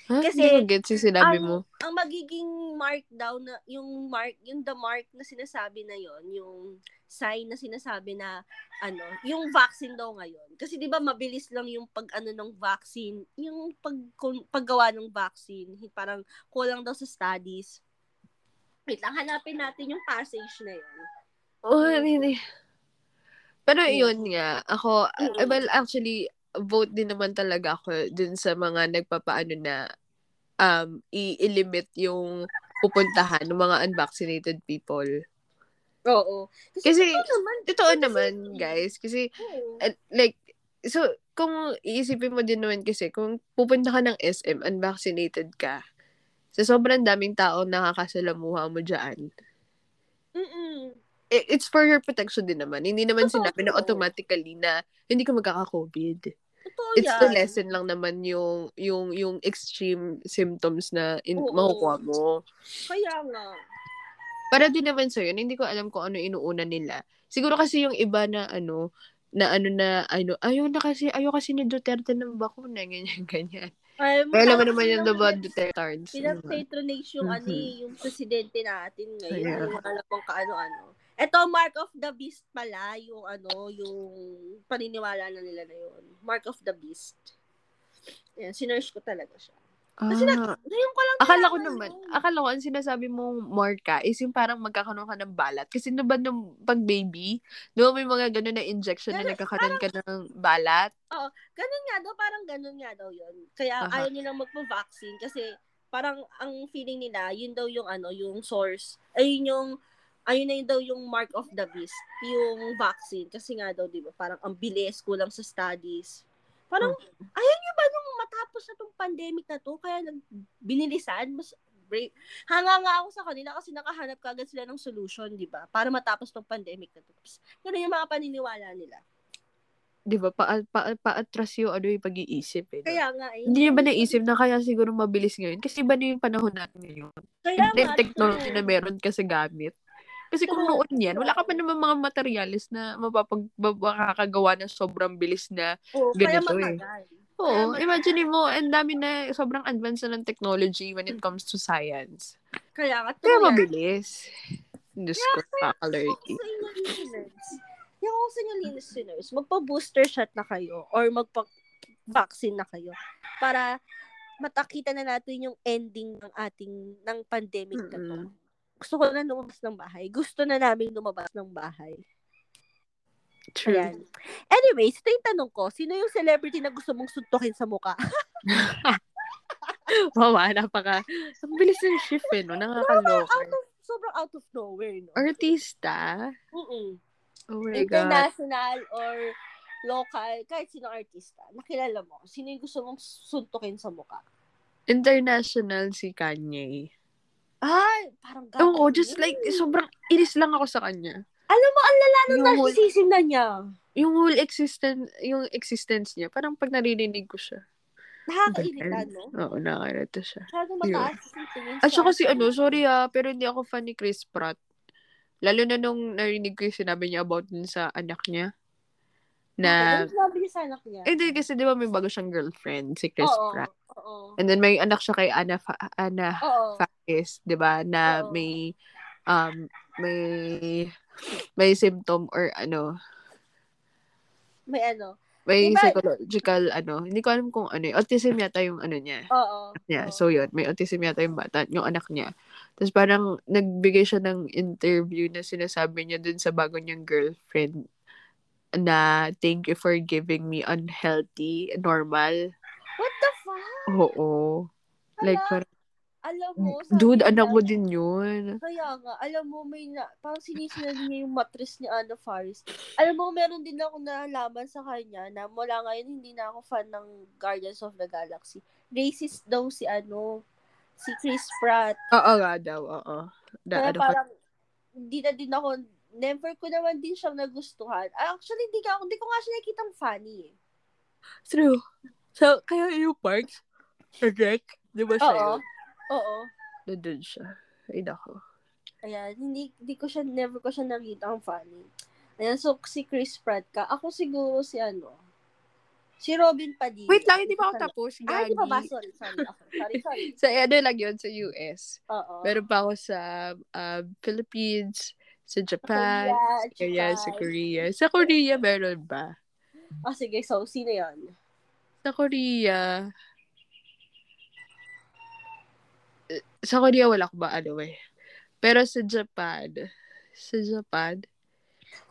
A: ha?
B: Kasi,
A: hindi ko gets yung sinabi
B: ang-
A: mo.
B: ang magiging markdown na yung mark yung the mark na sinasabi na yon yung sign na sinasabi na ano yung vaccine daw ngayon kasi di ba mabilis lang yung pag ano ng vaccine yung pag kun- paggawa ng vaccine parang kulang daw sa studies wait lang hanapin natin yung passage na yun
A: Oh, hindi. Pero
B: Mm.
A: yun nga, ako,
B: Mm.
A: uh, well, actually, vote din naman talaga ako dun sa mga nagpapaano na um, i-limit yung pupuntahan ng mga unvaccinated people.
B: oo
A: Kasi-
B: totoo naman
A: Totoo
B: Kasi- mm.
A: naman, guys. Kasi,
B: oo.
A: uh, like, so, kung iisipin mo din naman kasi, kung pupunta ka ng SM, unvaccinated ka, sa sobrang daming tao nakakasalamuha mo dyan,
B: Mm-mm.
A: i- it's for your protection din naman. Hindi naman
B: Totoo.
A: sinabi na automatically na hindi ka magkaka-COVID.
B: totoo
A: It's
B: yan
A: the lesson lang naman yung yung yung extreme symptoms na in,
B: Oo.
A: makukuha mo.
B: kaya nga
A: Para din naman sa yun, hindi ko alam kung ano inuuna nila. Siguro kasi yung iba na ano na ano na ano ayaw na kasi ayaw kasi ni Duterte ng bakuna ganyan [laughs] ganyan.
B: Ay,
A: Pero alam mo
B: matapos
A: naman yung
B: lang
A: about
B: ulit.
A: Dutertards.
B: Pinapatronage yung ano
A: Mhm.
B: eh, yung presidente natin ngayon,
A: Yeah.
B: yung mga labang kaano-ano. Ito, Mark of the Beast pala, yung ano, yung paniniwala na nila na yun. Mark of the Beast. Ayan, sinerge ko talaga siya.
A: Ah,
B: Kasi Ngayon ko ano. lang
A: akala ko naman,
B: nalaman yun.
A: akala ko ang sinasabi mong marka is yung parang magkakaroon ka ng balat. Kasi diba nung pag baby, di ba may mga ganun na injection na
B: Ganun,
A: nagkakaroon ka ng balat?
B: Ganun nga daw, parang ganun nga daw yun. Kaya
A: Aha.
B: ayaw nilang magpa-vaccine kasi parang ang feeling nila, yun daw yung ano, yung source. Ayun yung, ayun na yun daw yung mark of the beast, yung vaccine. Kasi nga daw, di ba, parang ang bilis, kulang sa studies. Parang,
A: Hmm.
B: ayaw nyo ba nung matapos na tong pandemic na to, kaya nag, binilisan, mas, break. Hanga nga ako sa kanila kasi nakahanap kagad sila ng solution, di ba? Para matapos tong pandemic na to. Psst, Ganun yung mga paniniwala nila.
A: di ba, pa, pa, paatras yung ano yung pag-iisip eh. no?
B: Kaya nga eh.
A: Hindi niya ba naisip na kaya siguro mabilis ngayon? Kasi iba na yung panahon natin ngayon.
B: Kaya eh.
A: Iba na yung technology
B: true.
A: na meron ka sa gamit. Kasi kung
B: True.
A: noon yan, wala ka pa naman mga materials na mapapag makakagawa ng sobrang bilis na
B: Oo, kaya
A: Ganito eh.
B: matagal.
A: Oo,
B: Tama.
A: imagine mo, ang dami na, sobrang advanced na ng technology when it comes to science.
B: Kaya nga,
A: Kaya
B: true yan.
A: mabilis. Diyos ko,
B: Ako
A: kakalerty.
B: sa inyo, listeners. Yung ako sa inyo, listeners, magpa-booster shot na kayo or magpa-vaccine na kayo para matakita na natin yung ending ng ating ng pandemic na to.
A: Mm-mm.
B: Gusto ko na lumabas ng bahay. Gusto na namin lumabas ng bahay.
A: True.
B: Ayan. Anyways, ito yung tanong ko. Sino yung celebrity na gusto mong suntukin sa mukha?
A: [laughs]
B: [laughs]
A: Wawa, napaka... Ang bilis ng shift eh, no?
B: Sobrang
A: Nakakaloka.
B: out of, sobrang out of nowhere, no?
A: Artista?
B: Mm-mm.
A: Oh my God.
B: international or local, kahit sino artista, nakilala mo, sino yung gusto mong suntukin sa mukha?
A: International si Kanye.
B: Ay, parang gagawin.
A: Ah, Oo, just like, sobrang iris lang ako sa kanya.
B: Alam mo, ang lala nung
A: Yung whole,
B: narcissism na niya.
A: yung whole existence, yung existence niya, parang pag naririnig ko siya.
B: Nakakairita, no?
A: Oo, nakarito siya.
B: Masyado mataas yung tingin
A: At
B: sa-
A: saka si ano, sorry ah, pero hindi ako fan ni Chris Pratt. Lalo na nung narinig ko yung sinabi niya about dun sa anak niya. Na,
B: Ano sinabi niya sa anak niya?
A: eh di, kasi di ba may bago siyang girlfriend, si Chris
B: oo,
A: Pratt.
B: oo,
A: And then may anak siya kay Ana, Fa- Ana
B: oo.
A: Faris, di ba, na
B: Oo.
A: may, um, may, may symptom or ano,
B: May ano.
A: may
B: Diba-
A: psychological ano, hindi ko alam kung ano, eh, autism yata yung ano niya.
B: Oo.
A: niya.
B: oo.
A: So, yun. May autism yata yung bata, yung anak niya. Tapos, parang nagbigay siya ng interview na sinasabi niya dun sa bago niyang girlfriend na thank you for giving me unhealthy, normal.
B: What the fuck?
A: Oo. Like,
B: Hala,
A: parang,
B: alam mo, sabi
A: Mm, dude,
B: niya-
A: anak mo din yun.
B: Kaya nga, alam mo, may na, parang sinisinali niya yung mattress ni Anna Faris. Alam mo, meron din ako nalaman sa kanya na mula ngayon hindi na ako fan ng Guardians of the Galaxy. Racist daw si ano, si Chris Pratt.
A: Oo nga daw, oo. Na,
B: Kaya
A: ano,
B: parang, hindi na din ako, never ko naman din siyang nagustuhan. Ah, Actually, hindi, ka, hindi ko nga siya nakikitang funny eh.
A: true. So, kaya yung parts, the wreck, di ba siya
B: Oo.
A: yun?
B: Oo.
A: Nandun siya. Ay, nako.
B: Ayan, hindi, hindi ko siya, never ko siya nakita ang funny. Ayan, so si Chris Pratt ka. Ako siguro si ano, si Robin Padilla.
A: Wait lang, hindi pa ako tapos.
B: Ah,
A: Gagi.
B: di ba ba? Sorry, sorry. Ako. Sorry,
A: [laughs]
B: sorry.
A: Sa ano lang yun, sa US.
B: Oo.
A: Meron pa ako sa uh, Philippines, sa Japan, sa Korea,
B: Korea,
A: sa
B: Japan.
A: Korea. Sa Korea, meron ba?
B: Ah, sige, so sino yun?
A: Sa Korea, Eh, sa Korea wala ko ba ano eh. Pero sa Japan, sa Japan,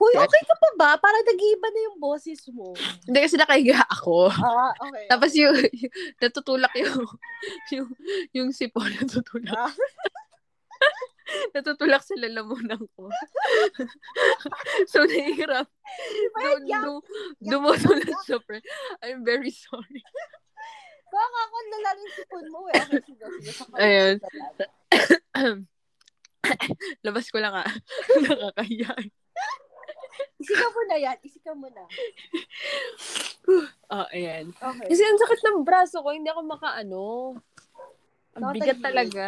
B: Hoy,
A: Si Ate-
B: okay ka pa ba? Para nag-iiba na yung boses mo.
A: hindi kasi nakahiga ako.
B: Ah, okay.
A: Tapos yung, [laughs] yung natutulak yung, [laughs] yung, yung sipon [laughs] natutulak.
B: Ah.
A: natutulak sa lalamunan ko. [laughs] so, nahihirap.
B: Wait,
A: Dum-
B: yeah.
A: dum- Dumutulak siya, pre. I'm very sorry. [laughs]
B: Baka Ah, ako lalaro yung sipon mo eh. Okay, sige, sige. Sa
A: [laughs]
B: kanila.
A: Ayan. Labas ko lang ah. [laughs] Nakakahiya.
B: Isigaw mo na yan. Isigaw mo na.
A: Oh, ayan.
B: Okay.
A: Kasi ang sakit ng braso ko, hindi ako makaano. Ang
B: Nakatagilid.
A: bigat talaga.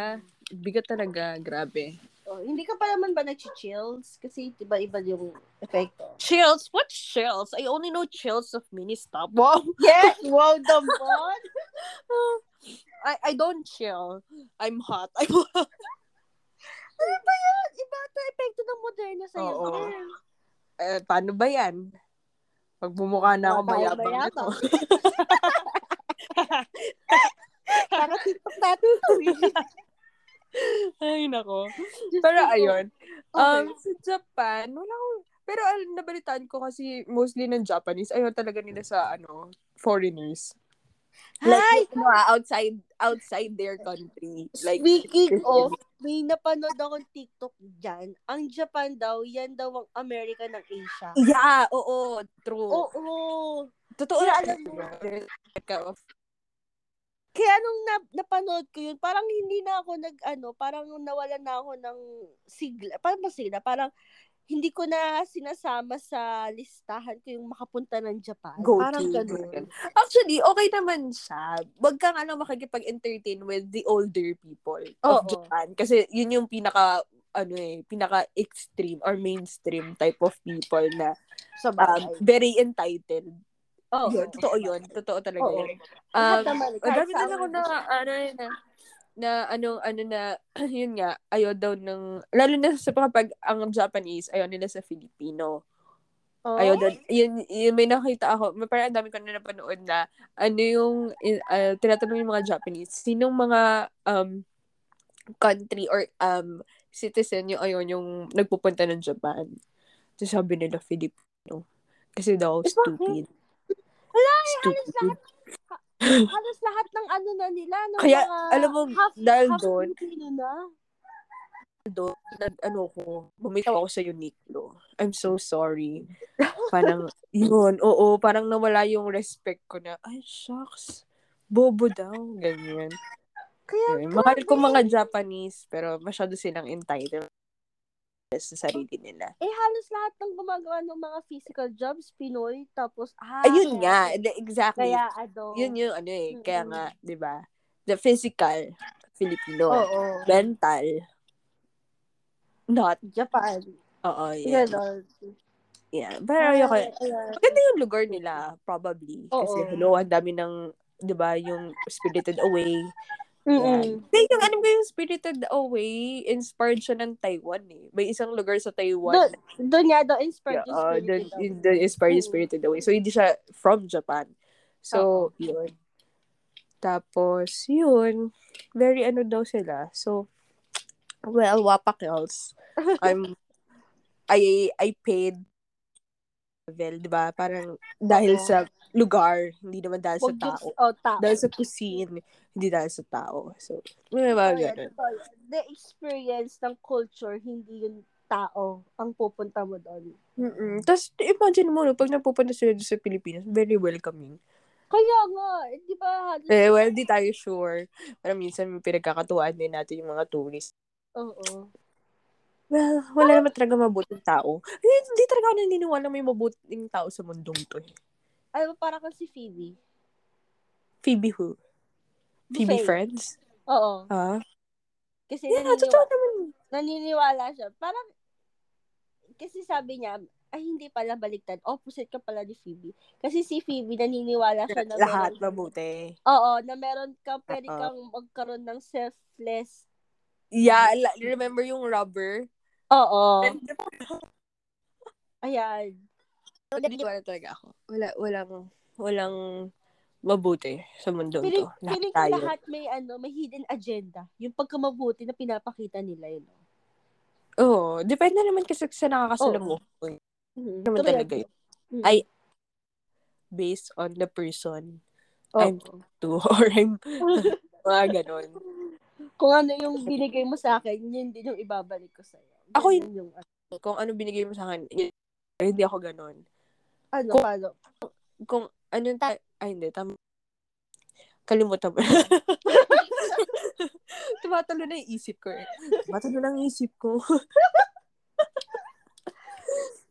A: Bigat talaga, grabe.
B: Oh, hindi ka pa naman ba nag-chills? Kasi iba iba yung
A: [laughs]
B: epekto.
A: Chills? What chills? I only know chills of mini stop. Wow.
B: Yes! Wow, dambon!
A: I, I don't chill. I'm hot. [laughs] Eh, I'm hot.
B: ano ba yun? Iba ito epekto ng moderna sa'yo.
A: Oo. Eh, paano ba yan? Pag bumukha na ako,
B: Baka ako
A: mayabang na
B: mayabang.
A: to.
B: Para TikTok natin ito eh.
A: [laughs] Ay, nako.
B: Diyos
A: Pero
B: ko. Oh.
A: ayun.
B: Okay.
A: Um, sa Japan, wala ko. Pero al- nabalitaan ko kasi mostly ng Japanese, ayaw talaga nila sa ano foreigners.
B: Hi!
A: Like, mga outside outside their country. Like,
B: Speaking of, may napanood akong TikTok dyan. Ang Japan daw, yan daw ang Amerika ng Asia.
A: Yeah, oo, true.
B: Oo.
A: Totoo oh,
B: Kaya
A: na
B: alam
A: Oh, alam mo.
B: mo- Kaya nung na- napanood ko yun, parang hindi na ako nag, ano, parang nawalan na ako ng sigla. Parang ba sigla? Parang hindi ko na sinasama sa listahan ko yung makapunta ng Japan.
A: Go
B: parang
A: to.
B: ganun.
A: Actually, okay naman siya. Huwag kang ano, makikipag-entertain with the older people of
B: Oo.
A: Japan. Kasi yun yung pinaka, ano eh, pinaka-extreme or mainstream type of people na
B: Sa
A: um,
B: bagay.
A: very entitled.
B: Oo.
A: Um, Yun, totoo yun. Totoo talaga
B: Oo.
A: yun. Um,
B: Lahat naman,
A: ang
B: kahit
A: dami
B: sa
A: na ako na, ano, eh, na, na ano, ano na, [clears throat] yun nga, ayaw daw ng, lalo na sa kapag ang Japanese, ayaw nila sa Filipino.
B: Oo.
A: Ayaw doon. Yun, yun, may nakita ako. May parang ang dami ko na napanood na ano yung in- ah, tinatanong yung mga Japanese. Sinong mga um, country or um, citizen yung ayun yung nagpupunta ng Japan. So sabi nila Filipino. Kasi daw
B: Eh, bakit? eh,
A: stupid.
B: halos
A: Stupid.
B: lahat halos lahat ng ano na nila ng
A: Kaya,
B: mga
A: alam mo,
B: half,
A: dahil
B: half
A: doon-
B: Filipino na.
A: Nag, ano ko, bumitaw ako sa Uniqlo. I'm so sorry.
B: [laughs]
A: Parang, yun, oo, parang nawala yung respect ko na, ay, shucks, bobo daw, ganyan.
B: Kaya
A: Yun. Mahal ko mga Japanese, pero masyado silang entitled sa sarili nila.
B: eh halos lahat ng gumagawa ng mga physical jobs Pinoy tapos ah
A: Ayun nga,
B: kaya-
A: the- exactly.
B: Kaya ano.
A: Yun yung ano eh,
B: Mm-mm.
A: kaya nga, di ba? The physical, Filipino.
B: Oo.
A: Mental, not.
B: Japan.
A: Oo, yeah.
B: Yeah. Ganon.
A: yeah. Pero ayoko.
B: Ay, ayan.
A: Maganda yung lugar nila, probably. Kasi,
B: Ah. Oo.
A: hello, ang dami ng, di ba, yung spirited away.
B: Mm-mm.
A: Yan. Hindi, yung alam ko yung Spirited Away, inspired siya ng Taiwan eh. May isang lugar sa Taiwan.
B: Doon, doon nga daw
A: Yeah,
B: inspired yung
A: uh,
B: spirit
A: the,
B: nila.
A: the inspired yung
B: Mm.
A: Spirited Away. So, hindi siya from Japan. So, yun. Tapos, yun. Very ano daw sila. So, well, wapak
B: [laughs]
A: else. I'm, I, I paid well, di ba? Parang dahil
B: Oo.
A: sa lugar, hindi naman dahil sa
B: Huwag yung,
A: tao.
B: oh, tao.
A: Dahil sa cuisine, hindi dahil sa tao. So, may mga
B: Ayan,
A: ganun.
B: totoo yan. The experience ng culture, hindi yung tao ang pupunta mo doon.
A: mm Tapos, imagine mo, no, pag napupunta sila doon sa Pilipinas, very welcoming.
B: Kaya nga, eh, di ba? halos-
A: Eh, well, di tayo sure. Pero minsan, pinagkakatuwaan din natin yung mga tourists.
B: Oo.
A: Well, wala naman talaga mabuting tao. Hindi, hindi talaga ako naniniwala may mabuting tao sa mundong to. eh.
B: Alam mo, para kang si Phoebe.
A: Phoebe who? Phoebe
B: Buffet.
A: Friends?
B: Oo.
A: Ah?
B: Kasi
A: Yeah,
B: naniniwa-
A: totoo naman.
B: naniniwala siya. Parang, kasi sabi niya, ay hindi pala baliktad. Opposite ka pala ni Phoebe. Kasi si Phoebe naniniwala siya na
A: Lahat
B: meron-
A: mabuti.
B: Oo, na meron ka, pwede
A: Oo.
B: kang magkaroon ng selfless.
A: Yeah, la- remember yung rubber?
B: Oo.
A: Hindi pa-
B: Ayan.
A: Hindi wala talaga ako. Wala, walang, walang mabuti sa mundo
B: Feeling,
A: to. Lahat
B: feeling ko
A: tayo.
B: lahat may ano, may hidden agenda. Yung pagkamabuti na pinapakita nila yun.
A: Oo, depende naman kasi sa nakakasalamuha.
B: Mhm.
A: Mm-hmm. Naman
B: True.
A: talaga yun.
B: Mhm.
A: Ay, Based on the person
B: Oo.
A: I'm to [laughs] or I'm mga ganon.
B: Kung ano yung binigay mo sa akin, yun din yung ibabalik ko sa'yo. Yun
A: Ako
B: din yung
A: Kung ano binigay mo sa akin, yun- hindi ako ganon.
B: ano,
A: Kung-
B: paano?
A: Kung anong ta- ay hindi, tama. Kalimutan mo. [laughs] Tumatalo na yung isip ko eh. Tumatalo na yung isip ko.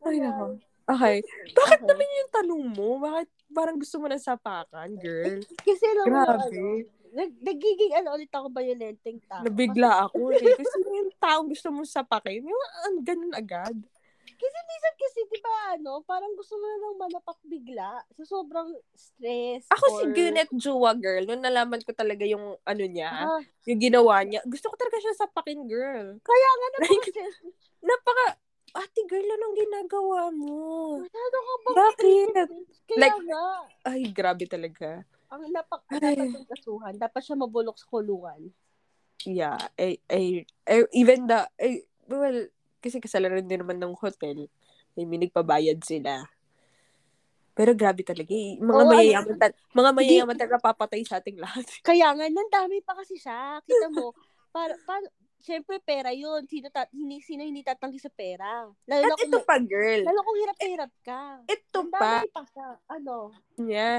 A: ay, nako. Okay. Bakit
B: Okay.
A: naman yung tanong mo? Bakit parang gusto mo ng sapakan, girl?
B: Kasi alam mo, ano,
A: Grabe.
B: nag, nagiging ano ulit ako violenteng tao.
A: Nabigla ako eh. Kasi yung taong gusto mo sapakin, yung ang ganun agad.
B: Minsan kasi, di ba, ano, parang gusto mo na lang manapak bigla sa sobrang stress.
A: Ako si eh.
B: or-
A: Gwyneth Jowa, girl. Noon nalaman ko talaga yung ano niya,
B: Ah,
A: yung ginawa niya. Gusto ko talaga siya sapakin, girl.
B: kaya nga naman,
A: Like- Napaka, ate girl, anong ginagawa mo? [laughs]
B: ano ka ba?
A: Bakit?
B: Kaya
A: Like-
B: nga,
A: Ay, grabe talaga.
B: ang napak,
A: Ay.
B: dapat yung kasuhan, dapat siya mabulok sa kulungan.
A: Yeah, I, I, I- even the, I, well, kasi kasalanan din naman ng hotel. I mean, nagpabayad sila. Pero grabe talaga eh. Mga
B: Oo,
A: mayayaman, tal- mga
B: Hindi-
A: mayayaman talaga papatay sa ating lahat.
B: Kaya nga, nandami pa kasi siya. Kita
A: [laughs]
B: mo, para, para, Siyempre, pera yun. Sino, ta- hindi, sino hindi tatanggi sa pera? Lalo na
A: At
B: kung,
A: ito pa, girl.
B: lalo kung hirap-hirap ka.
A: Ito
B: Ang
A: pa.
B: dami pa siya. Ano?
A: niya.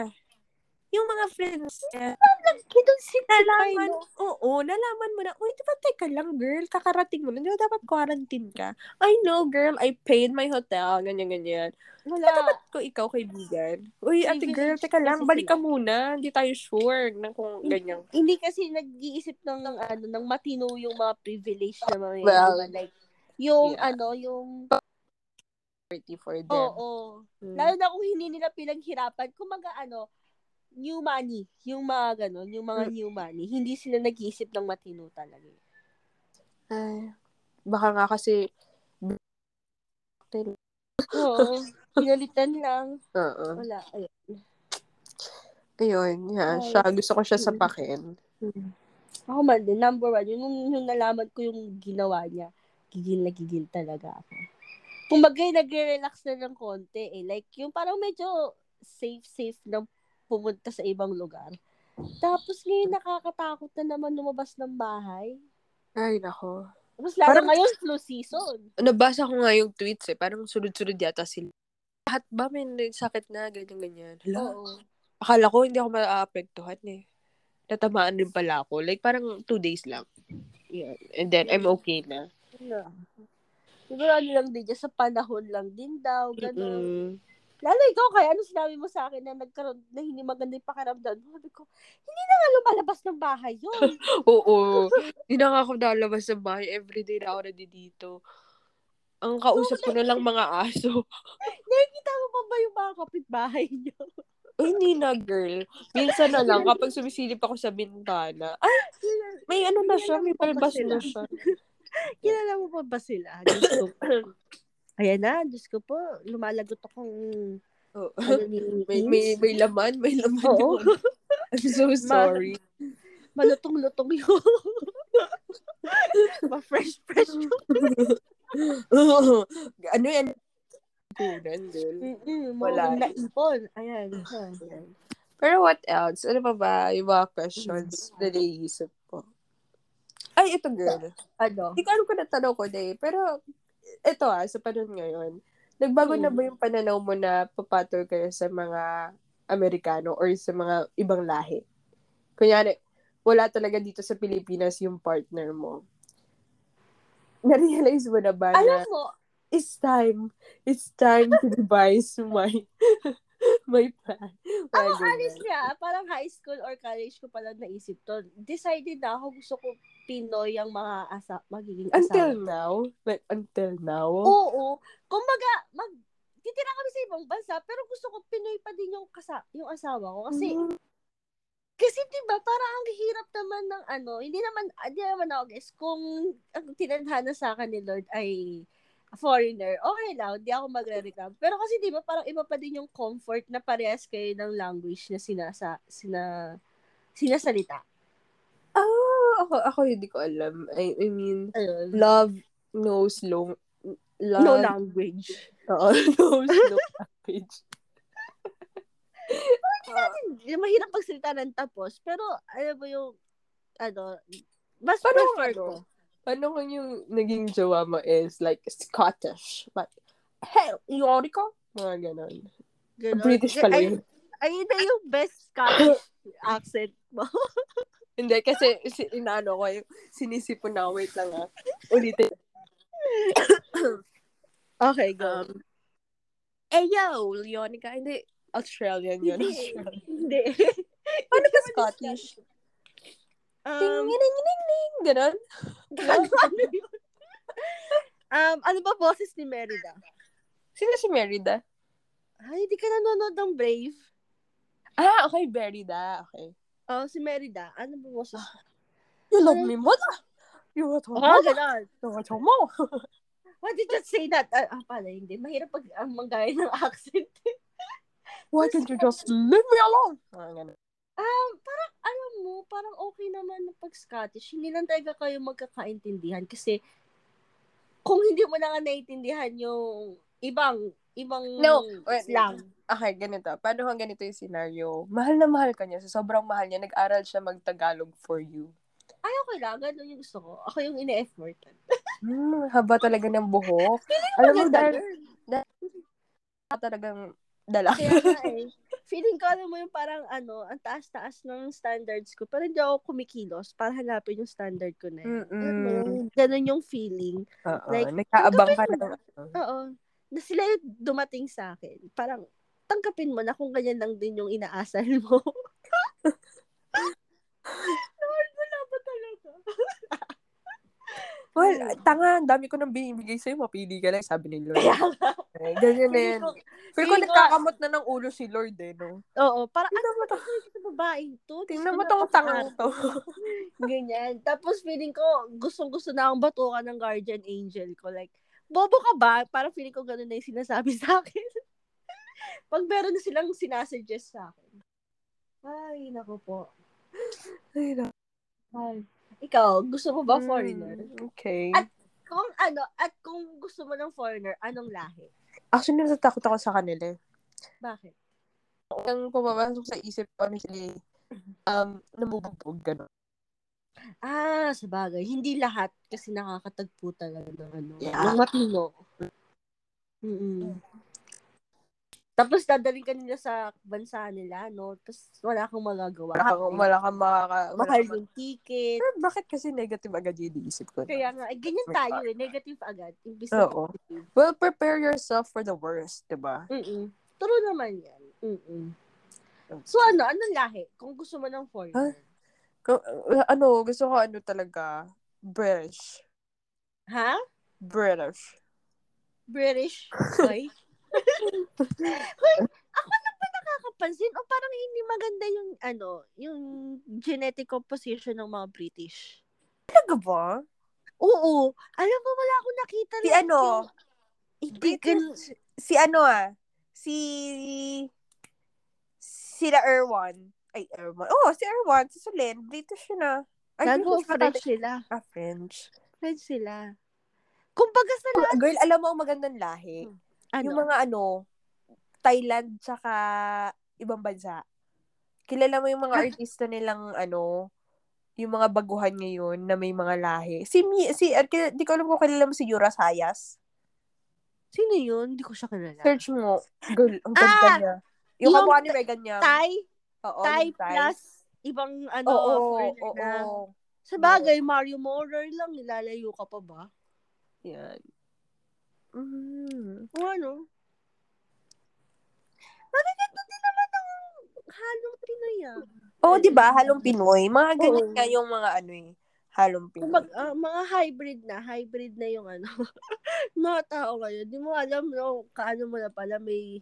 A: Yung mga friends niya.
B: Kitong si
A: Nalaman,
B: Pilo.
A: oo, nalaman mo na, uy, di ba, teka lang, girl, kakarating mo na, di ba dapat quarantine ka? I know, girl, I paid my hotel, ganyan, ganyan.
B: Wala.
A: Ko, ikaw, kaibigan. Uy, ate
B: Privilege
A: girl, teka lang,
B: kasi
A: balik
B: sila.
A: ka muna, hindi tayo sure na kung ganyan.
B: Hindi kasi nag-iisip ng, ng ano ng matino yung mga privilege na mga yun,
A: Well,
B: diba? like yung
A: yeah.
B: ano yung
A: Pretty for
B: oo.
A: them. Mm.
B: Lalo na kung hindi nila pinaghirapan, kumaga ano new money, yung mga ganun, yung
A: Mm.
B: mga new money, hindi sila nag-iisip ng matino talaga.
A: [laughs] Ay, baka nga kasi,
B: Oo. Pinalitan lang.
A: oo.
B: Wala. Ayun.
A: Ayun, yeah,
B: Ay.
A: siya, gusto ko siya
B: Mm.
A: sapakin.
B: Ako man din, number one, yun, yung, yung nalaman ko yung ginawa niya, gigil na gigil talaga ako. Kumbaga, nagre-relax na ng konti eh. Like, yung parang medyo safe-safe na pumunta sa ibang lugar. Tapos ngayon, nakakatakot na naman lumabas ng bahay.
A: Ay, nako.
B: Tapos lalo
A: Parang-
B: ngayon, flu season.
A: nabasa ko nga yung tweets eh, parang sunod-sunod yata sila. Lahat ba may may sakit na, ganyan-ganyan. Hala,
B: Oo.
A: akala ko hindi ako maaapektuhan eh. Natamaan din pala ako. Like, parang two days lang. Yan. And then, I'm okay na.
B: Ano. Siguro ano lang din, dyan, sa panahon lang din daw, gano'n.
A: Mm-mm.
B: Lalo ikaw, kaya ano sinabi mo sa akin na nagkaroon, na hindi maganda yung pakiramdam mo? Sabi ko, hindi na nga lumalabas ng bahay yun.
A: Oo. Hindi na nga ako nalabas sa bahay. Everyday na ako nandito. Ang kausap ko na lang mga aso. [laughs]
B: Nakikita mo pa ba yung mga kapitbahay niyo?
A: Uy, Eh, hindi na, girl. Minsan na lang, kapag sumisilip ako sa bintana. Ay, may ano na siya, may palbas na siya.
B: Kilala mo pa ba sila? Diyos ko
A: [coughs]
B: po. Ayan na, Diyos ko po. Lumalagot akong
A: Oo.
B: ano ni
A: May, may, may laman, may laman
B: Oo.
A: yun. [laughs] I'm so sorry.
B: [laughs]
A: [laughs]
B: Malutong-lutong yun. [laughs] Ma-fresh-fresh.
A: Mm, ano yan? Kunan, girl. mm, Wala.
B: Wala. Naipon. Ayan.
A: Pero what else? Ano pa ba yung mga questions
B: Mm-hmm.
A: na naisip ko? Ay, ito girl.
B: Ano?
A: Hindi ko alam kung natanong ko na eh. Pero, ito ah, sa panahon ngayon, nagbago na
B: Mm.
A: ba yung pananaw mo na papatol kayo sa mga Amerikano or sa mga ibang lahi? Kunyari, wala talaga dito sa Pilipinas yung partner mo. Narealize mo na
B: Ano?
A: ba na
B: Alam mo,
A: [laughs] it's time, it's time to devise [laughs] my May plan.
B: Ako,
A: Wala,
B: honestly, ah, parang high school or college ko pala naisip to. Decided na ako, gusto ko Pinoy ang mga asa, magiging
A: ganun. Until
B: asawa.
A: now, like, until now,
B: Oo. Kumbaga, mag, titira kami sa ibang bansa, pero gusto ko Pinoy pa din yung, kasa, yung asawa ko. Kasi,
A: Mhm.
B: kasi di ba parang ang hirap naman ng ano, hindi naman, hindi naman ako guess, kung ang tinadhana sa akin ni Lord ay foreigner, okay lang, hindi ako magre-reclam. Pero kasi di ba parang iba pa din yung comfort na parehas kayo ng language na sinasa, sina, sinasalita.
A: ah, ako, ako hindi ko alam. I, I mean,
B: Ayun.
A: love knows long, love,
B: No language.
A: [laughs] Oo, knows [laughs] no language.
B: Hindi, mahirap pagsalita ng tapos, pero alam mo yung, ano, mas
A: Parang
B: prefer
A: ano?
B: ko.
A: Ano kung yung naging jowa mo is like Scottish? Like, hey, yori ko? Mga ganon.
B: Ganun.
A: British pala
B: Ay-
A: yun.
B: Ayun na yung best
A: [laughs]
B: Scottish accent mo.
A: Hindi, kasi si, inaano ko yung sinisipon na ako. Wait lang ah. Ulitin.
B: Okay,
A: Um, Eyo, Leonica. Hindi, Australian yun.
B: Hindi. Hindi.
A: Paano ka Scottish?
B: [laughs] Um,
A: Ting-ning-ning-ning. Ganon.
B: gago, ano yun? um, ano ba boses ni Merida?
A: [laughs] Sino si Merida?
B: Ay, hindi ka nanonood ng Brave.
A: Ah, okay, Merida. Okay.
B: Oh, si Merida. Ano ba boses?
A: You love me, mother. You are to
B: Oh,
A: mother.
B: ganon.
A: You are to mo.
B: Why did you say that? Ah, ah, pala, hindi. Mahirap pag ang manggaya ng [laughs] accent.
A: Why can't you just leave me alone? Mga Ah, ganon.
B: Um, parang, alam mo, parang okay naman na pag Scottish. Hindi lang talaga kayo magkakaintindihan kasi kung hindi mo na nga naiintindihan yung ibang, ibang
A: No, wait.
B: slang.
A: Okay, ganito. Paano kung ganito yung scenario? Mahal na mahal ka niya. So, sobrang mahal niya. Nag-aral siya mag-Tagalog for you.
B: Ay, okay lang. Ganun yung gusto ko. Ako yung ine-effortan.
A: Hmm, haba talaga ng buhok. Alam mo,
B: Maganda
A: dahil
B: girl.
A: talagang dala.
B: Kaya nga eh. Feeling ko, alam mo yung parang ano, ang taas-taas ng standards ko. Pero hindi ako kumikilos para hanapin yung standard ko na eh. yun.
A: Mm-mm.
B: Ganun, ganun yung feeling.
A: Oo,
B: Like,
A: nag-aabang ka
B: tanggapin
A: ng...
B: Oo. Na sila yung dumating sa akin. Parang, tangkapin mo na kung ganyan lang din yung inaasal mo.
A: [laughs]
B: Lord, wala ba talaga?
A: Well, tanga, ang dami ko nang binibigay sa'yo. Mapili ka lang, sabi ni Lord.
B: Hmm. Kaya nga.
A: Eh, Ganyan na yan.
B: feeling ko,
A: Feel ko
B: feeling ko-
A: nagkakamot na ng ulo si Lord eh, no?
B: oo, parang,
A: Tingnan
B: ano
A: mo
B: ba ito sa babaeng to? Diyos
A: Tingnan
B: ko
A: mo
B: na,
A: tong tangang
B: pakar-
A: to.
B: Ganyan. Tapos feeling ko, gustong-gusto na akong batukan ng guardian angel ko. Like, bobo ka ba? Parang feeling ko ganun na yung sinasabi [laughs] sa akin. Pag meron na silang sinasuggest sa akin. Ay, naku po.
A: Ay, na-
B: Ay. Ikaw, gusto mo ba foreigner?
A: Mm, Okay.
B: At- Kung ano, at kung gusto mo ng foreigner, anong lahi?
A: Actually, natatakot ako sa kanila. eh.
B: Bakit?
A: ang pumapasok sa isip ko honestly, um, nabubugbog, gano'n.
B: Ah, sa bagay. Hindi lahat kasi nakakatagpo talaga ng ano.
A: Yeah.
B: Ng matino. Mm-mm. Tapos dadaling ka nila sa bansa nila, no? Tapos wala kang magagawa.
A: Wala kang, wala kang makaka... wala
B: Mahal
A: kang-
B: yung ticket.
A: Pero bakit kasi negative agad yun isip ko?
B: Kaya nga, eh, ganyan tayo eh. Negative agad. Imbis na
A: Oo.
B: positive.
A: Well, prepare yourself for the worst, di ba?
B: Mm-mm. True naman yan. Mm-mm. So ano, anong lahi? Kung gusto mo ng foreigner.
A: Kung- uh, ano, gusto ko ano talaga, British.
B: Ha?
A: British.
B: British boy. [laughs] Hoy, ako lang ba nakakapansin o parang hindi maganda yung ano, yung genetic composition ng mga British?
A: Talaga ba?
B: Oo. Alam mo, wala akong nakita
A: Si
B: like,
A: ano?
B: yung- Hindi gan-
A: British. Si ano ah? Si... Sila Erwan. Ay, Erwan. Oh, si Erwan. Si Solene. British yun ah. Ay,
B: Gago,
A: British pa dati.
B: French sila.
A: Ah, French.
B: French sila. Kumbaga sa lahat,
A: Girl, alam mo ang magandang lahi.
B: ano?
A: Yung mga ano, Thailand tsaka ibang bansa. Kilala mo yung mga
B: Ah.
A: artista nilang ano, yung mga baguhan ngayon na may mga lahi. Si, Mi- si, ah, kil- di ko alam kung kilala mo si Yura Sayas.
B: Sino yun? Hindi ko siya kilala.
A: Search mo. Girl, ang ganda
B: Ah!
A: niya. Yung,
B: Yung
A: kamukha ni Regan niya.
B: Thai,
A: Oo,
B: Thai
A: yung Thai.
B: plus ibang ano,
A: Oo, oo,
B: foreigner
A: oo,
B: na.
A: oo.
B: Sa bagay, Mario Morer lang, nilalayo ka pa ba?
A: Yan. Mm.
B: O ano? ah.
A: Oo, Oh, di ba? Halong Pinoy. Mga ganyan
C: Oo.
A: nga yung mga ano eh. Halong Pinoy.
B: Kumbaga, ah, mga hybrid na, hybrid na yung ano. [laughs] mga tao ngayon, di mo alam no, kaano mo na pala may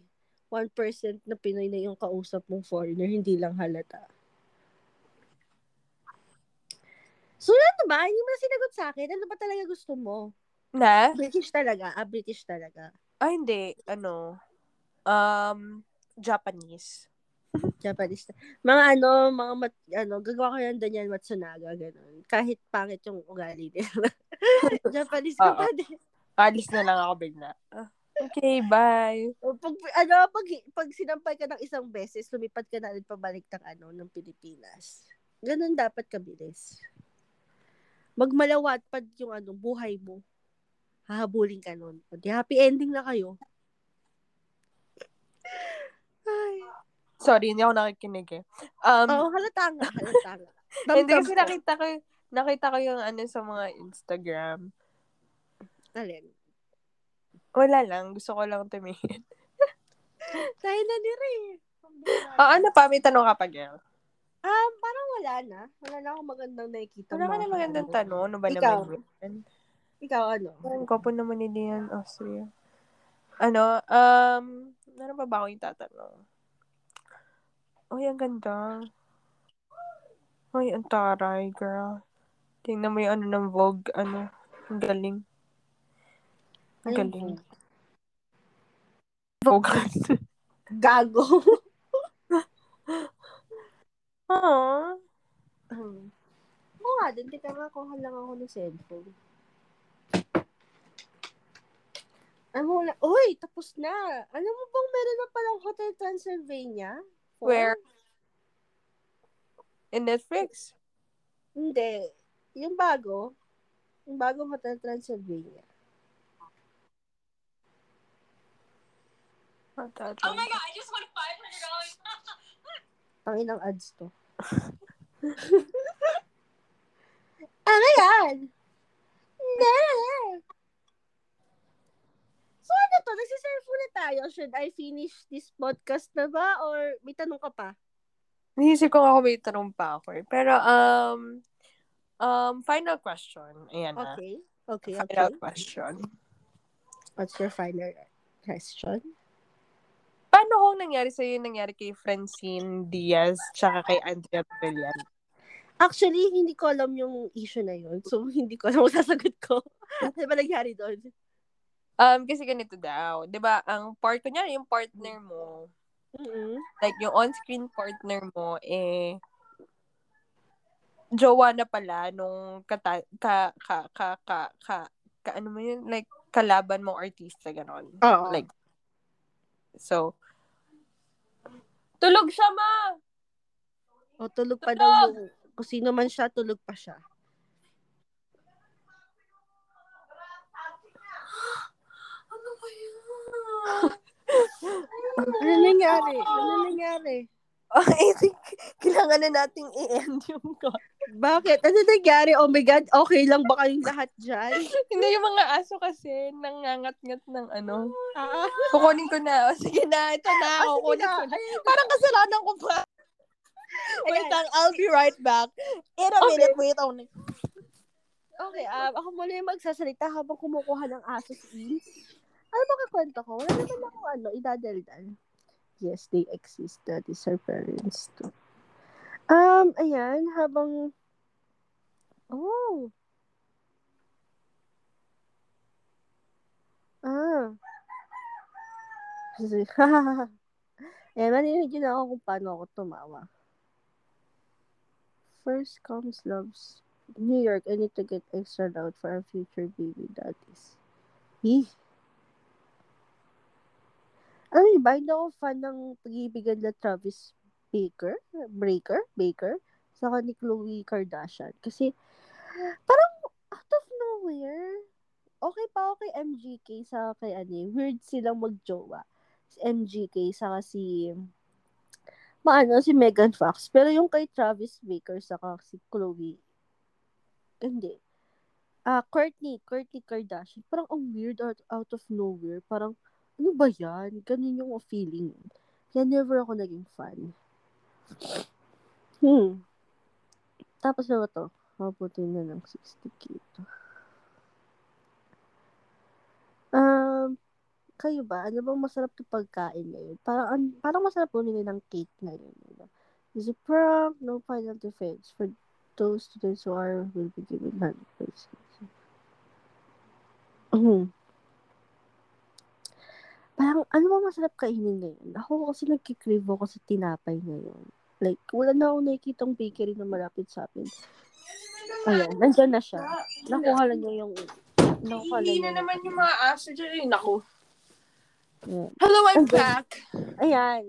B: 1% na Pinoy na yung kausap mong foreigner, hindi lang halata. So, ano ba? Hindi mo na sinagot sa akin. Ano ba talaga gusto mo?
A: Na?
B: British talaga. Ah, British talaga.
A: Ah, hindi. Ano? Um, Japanese.
B: Japanese. Mga ano, mga mat, ano, gagawa ko yung Daniel Matsunaga, ganun. Kahit pangit yung ugali nila. [laughs] Japanese ka
A: Oo.
B: pa din.
A: Alis Ah, na lang ako, Bigna. Ah, Okay, bye.
B: O, pag, ano, pag, pag sinampay ka ng isang beses, lumipat ka na ulit pabalik ng, ano, ng Pilipinas. Ganun dapat kabilis. Magmalawat pa yung ano, buhay mo. Hahabulin ka nun. O, di happy ending na kayo. Ay.
A: Sorry, hindi ako nakikinig eh. Um,
B: Oo, halata nga, halata nga.
A: hindi
B: Damdam
A: kasi
B: ko.
A: nakita ko, nakita ko yung ano sa mga Instagram.
B: Alin.
A: Wala lang. Gusto ko lang tumingin.
B: Tayo na eh. ni Ray.
A: Ah, ano pa? May tanong ka pa, girl.
B: Um, parang wala na. Wala na akong magandang nakikita.
A: Wala ka
B: mga
A: na magandang
B: kaano.
A: tanong. Ano ba
B: Ikaw.
A: naman yun?
B: Ikaw, ano?
A: Ang gwapo naman ni Lian Austria. Ano, um, ano pa ba ako yung tatanong? Uy, ang ganda. Uy, ang taray, girl. Tingnan mo yung ano ng Vogue, ano. Ang galing. Ang
B: Ayun
A: galing. Vogue.
B: Gago. [laughs]
A: Aww.
B: Hmm. Oo nga, din. Teka nga, kuha lang ako ng cellphone. Ang hula. Uy, tapos na. Alam mo bang meron na palang Hotel Transylvania? Four?
A: Where? In Netflix?
B: Hindi. Yung bago. Yung bagong Hotel Transylvania.
A: Oh my God.
B: Panginang ads [laughs] to. oh my God! No! ano So ano to? Nagsiselfone na tayo. Should I finish this podcast na ba? Or may tanong ka pa?
A: Naisip ko nga kung may tanong pa ako eh. Pero, um, um, final question. Ayan na.
B: Okay. Okay, okay.
A: Final question.
B: What's your final question?
A: Paano kung nangyari sa'yo yung nangyari kay Francine Diaz tsaka kay Andrea Villan?
B: Actually, hindi ko alam yung issue na yun. So, [laughs] hindi ko alam kung sasagot [laughs] ko. ano ba nangyari doon?
A: Um, kasi ganito daw. 'di ba ang part, kunyari yung partner mo,
B: Mm-mm.
A: like yung on-screen partner mo, eh, jowa na pala nung kata, ka, ka, ka, ka, ka, ka, ano mo yun? Like, kalaban mong artista, ganon.
B: Oo.
A: Like, so, tulog siya, ma!
B: O, tulog pa daw yung... Kung sino man siya, tulog pa siya.
A: Ano [laughs] ba yun?
B: Ano nangyari? Ano nangyari?
A: I think, kailangan na nating i-end yung call.
B: Bakit? Ano nangyari? Oh my God, okay lang ba kayong lahat dyan?
A: Hindi, yung mga aso kasi, nangangat-ngat ng ano.
B: Ah,
A: Kukunin ko na. O, sige na, ito na.
B: Ah, sige
A: kukunin
B: na.
A: ko na. Parang kasalanan ko pa. Wait
B: Ayan.
A: lang, I'll be right back. In a
B: Okay.
A: minute, wait only.
B: okay, um, ako muna yung magsasalita habang kumukuha ng aso si Eve. Ano ba kakwento ko? Wala naman akong ano, idadaldal. Yes, they exist. That is our parents too. Um, ayan, habang... Oh! Ah. [laughs] eh, maninig yun ako kung paano ako tumawa. First comes loves New York. I need to get extra loud for our future baby daddies. Eeh. Ano yun ba? Hindi ako fan ng pag-ibigan na Travis Baker? Breaker? Baker? Saka ni Khloe Kardashian. Kasi, parang out of nowhere, okay pa ako kay MGK sa kay ano, eh, weird silang magjowa. Si MGK saka si maano si Megan Fox. Pero yung kay Travis Baker saka si Khloe hindi. Ah, Courtney, Courtney Kardashian. Parang ang weird out, out of nowhere. Parang, ano ba yan? Ganun yung feeling. Kaya never ako naging fan. Hmm. Tapos na ba to? Mabuti na ng 60k to. Um, kayo ba? Ano bang masarap na pagkain ngayon? Parang, an- parang masarap ulit ng cake ngayon. Diba? Is it prom? No final defense for those students who are will be given 100%. Hmm. Parang, ano bang masarap kainin ngayon? Ako kasi nagkikrave ako sa tinapay ngayon. Like, wala na ako nakikitang bakery na malapit sa amin.
A: Ano
B: Ayun, nandyan na siya. Nakuha lang niya yung... Nakuha lang
A: Hindi
B: niya.
A: na naman yung mga aso dyan. Ay, naku.
B: Yeah.
A: Hello, I'm
B: Okay.
A: back.
B: Ayan.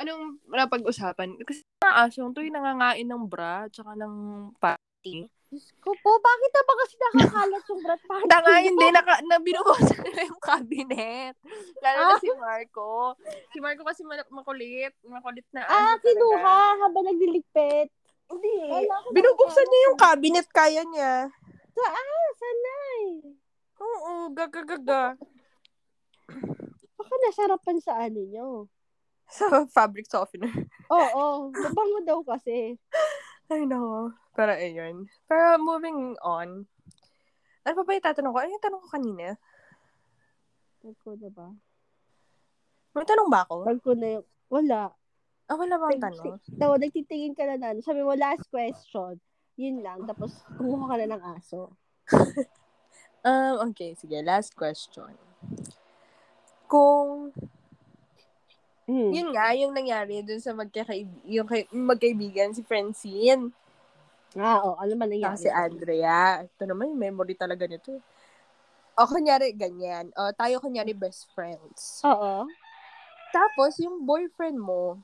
A: Anong napag-usapan? Kasi mga aso, ito yung nangangain ng bra, tsaka ng pati.
B: Diyos ko po, bakit na ba kasi nakakalat yung brat party?
A: [laughs] Tanga, hindi. Naka, na, binubusan [laughs] nila yung cabinet. Lalo na si Marco. Ah. Si Marco kasi mal- makulit. Makulit na.
B: Ah,
A: ano talaga.
B: kinuha habang nagliligpit.
A: Hindi.
B: Wala ko
A: Binubuksan niya yung cabinet. Kaya niya.
B: Ah, sanay.
A: Oo, gaga-gaga.
B: Baka nasarapan sa ano nyo.
A: [laughs] Sa fabric softener.
B: Oo, mabango daw kasi.
A: Ay, nako. Pero ayun. Pero moving on. Ano pa ba yung tatanong ko? Ano yung tanong ko kanina?
B: Tag ko na ba?
A: May tanong ba ako?
B: Tag ko na yung... Wala.
A: Ah, wala ba ang tanong?
B: Tawa, nagtitingin ka na na. ano. Sabi mo, last question. Yun lang. Tapos, kumuha ka na ng aso.
A: Um, okay, sige. Last question. Kung,
B: Mm.
A: yun nga, yung nangyari dun sa magkakaib- yung kay- magkaibigan si Francine,
B: Ah, oo. Ano man nangyari?
A: tapos si Andrea. Ito naman yung memory talaga nito. eh. O, kunyari, ganyan. O, tayo kunyari best friends.
B: Oo.
A: Tapos, yung boyfriend mo,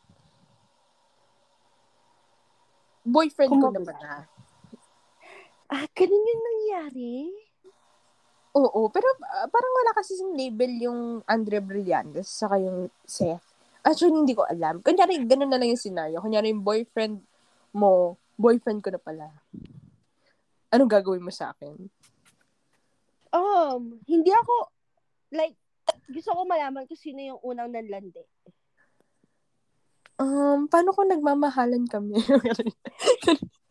A: boyfriend ko
B: Kumabla.
A: naman na.
B: Ah, ganun yung nangyari?
A: Oo, pero ah, parang wala kasi yung label yung Andre Brillantes saka yung Seth. Actually, hindi ko alam. Kunyari, ganun na lang yung scenario. Kunyari, yung boyfriend mo, boyfriend ko na pala. Anong gagawin mo sa akin?
B: Um, hindi ako, like, gusto ko malaman kung sino yung unang nanlandi.
A: Um, paano kung nagmamahalan kami? [laughs]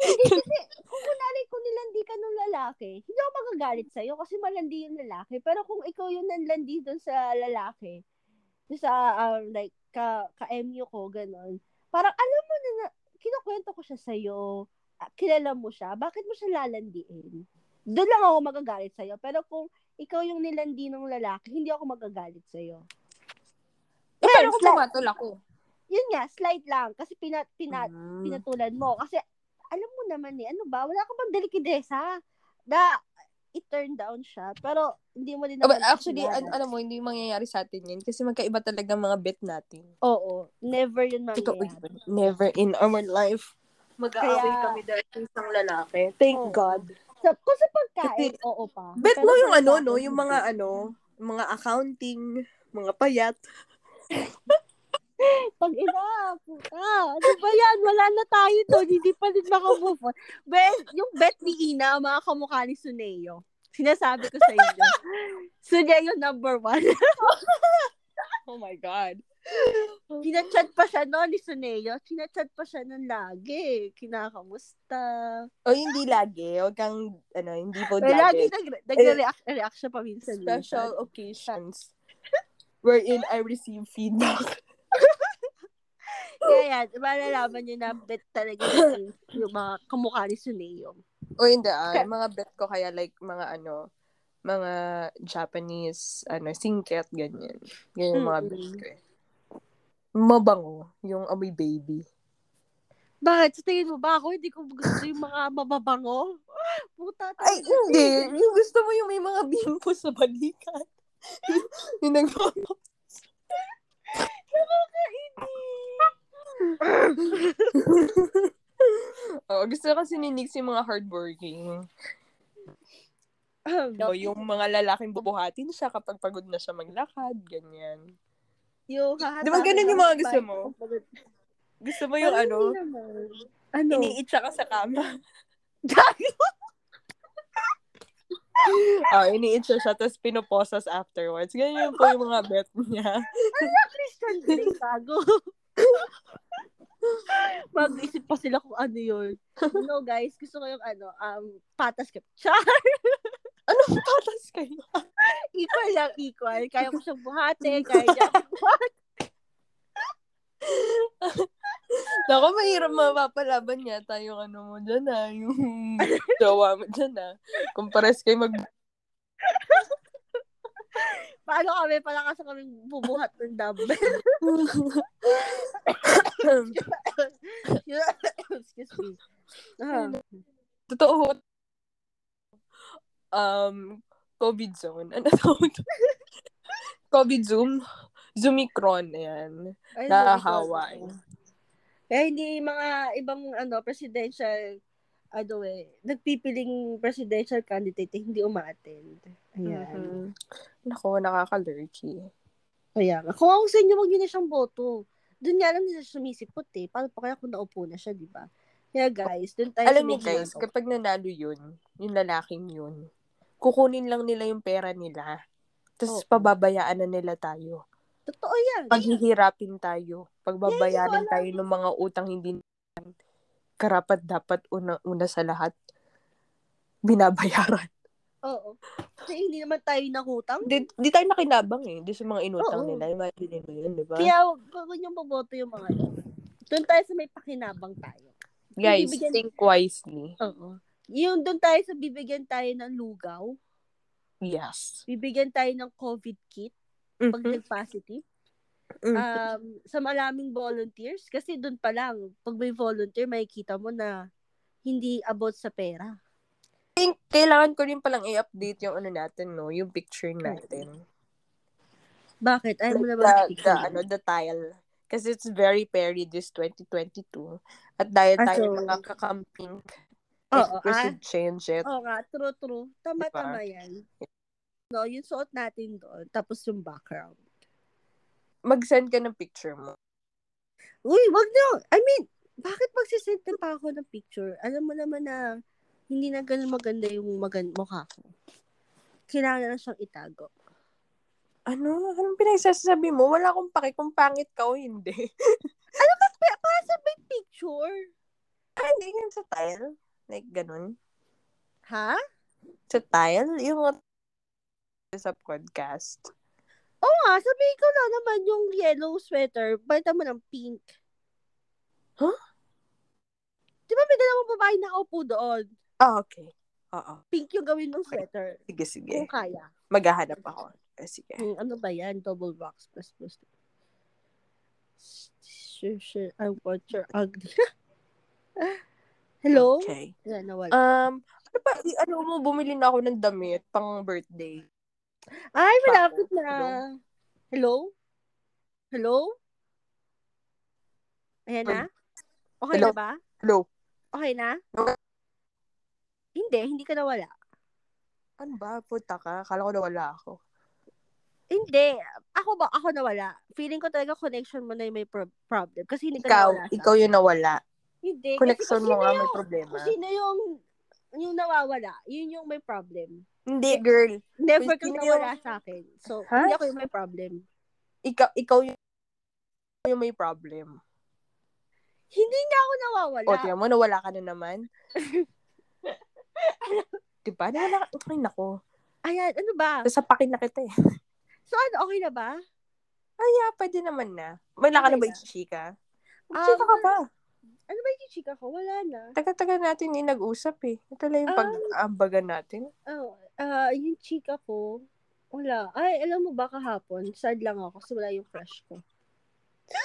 B: Hindi kasi, kung kunwari kung nilandi ka ng lalaki, hindi ako magagalit sa'yo kasi malandi yung lalaki. Pero kung ikaw yung nanlandi doon sa lalaki, doon sa, um, like, ka, ka-MU ko, ganun, parang alam mo na, na kinukwento ko siya sa'yo, ah, kilala mo siya, bakit mo siya lalandiin? Doon lang ako magagalit sa'yo. Pero kung ikaw yung nilandi ng lalaki, hindi ako magagalit sa'yo.
A: eh, paano kung
B: slight-
A: pumatol ako?
B: Yun nga, slight lang. Kasi pina, pina,
A: Hmm. Mm.
B: pinatulan mo. Kasi, alam mo naman eh, ano ba, wala ka bang delikidesa na i-turn down siya. Pero, hindi mo din
A: Ah,
B: naman.
A: but actually,
B: kailangan.
A: an- alam mo, hindi mangyayari sa atin yun kasi magkaiba talaga ang mga bet natin.
B: Oo, never yun
A: Totoo
B: mangyayari.
A: yun. Never in our life. Oh, Mag-aaway
B: Kaya-
A: kami dahil sa isang lalaki. Thank
B: Oo.
A: God.
B: So, kung sa pagkain,
A: Kasi-
B: oo pa.
A: Bet
B: Pero
A: mo yung
B: kung
A: ano,
B: sa
A: no?
B: akin,
A: Yung
B: hindi.
A: mga ano, mga accounting, mga payat.
B: Pag ina, puta. Ano ba yan? Wala na tayo to. Hindi pa din makamove on. Bet, yung bet ni Ina, mga kamukha ni Suneo. Sinasabi ko sa
A: [laughs]
B: inyo. Suneo number one.
A: Oh my God.
B: Kinachat pa siya no, ni Suneo. Kinachat pa siya nun lagi. eh. Kinakamusta.
A: O hindi lagi. Huwag kang, ano, hindi po
B: Pero
A: lagi.
B: lagi nagre- nagre-react react siya paminsan.
A: Special occasions [laughs] wherein I receive feedback.
B: Kaya yan, malalaman niyo na bet talaga yung, yung mga kamukha ni Suneo.
A: O hindi ah. Yung mga bet ko kaya like mga ano, mga Japanese, ano, singket, ganyan. Ganyan yung mga
B: Mm-mm.
A: bet ko eh. Mabango. Yung amoy baby.
B: Bakit? Sa tingin mo ba ako? Hindi ko gusto yung mga mababango. [laughs] Puta.
A: Ay, hindi. Yung gusto mo yung may mga bimpo sa balikat. [laughs] yung nagmamap. Oo, gusto kasi ni Nix yung mga hardworking.
B: Ahem.
A: O, yung mga lalaking bubuhatin siya kapag pagod na siya maglakad, ganyan.
B: yung
A: Di ba ganun yung mga gusto mo?
B: Parang
A: Gusto mo yung ano,
B: hindi naman. Ano?
A: iniitsa ka sa kama. [laughs] oh, iniitsa siya, tapos pinoposas afterwards. Ganyan [laughs] po yung mga bet niya.
B: Christian, gago. Mag-isip pa sila kung ano yun. No, guys, gusto ko yung ano, um, patas ka. [laughs] Char!
A: Anong patas kayo?
B: Equal lang, equal. Kaya ko siyang buhati, kaya niya.
A: Naku, mahirap mapapalaban yata yung ano mo dyan ah. Yung [laughs] jowa mo dyan ah. Kung pares kayo mag...
B: Paano kami, pala kasi kami bubuhat ng dumbbell. [laughs] Excuse me. Ah,
A: Totoo ho. Um, COVID zone. [laughs] Ano tawag to? COVID Zoom. Zoomicron, ayan.
B: ayun,
A: Nahahawa.
B: Kaya hindi mga ibang ano presidential ano eh, nagpipiling presidential candidate eh, hindi umaattend. Ayan.
A: Mhm. Naku, nakaka-lurky.
B: Kaya nga. Kung ako sa inyo, wag nyo na siyang boto. Doon nga lang nila sumisipot eh. Paano pa kaya kung naupo na siya, di ba? Kaya guys, doon tayo
A: Alam niyo
B: sumisimula.
A: guys, kapag nanalo yun, yung lalaking yun, kukunin lang nila yung pera nila. Tapos
B: Oo.
A: pababayaan na nila tayo.
B: Totoo yan.
A: Paghihirapin tayo.
B: Yeah,
A: Pagbabayaran
B: hindi ko
A: tayo ng mga utang hindi karapat dapat una-una sa lahat. Binabayaran.
B: Oo. Kasi hindi naman tayo nakutang.
A: Di, di tayo nakinabang eh. Di sa mga inutang
B: Oo.
A: nila. Imagine mo yun, di ba?
B: Kaya huwag nyo boboto yung mga yun. Doon tayo sa may pakinabang tayo.
A: Guys,
B: bibigyan-
A: think wisely.
B: Oo. Yung doon tayo sa bibigyan tayo ng lugaw,
A: Yes.
B: bibigyan tayo ng COVID kit pag
A: Mhm.
B: nag-positive.
A: Mhm.
B: Um, sa maraming volunteers, kasi doon pa lang, pag may volunteer, makikita mo na hindi about sa pera.
A: think kailangan ko rin palang i-update yung ano natin, no? Yung picture natin.
B: Bakit? Ayaw mo
A: Like
B: na ba?
A: the, the, ano, the tile. Kasi it's very peri this 2022. At dahil
B: Ah,
A: tayo
B: so-
A: nakakakamping, if
B: Oo,
A: we
B: ah.
A: should change it.
B: Oo nga, true, true. Tama,
A: Diba?
B: tama yan. No, yung suot natin doon, tapos yung background.
A: Mag-send ka ng picture mo.
B: Uy, wag na! I mean, bakit magsisend na pa ako ng picture? Alam mo naman na hindi na ganun maganda yung magan mukha ko. Kailangan na siyang itago.
A: Ano? Anong pinagsasabi mo? Wala akong pake kung pangit ka o hindi. [laughs]
B: Picture?
A: ah, hindi yun sa tile. Like, ganun.
B: Ha?
A: Sa tile, yung sa podcast.
B: Oo nga, sabihin ko na naman yung yellow sweater, balita mo ng pink.
A: Huh?
B: Di ba may dalawang babae na upo doon?
A: Ah, okay. Oo.
B: Pink yung gawin ng sweater.
A: Sige, sige.
B: Kung kaya.
A: Maghahanap ako. Eh, sige.
B: Yung ano ba yan? Double box plus plus. Sure, sure. I want your ugly. [laughs] Hello?
A: Okay.
B: Wala, nawala.
A: Um, ano pa, i- ano mo, bumili na ako ng damit pang birthday.
B: Ay, malapit na.
A: Ah, hello?
B: Hello? Hello? Ayan na? Okay
A: Um, Hello?
B: na ba?
A: Hello?
B: Okay na?
A: Hello?
B: Hindi, hindi ka nawala.
A: Ano ba? Puta ka. Kala ko nawala ako.
B: Hindi. Ako ba? Ako nawala. Feeling ko talaga connection mo na yung may pro- problem. Kasi hindi ka
A: Ikaw,
B: nawala. sa-
A: ikaw yung nawala.
B: Hindi. Kasi
A: Connection
B: kung
A: mo
B: sino
A: nga
B: yung-
A: may problema.
B: Kung sino yung yung nawawala, yun yung may problem.
A: Hindi, girl.
B: Never
A: Kung
B: kang
A: sino
B: nawala sa akin. So,
A: Ha?
B: hindi ako yung may problem.
A: Ikaw, ikaw yung, ikaw yung may problem.
B: Hindi na ako
A: O,
B: nawawala.
A: tiyan mo, nawala ka na
B: [laughs]
A: naman. diba? Nawala ka. Ay, nako.
B: Ayan, ano ba?
A: Sasapakin na kita eh.
B: So, ano, okay na ba?
A: Ay, yeah, pwede naman na. Wala ka na ba,
B: Wala.
A: Chika?
B: Ah,
A: Chika ka ba?
B: Ano ba yung chika ko? Wala na.
A: Taga-taga natin yung nag-usap eh. Ito lang yung
B: Ah.
A: pag-aambagan natin.
B: Oh, ah, yung chika ko, wala. Ay, alam mo ba kahapon, sad lang ako kasi wala yung crush ko.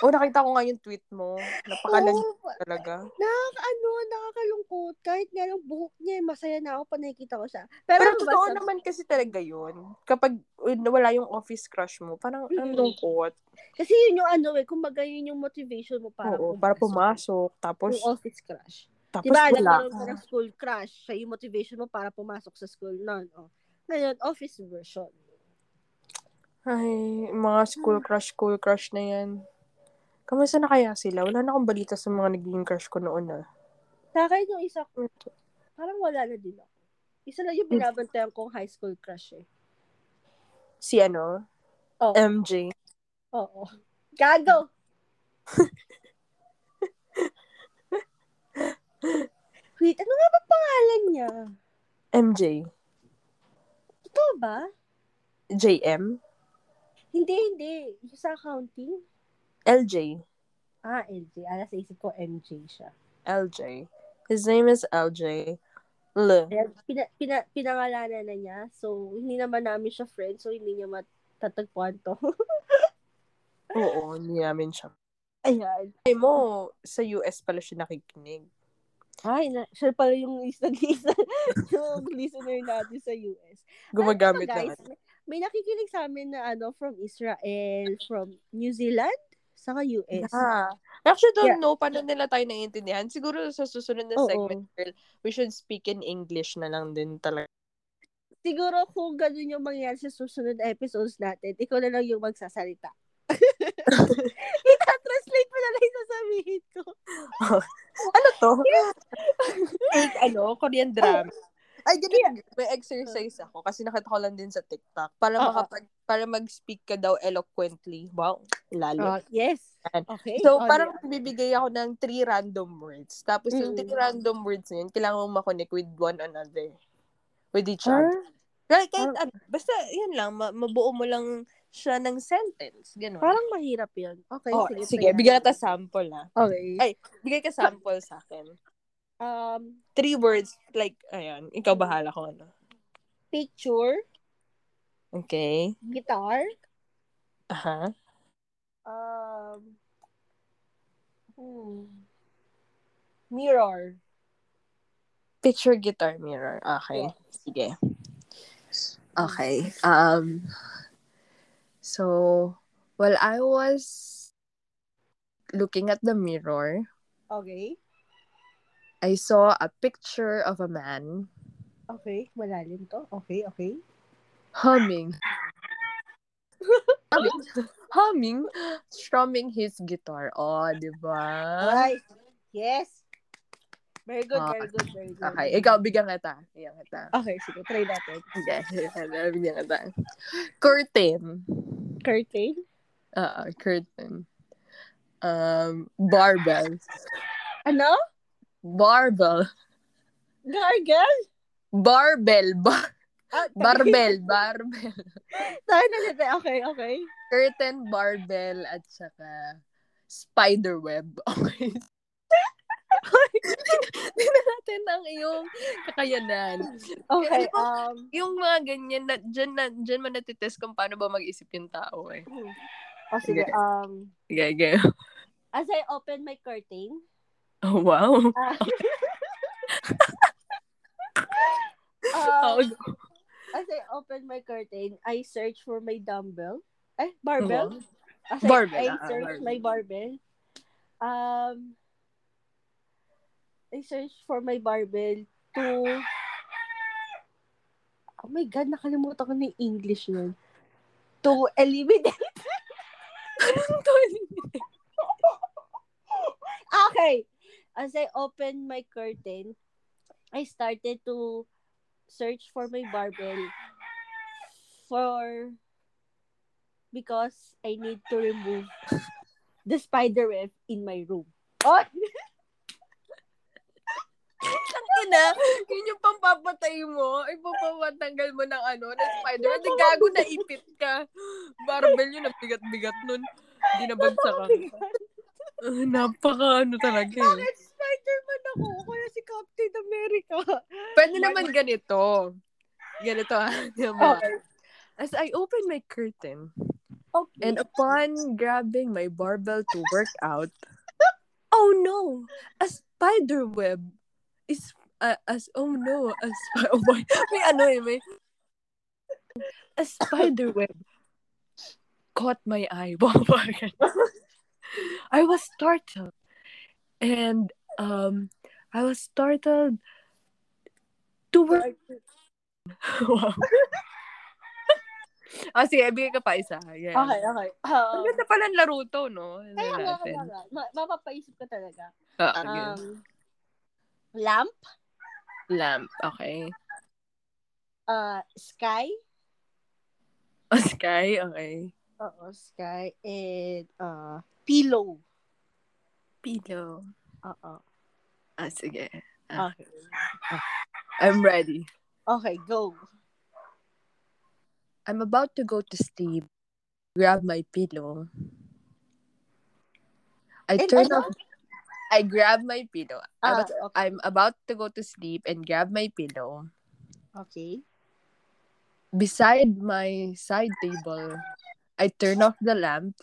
A: O, Oh, nakita ko nga yung tweet mo. Napakalan
B: Oo,
A: talaga.
B: ano, nakakalungkot. Kahit nga lang buhok niya, eh, masaya na ako pag nakikita ko siya. Pero,
A: Pero
B: ano ba,
A: totoo
B: sab-
A: naman kasi talaga yun. Kapag uh, wala yung office crush mo, parang ang
B: Mm.
A: lungkot.
B: kasi yun yung ano eh, kumbaga yun yung motivation mo para
A: Oo, para pumasok. Tapos,
B: Yung office crush.
A: tapos
B: Diba,
A: wala.
B: nagkaroon ka ng school crush. Siya yung motivation mo para pumasok sa school noon. Oh. Ngayon, office version.
A: Ay, mga school
B: Ah.
A: crush, school crush na yan. Kamusta na kaya sila? Wala na akong balita sa mga naging crush ko noon ah.
B: Sa akin yung isa ko, parang wala na din ako. Isa lang
A: Hmm.
B: yung binabantayan kong high school crush eh.
A: Si ano?
B: Oh.
A: MJ.
B: Oo. Gago! [laughs] Wait, ano nga ba pangalan niya?
A: MJ.
B: Totoo Ano ba?
A: JM.
B: Hindi, hindi. Yung sa accounting?
A: LJ.
B: Ah, LJ. Alas sa isip ko MJ siya.
A: LJ. His name is LJ. L.
B: Kaya Pina, pina, pinangalanan na niya. So, hindi naman namin siya friend. So, hindi niya matatagpuan to. [laughs]
A: Oo, hindi namin siya.
B: Ayan.
A: Ay mo, sa US pala siya nakikinig.
B: Ay, na, siya pala yung isa, isa [laughs] yung listener natin sa US.
A: Gumagamit
B: Alam mo,
A: lang.
B: guys, may nakikinig sa amin na ano from Israel, from New Zealand, saka US.
A: Ah. I actually don't
B: Yeah.
A: know paano nila tayo naiintindihan. Siguro sa susunod na
B: Oo.
A: segment, girl, we should speak in English na lang din talaga.
B: Siguro kung ganun yung mangyayari sa susunod na episodes natin, ikaw na lang yung
A: [laughs]
B: magsasalita. [laughs] Ita-translate mo na lang yung sasabihin ko.
A: Ano [laughs] to? Take, ano, Korean drama. Ay, ganun. May exercise ako kasi nakita ko lang din sa TikTok para
B: Oo.
A: makapag para mag-speak ka daw eloquently. Wow, lalo.
B: Oh, yes.
A: Ah. Ayan.
B: Okay.
A: So,
B: Oh,
A: parang bibigay ako ng three random words. Tapos yung
B: Mm-mm.
A: three random words na yun, kailangan mo makonect with one another. With each
B: yeah.
A: other. Like, kahit, ano, basta, yun lang, ma- mabuo mo lang siya ng sentence. Ganun.
B: Parang mahirap yun. Okay,
A: Oh,
B: sige.
A: sige,
B: try
A: bigyan
B: natin.
A: kita sample na.
B: Okay.
A: Ay. Bigay ka sample sa akin.
B: Um,
A: Three words, like, ayan, ikaw bahala kung ano.
B: picture,
A: Okay.
B: Hmm. guitar,
A: Aha.
B: um, hmm, mirror.
A: Picture, guitar, mirror. Okay. Sige. Okay. Um, so, while I was looking at the mirror,
B: Okay.
A: I saw a picture of a man
B: Okay, malalim to. Okay, okay.
A: humming. humming, humming, strumming his guitar. Oh, di ba?
B: Alright. Yes. Very good,
A: Ah,
B: very good, very good.
A: Okay, ikaw, bigyan kita. Bigyan kita.
B: Okay, sige, try natin.
A: [laughs] Okay, ano, bigyan kita. Curtain.
B: Curtain.
A: Oo, curtain. Um, barbell.
B: Ano?
A: Barbell.
B: Gargle?
A: Barbell. Bar-
B: Ah, [laughs]
A: barbell. Barbell.
B: Tayo na natin. Okay, okay.
A: Curtain, barbell, at saka spider web. [laughs] Oh Okay. Tingnan natin ang iyong kakayanan.
B: Okay,
A: Ano?
B: um,
A: Yung mga ganyan, na, dyan, na, dyan man natitest kung paano ba mag-isip yung tao eh.
B: oh, sige,
A: Sige.
B: um,
A: Okay, okay.
B: as I open my
A: [laughs]
B: curtain,
A: Oh, wow. [laughs]
B: ah,
A: Oh,
B: um, as I open my curtain, I search for my dumbbell. Eh, barbell? As I-
A: Barbell,
B: I,
A: ah,
B: search
A: barbell.
B: my barbell. Um, I search for my barbell to... Oh my God, nakalimutan ko na yung English nun. To eliminate... [laughs] Okay! As I open my curtain, I started to search for my barbell for... Because I need to remove [laughs] the spider web in my room. Oh!
A: Ina, yun yung pampapatay mo. Ipapapatanggal mo ng ano, ng spider. Di gago na ipit ka. Barbell yun, ang bigat-bigat nun. Dinabagsak ka. Ah, napaka ano talaga eh.
B: Bakit Spider-Man ako? Kaya si Captain America.
A: Pwede naman ganito. Ganito ah. Tingnan mo. As I open my curtain,
B: Okay.
A: and upon grabbing my barbell to work out, oh no, a spider web is, uh, as, oh no, a sp- [laughs] oh my, may ano eh, may, a spider web caught my eye. [laughs] Wow, bakit? I was startled. And, um, I was startled to work. [laughs] Wow. Ah, sige, bigay ka pa isa. Yeah.
B: Okay, okay. Um,
A: Ang ganda pala ng laro to, no? Ano
B: kaya nga,
A: natin?
B: kaya nga. Ma- mapapaisip ka talaga.
A: Ah, yun.
B: Um, lamp,
A: Lamp, okay. [laughs]
B: uh, sky,
A: Oh, sky, okay.
B: oo, sky, and uh, pillow.
A: Pillow.
B: Oo.
A: Ah, sige.
D: Okay.
A: I'm ready.
B: Okay, go.
A: I'm about to go to sleep. Grab my pillow. I
B: And
A: turn
B: ano?
A: off. I grab my pillow. I
B: Ah,
A: was- I'm about to go to sleep and grab my pillow.
B: Okay.
A: Beside my side table, I turn off the lamp.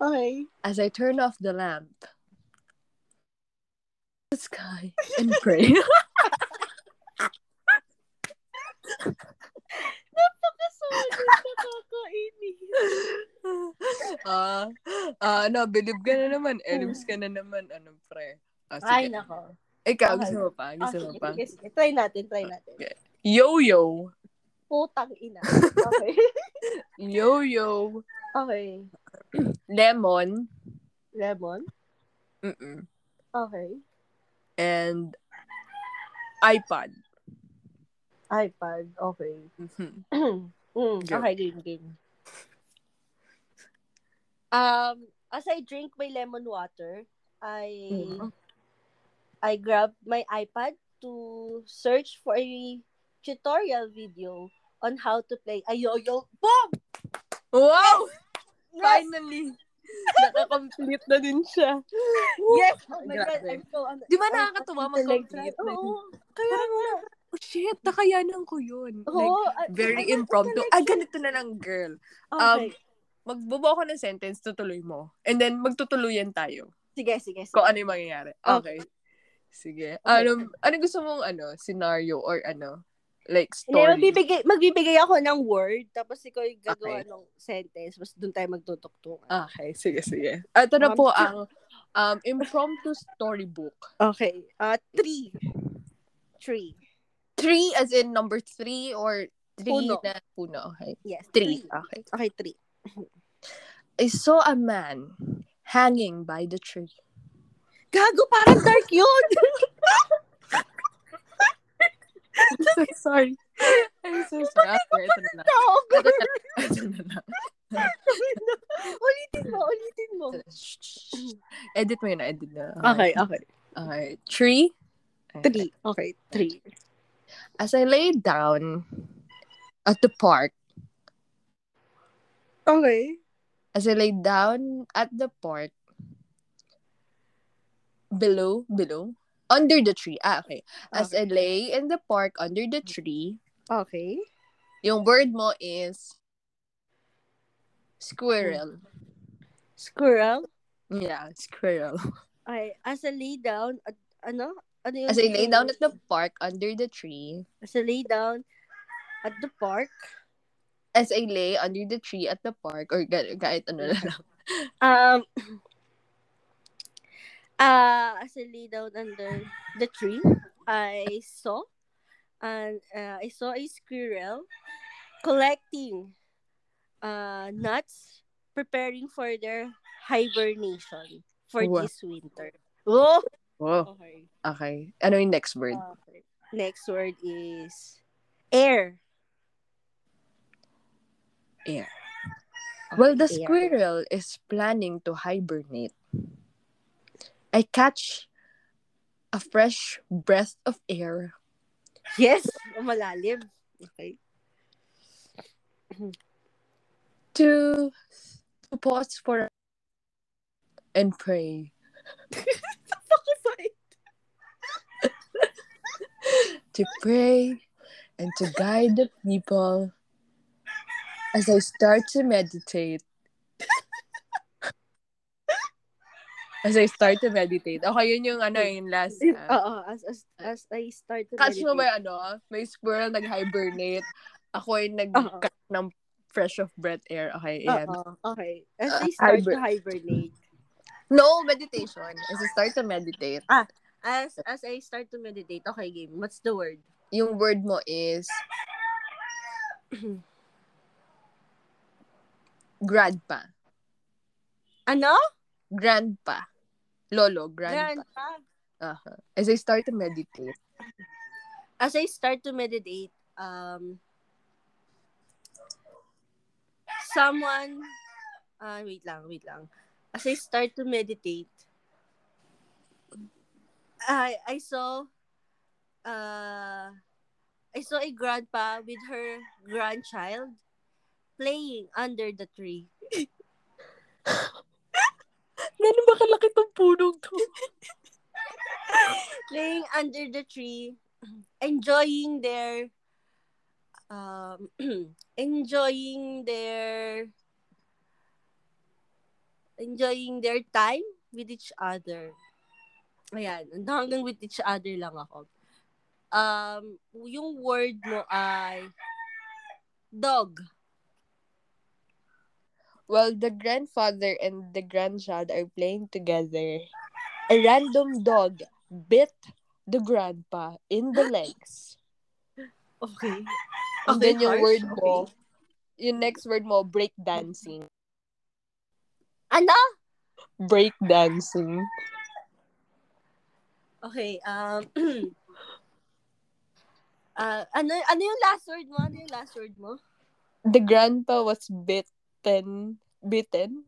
B: Okay.
A: As I turn off the lamp, the sky and pray.
B: Napakasulit, nakakainis.
A: [laughs] Ah, ah, no, believe ka na naman. Elms ka na naman. Ano, pre? Ah, sige. Eh,
B: Ay, nako.
A: Ikaw,
B: Okay.
A: gusto mo pa?
B: Ah,
A: Gusto mo
B: sige,
A: pa?
B: sige, sige. Try natin, try natin.
A: Okay. Yo-yo.
B: Putang ina. Okay.
A: Yo-yo.
B: okay.
A: Lemon.
B: Lemon.
A: Mm-mm.
B: Okay.
A: And iPad.
B: iPad. Okay.
A: Mhm.
B: [clears throat] mm,
A: Go.
B: okay, game, game. Um, as I drink my lemon water, I I grab my iPad to search for a tutorial video on how to play a yo-yo. Boom!
A: Wow!
B: Yes!
A: Finally! Nakakomplete na din siya.
B: [gasps] Yes! Oh my God,
A: Grabe.
B: I'm so... Ano,
A: Di ba nakakatuwa mag-complete?
B: Oo. Kaya nga.
A: Oh, shit, nakayanan ko yun.
B: Oo.
A: Like,
B: ah,
A: very
B: ano,
A: impromptu.
B: talaga.
A: Ah, ganito na lang, girl.
B: Okay.
A: Magbubuo ako ng sentence, tutuloy mo. And then, magtutuluyan tayo.
B: sige, sige, sige.
A: Kung ano yung mangyayari.
B: Oh.
A: Okay. Sige. Ano, ano gusto mong, ano, scenario or ano? Like,
B: Hindi,
A: story.
B: magbibigay, magbibigay ako ng word, tapos ikaw yung gagawa
A: Okay.
B: ng sentence, mas doon tayo magtutuktungan.
A: Okay, sige, sige. Ito na
B: Um,
A: po ang um, impromptu storybook.
B: Okay. Uh, three. Three.
A: Three as in number three or three
B: Puno.
A: na puno. Okay.
B: Yes.
A: Three. Okay.
B: Okay, three.
A: I saw a man hanging by the tree.
B: Gago, parang dark yun!
A: [laughs]
B: [laughs]
A: I'm so sorry. I'm so sorry. Okay, ito na lang.
B: Oo,
A: Ito
B: girl.
A: na lang. Ito na [laughs] lang.
B: [laughs] ulitin mo, ulitin mo.
A: Shh, shh, shh. Oh. Edit mo yun. Edit na.
B: okay.
A: Okay. Tree.
B: Three. Okay, three.
A: As I lay down at the park,
B: Okay.
A: as I lay down at the park, below, below, under the tree. Ah, okay. As I lay in the park under the tree,
B: Okay.
A: yung word mo is squirrel.
B: Squirrel.
A: Yeah, squirrel.
B: Okay, as I lay down, at, ano? Ano yun?
A: As I lay down at the park under the tree,
B: As I lay down at the park.
A: as I lay under the tree at the park, or ga- kahit ano na lang.
B: Um, [clears throat] uh, as I lay down under the tree, I saw and uh, I saw a squirrel collecting uh, nuts, preparing for their hibernation for
A: Wow.
B: this winter. Oh,
A: [laughs] Oh,
B: okay.
A: okay. Ano yung next word?
B: okay. Next word is air.
A: Air. Well, the
B: Okay, air.
A: squirrel is planning to hibernate. I catch a fresh breath of air.
B: Yes, malalim. Okay.
A: to, to pause for and pray to pray and to guide the people as I start to meditate. As I start to meditate. Okay, yun yung ano, yung last. ah.
B: Oo, as, as, as I start to
A: catch mo ba
B: meditate.
A: yung ano? May squirrel nag-hibernate. Ako yung
B: Oo.
A: nag-catch ng fresh of breath air. Okay, yan.
B: Oo, okay. As
A: Ah,
B: I start to
A: hiber-
B: hibernate.
A: No, meditation. As I start to meditate,
B: As as I start to meditate. Okay, game. What's the word?
A: yung word mo is [clears throat] grandpa.
B: Ano?
A: Grandpa. Lolo, grandpa.
B: Grandpa.
A: Aha. As I start to meditate,
B: As I start to meditate, um someone ah wait lang, wait lang. As I start to meditate, I I saw uh I saw a grandpa with her grandchild playing under the tree.
A: [laughs] Ganun ba kalaki tong punong to?
B: [laughs] Playing under the tree, enjoying their um [clears throat] enjoying their enjoying their time with each other. Ayan, hanggang with each other lang ako. Um, yung word mo ay dog.
A: Well, the grandfather and the grandchild are playing together. A random dog bit the grandpa in the legs. [laughs]
B: Okay.
A: And then yung
B: harsh.
A: word
B: Oh Okay.
A: mo, yung next word mo, break dancing.
B: Ano?
A: Break dancing.
B: Okay, um, [clears throat] ah ano, ano yung last word mo? Ano yung last word mo?
A: The grandpa was bitten. Bitten?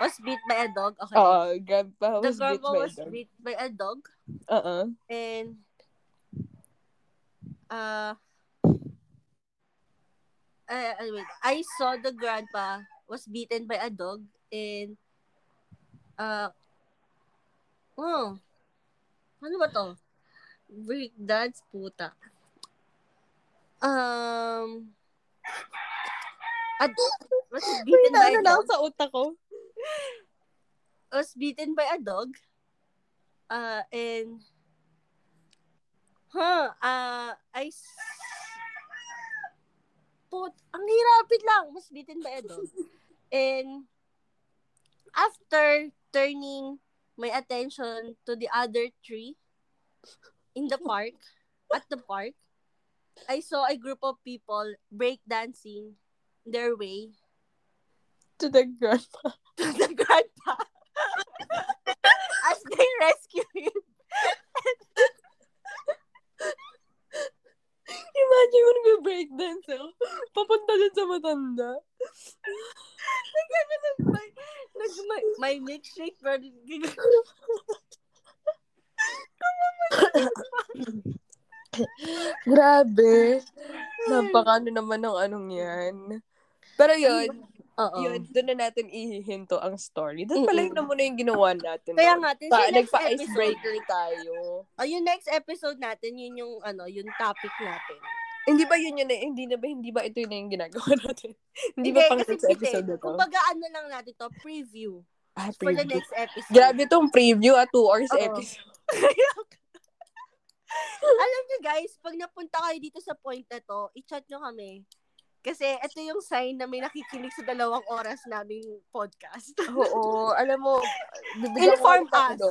B: Was beat by a dog? Okay.
A: Oh, grandpa
B: the
A: was bit
B: grandma
A: by a
B: was
A: dog.
B: beat by a dog.
A: Uh-uh.
B: And, uh, uh, wait, I saw the grandpa was beaten by a dog and, uh, oh, ano ba to? Break dance, puta. Um, at, was beaten
A: Ano
B: by a
A: lang
B: dog.
A: sa utak ko?
B: was beaten by a dog. Uh, and huh, uh, I s- put ang hirapit lang was beaten by a dog. and after turning my attention to the other tree in the park, at the park, I saw a group of people breakdancing their way
A: To the grandpa. [laughs]
B: to the grandpa as they rescue him.
A: Imagine mo nag-break dance, oh. Papunta dun sa matanda.
B: my, nag, my, my milkshake, pero
A: Grabe. Napakano naman ng anong yan. Pero yun,
B: Oo.
A: yun, doon na natin ihihinto ang story. Doon pala yun
B: Mm-mm.
A: na muna yung ginawa natin.
B: Kaya
A: no?
B: nga, tin-
A: Pa,
B: sa next episode,
A: nagpa-icebreaker tayo.
B: oh, yung next episode natin, yun yung, ano, yung topic natin.
A: Hindi ba yun yun na, hindi na ba, hindi ba ito yun na yung ginagawa [laughs] natin? hindi ba pang
B: kasi
A: next
B: hindi.
A: episode na to?
B: Kumbaga, ano lang natin to, preview
A: Ah,
B: for the
A: preview.
B: next episode.
A: Grabe tong preview at two hours
B: Oo.
A: episode.
B: Alam nyo guys, pag napunta kayo dito sa point na to, i-chat nyo kami. Kasi ito yung sign na may nakikinig sa dalawang oras naming
A: [laughs]
B: podcast.
A: [laughs] Oo, alam mo, bibigyan
B: Inform
A: ko kayo
B: us.
A: ng, ano,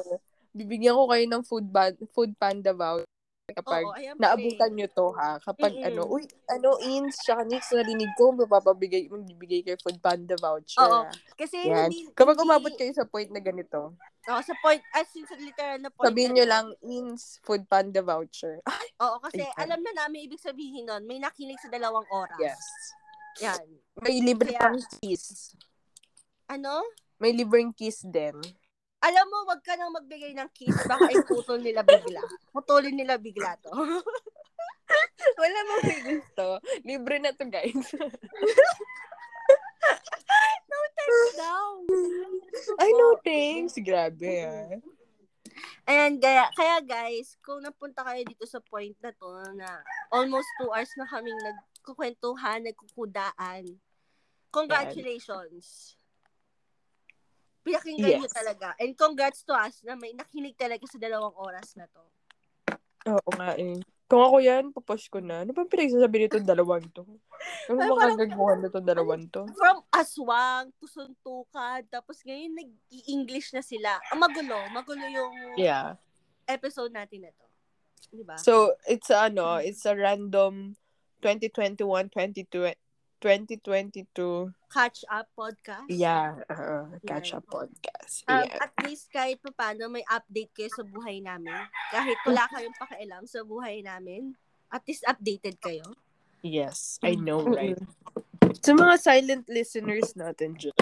A: bibigyan ko kayo ng food, ban, food panda voucher kapag
B: Oo, ayan pala eh.
A: naabutan nyo to ha. Kapag
B: Mm-mm.
A: ano, uy, ano, ins, tsaka nix, narinig ko, mapapabigay, magbibigay kayo food panda voucher. ha.
B: Oo. Kasi
A: Yan.
B: hindi,
A: Kapag
B: hindi-
A: umabot kayo sa point na ganito,
B: Oo, sa point, as in sa literal na point.
A: sabihin
B: na
A: nyo
B: to.
A: lang, ins, food panda voucher. Ah,
B: Oo, kasi
A: Ayan.
B: alam na namin ibig sabihin nun, may nakinig sa dalawang oras.
A: yes.
B: Yan.
A: May libre
B: Kaya-
A: pang kiss.
B: Ano?
A: May libreng kiss din.
B: Alam mo, wag ka nang magbigay ng kiss, baka iputol nila bigla. Putulin nila bigla to. [laughs]
A: Wala mo [laughs] may gusto. Libre na to, guys.
B: Down.
A: [laughs] I know, thanks. Grabe, ah.
B: And kaya, kaya guys, kung napunta kayo dito sa point na to na almost two hours na kaming nagkukwentuhan, nagkukudaan, congratulations. Pinakinggan nyo
A: Yes.
B: talaga. And congrats to us na may nakinig talaga sa dalawang oras na to.
A: Oo nga eh. Kung ako yan, papush ko na. Ano bang pinagsasabi nito dalawang to? Ano
B: Ay,
A: bang
B: parang-
A: kagaguhan nito dalawang to?
B: From aswang, tusuntukan, tapos ngayon nag-i-English na sila. Ang magulo. Magulo yung
A: Yeah.
B: episode natin na to. Di ba?
A: So, it's a, ano, it's a random 2021, 2022, 2022.
B: Catch up podcast.
A: Yeah. Uh, catch
B: Yan.
A: up podcast.
B: Um,
A: Yeah.
B: At least kahit pa paano may update kayo sa buhay namin. Kahit wala kayong pakialam sa buhay namin, at least updated kayo.
A: Yes. I know, right? Sa mga silent listeners natin dyan.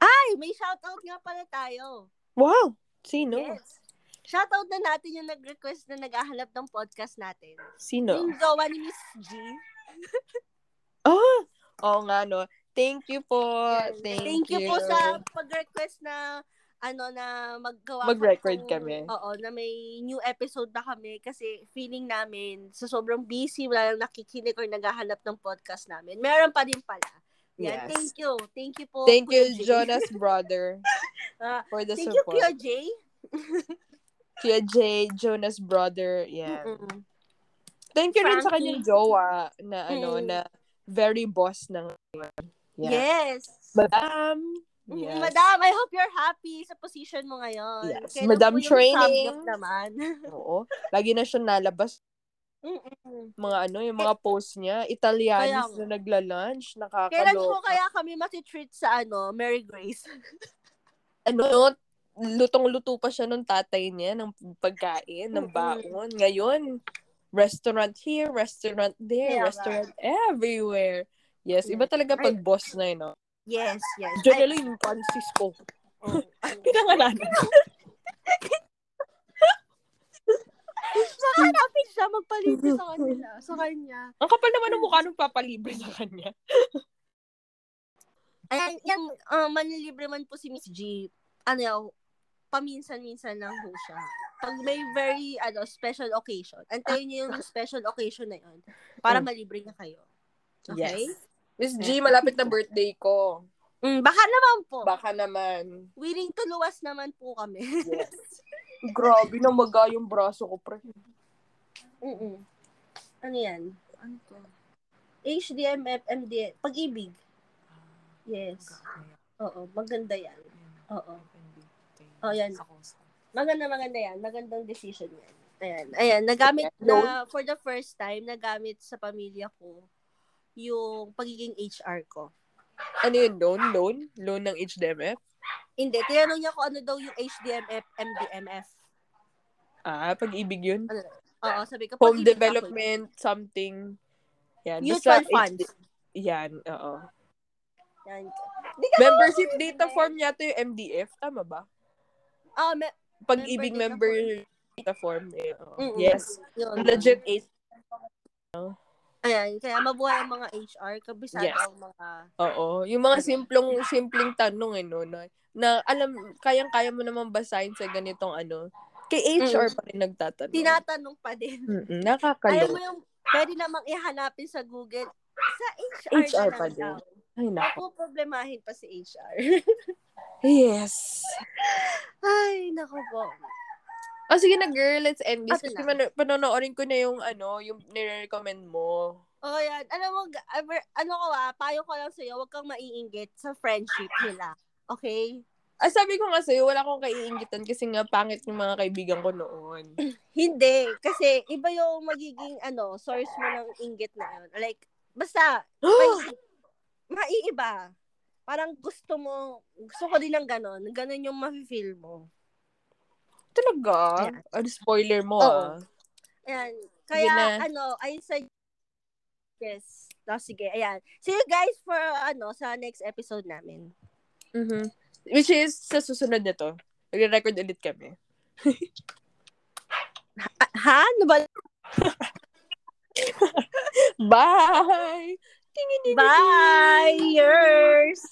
B: Ay, may shoutout nga pala tayo.
A: Wow! Sino?
B: Yes. Shoutout na natin yung nag-request na naghahanap ng podcast natin.
A: Sino?
B: Yung gawa ni Miss G.
A: Oh! Oo nga, no. Thank you po. Thank,
B: Thank, you. po sa pag-request na ano na maggawa kami
A: Mag-record
B: ng-
A: kami.
B: Oo, na may new episode na kami kasi feeling namin sa sobrang busy, wala lang nakikinig or naghahanap ng podcast namin. Meron pa din pala. Yan,
A: Yes.
B: thank you. Thank you po.
A: Thank
B: Kuya
A: you,
B: Jay. [laughs]
A: Jonas brother,
B: Ah,
A: for the
B: Thank you,
A: support.
B: Kuya Jay.
A: Kuya Jay, Jonas brother, yeah.
B: Mm-mm.
A: Thank you rin sa kanyang
B: Frankie.
A: jowa na ano,
B: Mm.
A: na very boss ng yeah.
B: Yes.
A: Madam.
B: Mm,
A: Yes.
B: Madam, I hope you're happy sa position mo ngayon.
A: Yes.
B: Kailan
A: Madam
B: mo yung
A: training.
B: samgyup naman. [laughs]
A: Oo. Lagi na siya nalabas
B: Mm-mm.
A: mga ano, yung mga post niya. Italianis
B: Eh, Kaya nga.
A: na nagla-lunch.
B: Kailan mo
A: Nakakaloka.
B: kaya kami matitreat sa ano, Mary Grace?
A: ano, lutong-luto pa siya nung tatay niya ng pagkain, ng
B: Mm-mm.
A: baon. Ngayon, restaurant here, restaurant there,
B: Kaya nga. Mm.
A: restaurant everywhere. Yes, iba talaga pag boss na yun, no?
B: Yes, yes.
A: Generally, yung Francisco.
B: Oh.
A: Pinangalanan.
B: Hanapin siya, magpalibre sa kanila, sa kanya.
A: Ang kapal naman ng mukha nung papalibre sa kanya.
B: Ayan, yung uh, manlilibre man po si Miss G, ano yaw, paminsan-minsan lang po siya. Pag may very, ano, special occasion, antayin niyo yung special occasion na yun para
A: Mm.
B: malibre na kayo. Okay?
A: Miss G, malapit na birthday ko.
B: Mm, baka naman po.
A: Baka naman.
B: Willing to luwas naman po kami. [laughs]
A: Yes. Grabe na maga yung braso ko, pre.
B: Mm-mm. Ano yan? Ano to? HDMF, MD, pag-ibig. Yes. Oo, maganda yan. Oo. Oh, yan. Maganda, maganda yan. Magandang decision yan. Ayan, ayan. Nagamit na, for the first time, nagamit sa pamilya ko yung pagiging HR ko.
A: Ano yun, loan? Loan? Loan ng HDMF?
B: Hindi, tinanong niya kung ano daw yung HDMF, MDMF.
A: Ah, pag-ibig yun.
B: Oo, sabi
A: Home
B: ko. Ano, pag-ibig ako
A: development, something. Yan.
B: yun.
A: Basta
B: Mutual
A: it's-
B: funds.
A: Yan, oo.
B: Yan.
A: Membership data
B: eh.
A: form yata yung MDF, tama ba?
B: Oh, me-
A: Pag-ibig
B: Member
A: member data form. eh, oo.
B: Mm-mm.
A: Yes.
B: yun.
A: Legit H.
B: Ayan, kaya mabuhay ang mga HR, kabisado
A: Yes.
B: ang mga...
A: Oo. Yung mga simplong, simpleng tanong, eh, no, na, na alam, kayang-kaya mo naman basahin sa ganitong ano. Kay HR pa rin nagtatanong.
B: Tinatanong pa din.
A: Mm-mm,
B: Ayaw mo
A: nakakalo.
B: yung pwede namang ihanapin sa Google, sa
A: HR
B: HR, na lang
A: pa din.
B: daw.
A: Ay, nako.
B: Napoproblemahin pa si HR.
A: Yes.
B: [laughs] Ay, naku po.
A: Oh, sige na, girl. Let's end this.
B: Ate
A: Kasi
B: na.
A: man- panonoorin ko na yung, ano, yung nire-recommend mo.
B: Oh, yan. Alam mo, g- ever- ano ko ah, payo ko lang sa'yo, huwag kang maiinggit sa friendship nila. Okay?
A: Ah, sabi ko nga sa'yo, wala akong kaiingitan kasi nga pangit yung mga kaibigan ko noon. [gasps]
B: Hindi. Kasi iba yung magiging, ano, source mo ng inggit na yun. Like, basta, may- maiiba. Parang gusto mo, gusto ko din ng ganon. Ganon yung mafe-feel mo.
A: Talaga?
B: Ayan.
A: Ano, spoiler mo, ah.
B: Oo. Ayan.
A: Sige
B: Kaya,
A: na.
B: ano, I suggest, yes. Tapos, sige, ayan. See you guys for, ano, sa next episode namin.
A: Mhm. Which is, sa susunod na to, nagre-record ulit kami.
B: Ah, ha? Ano ba?
A: Bye!
B: Bye! Yours!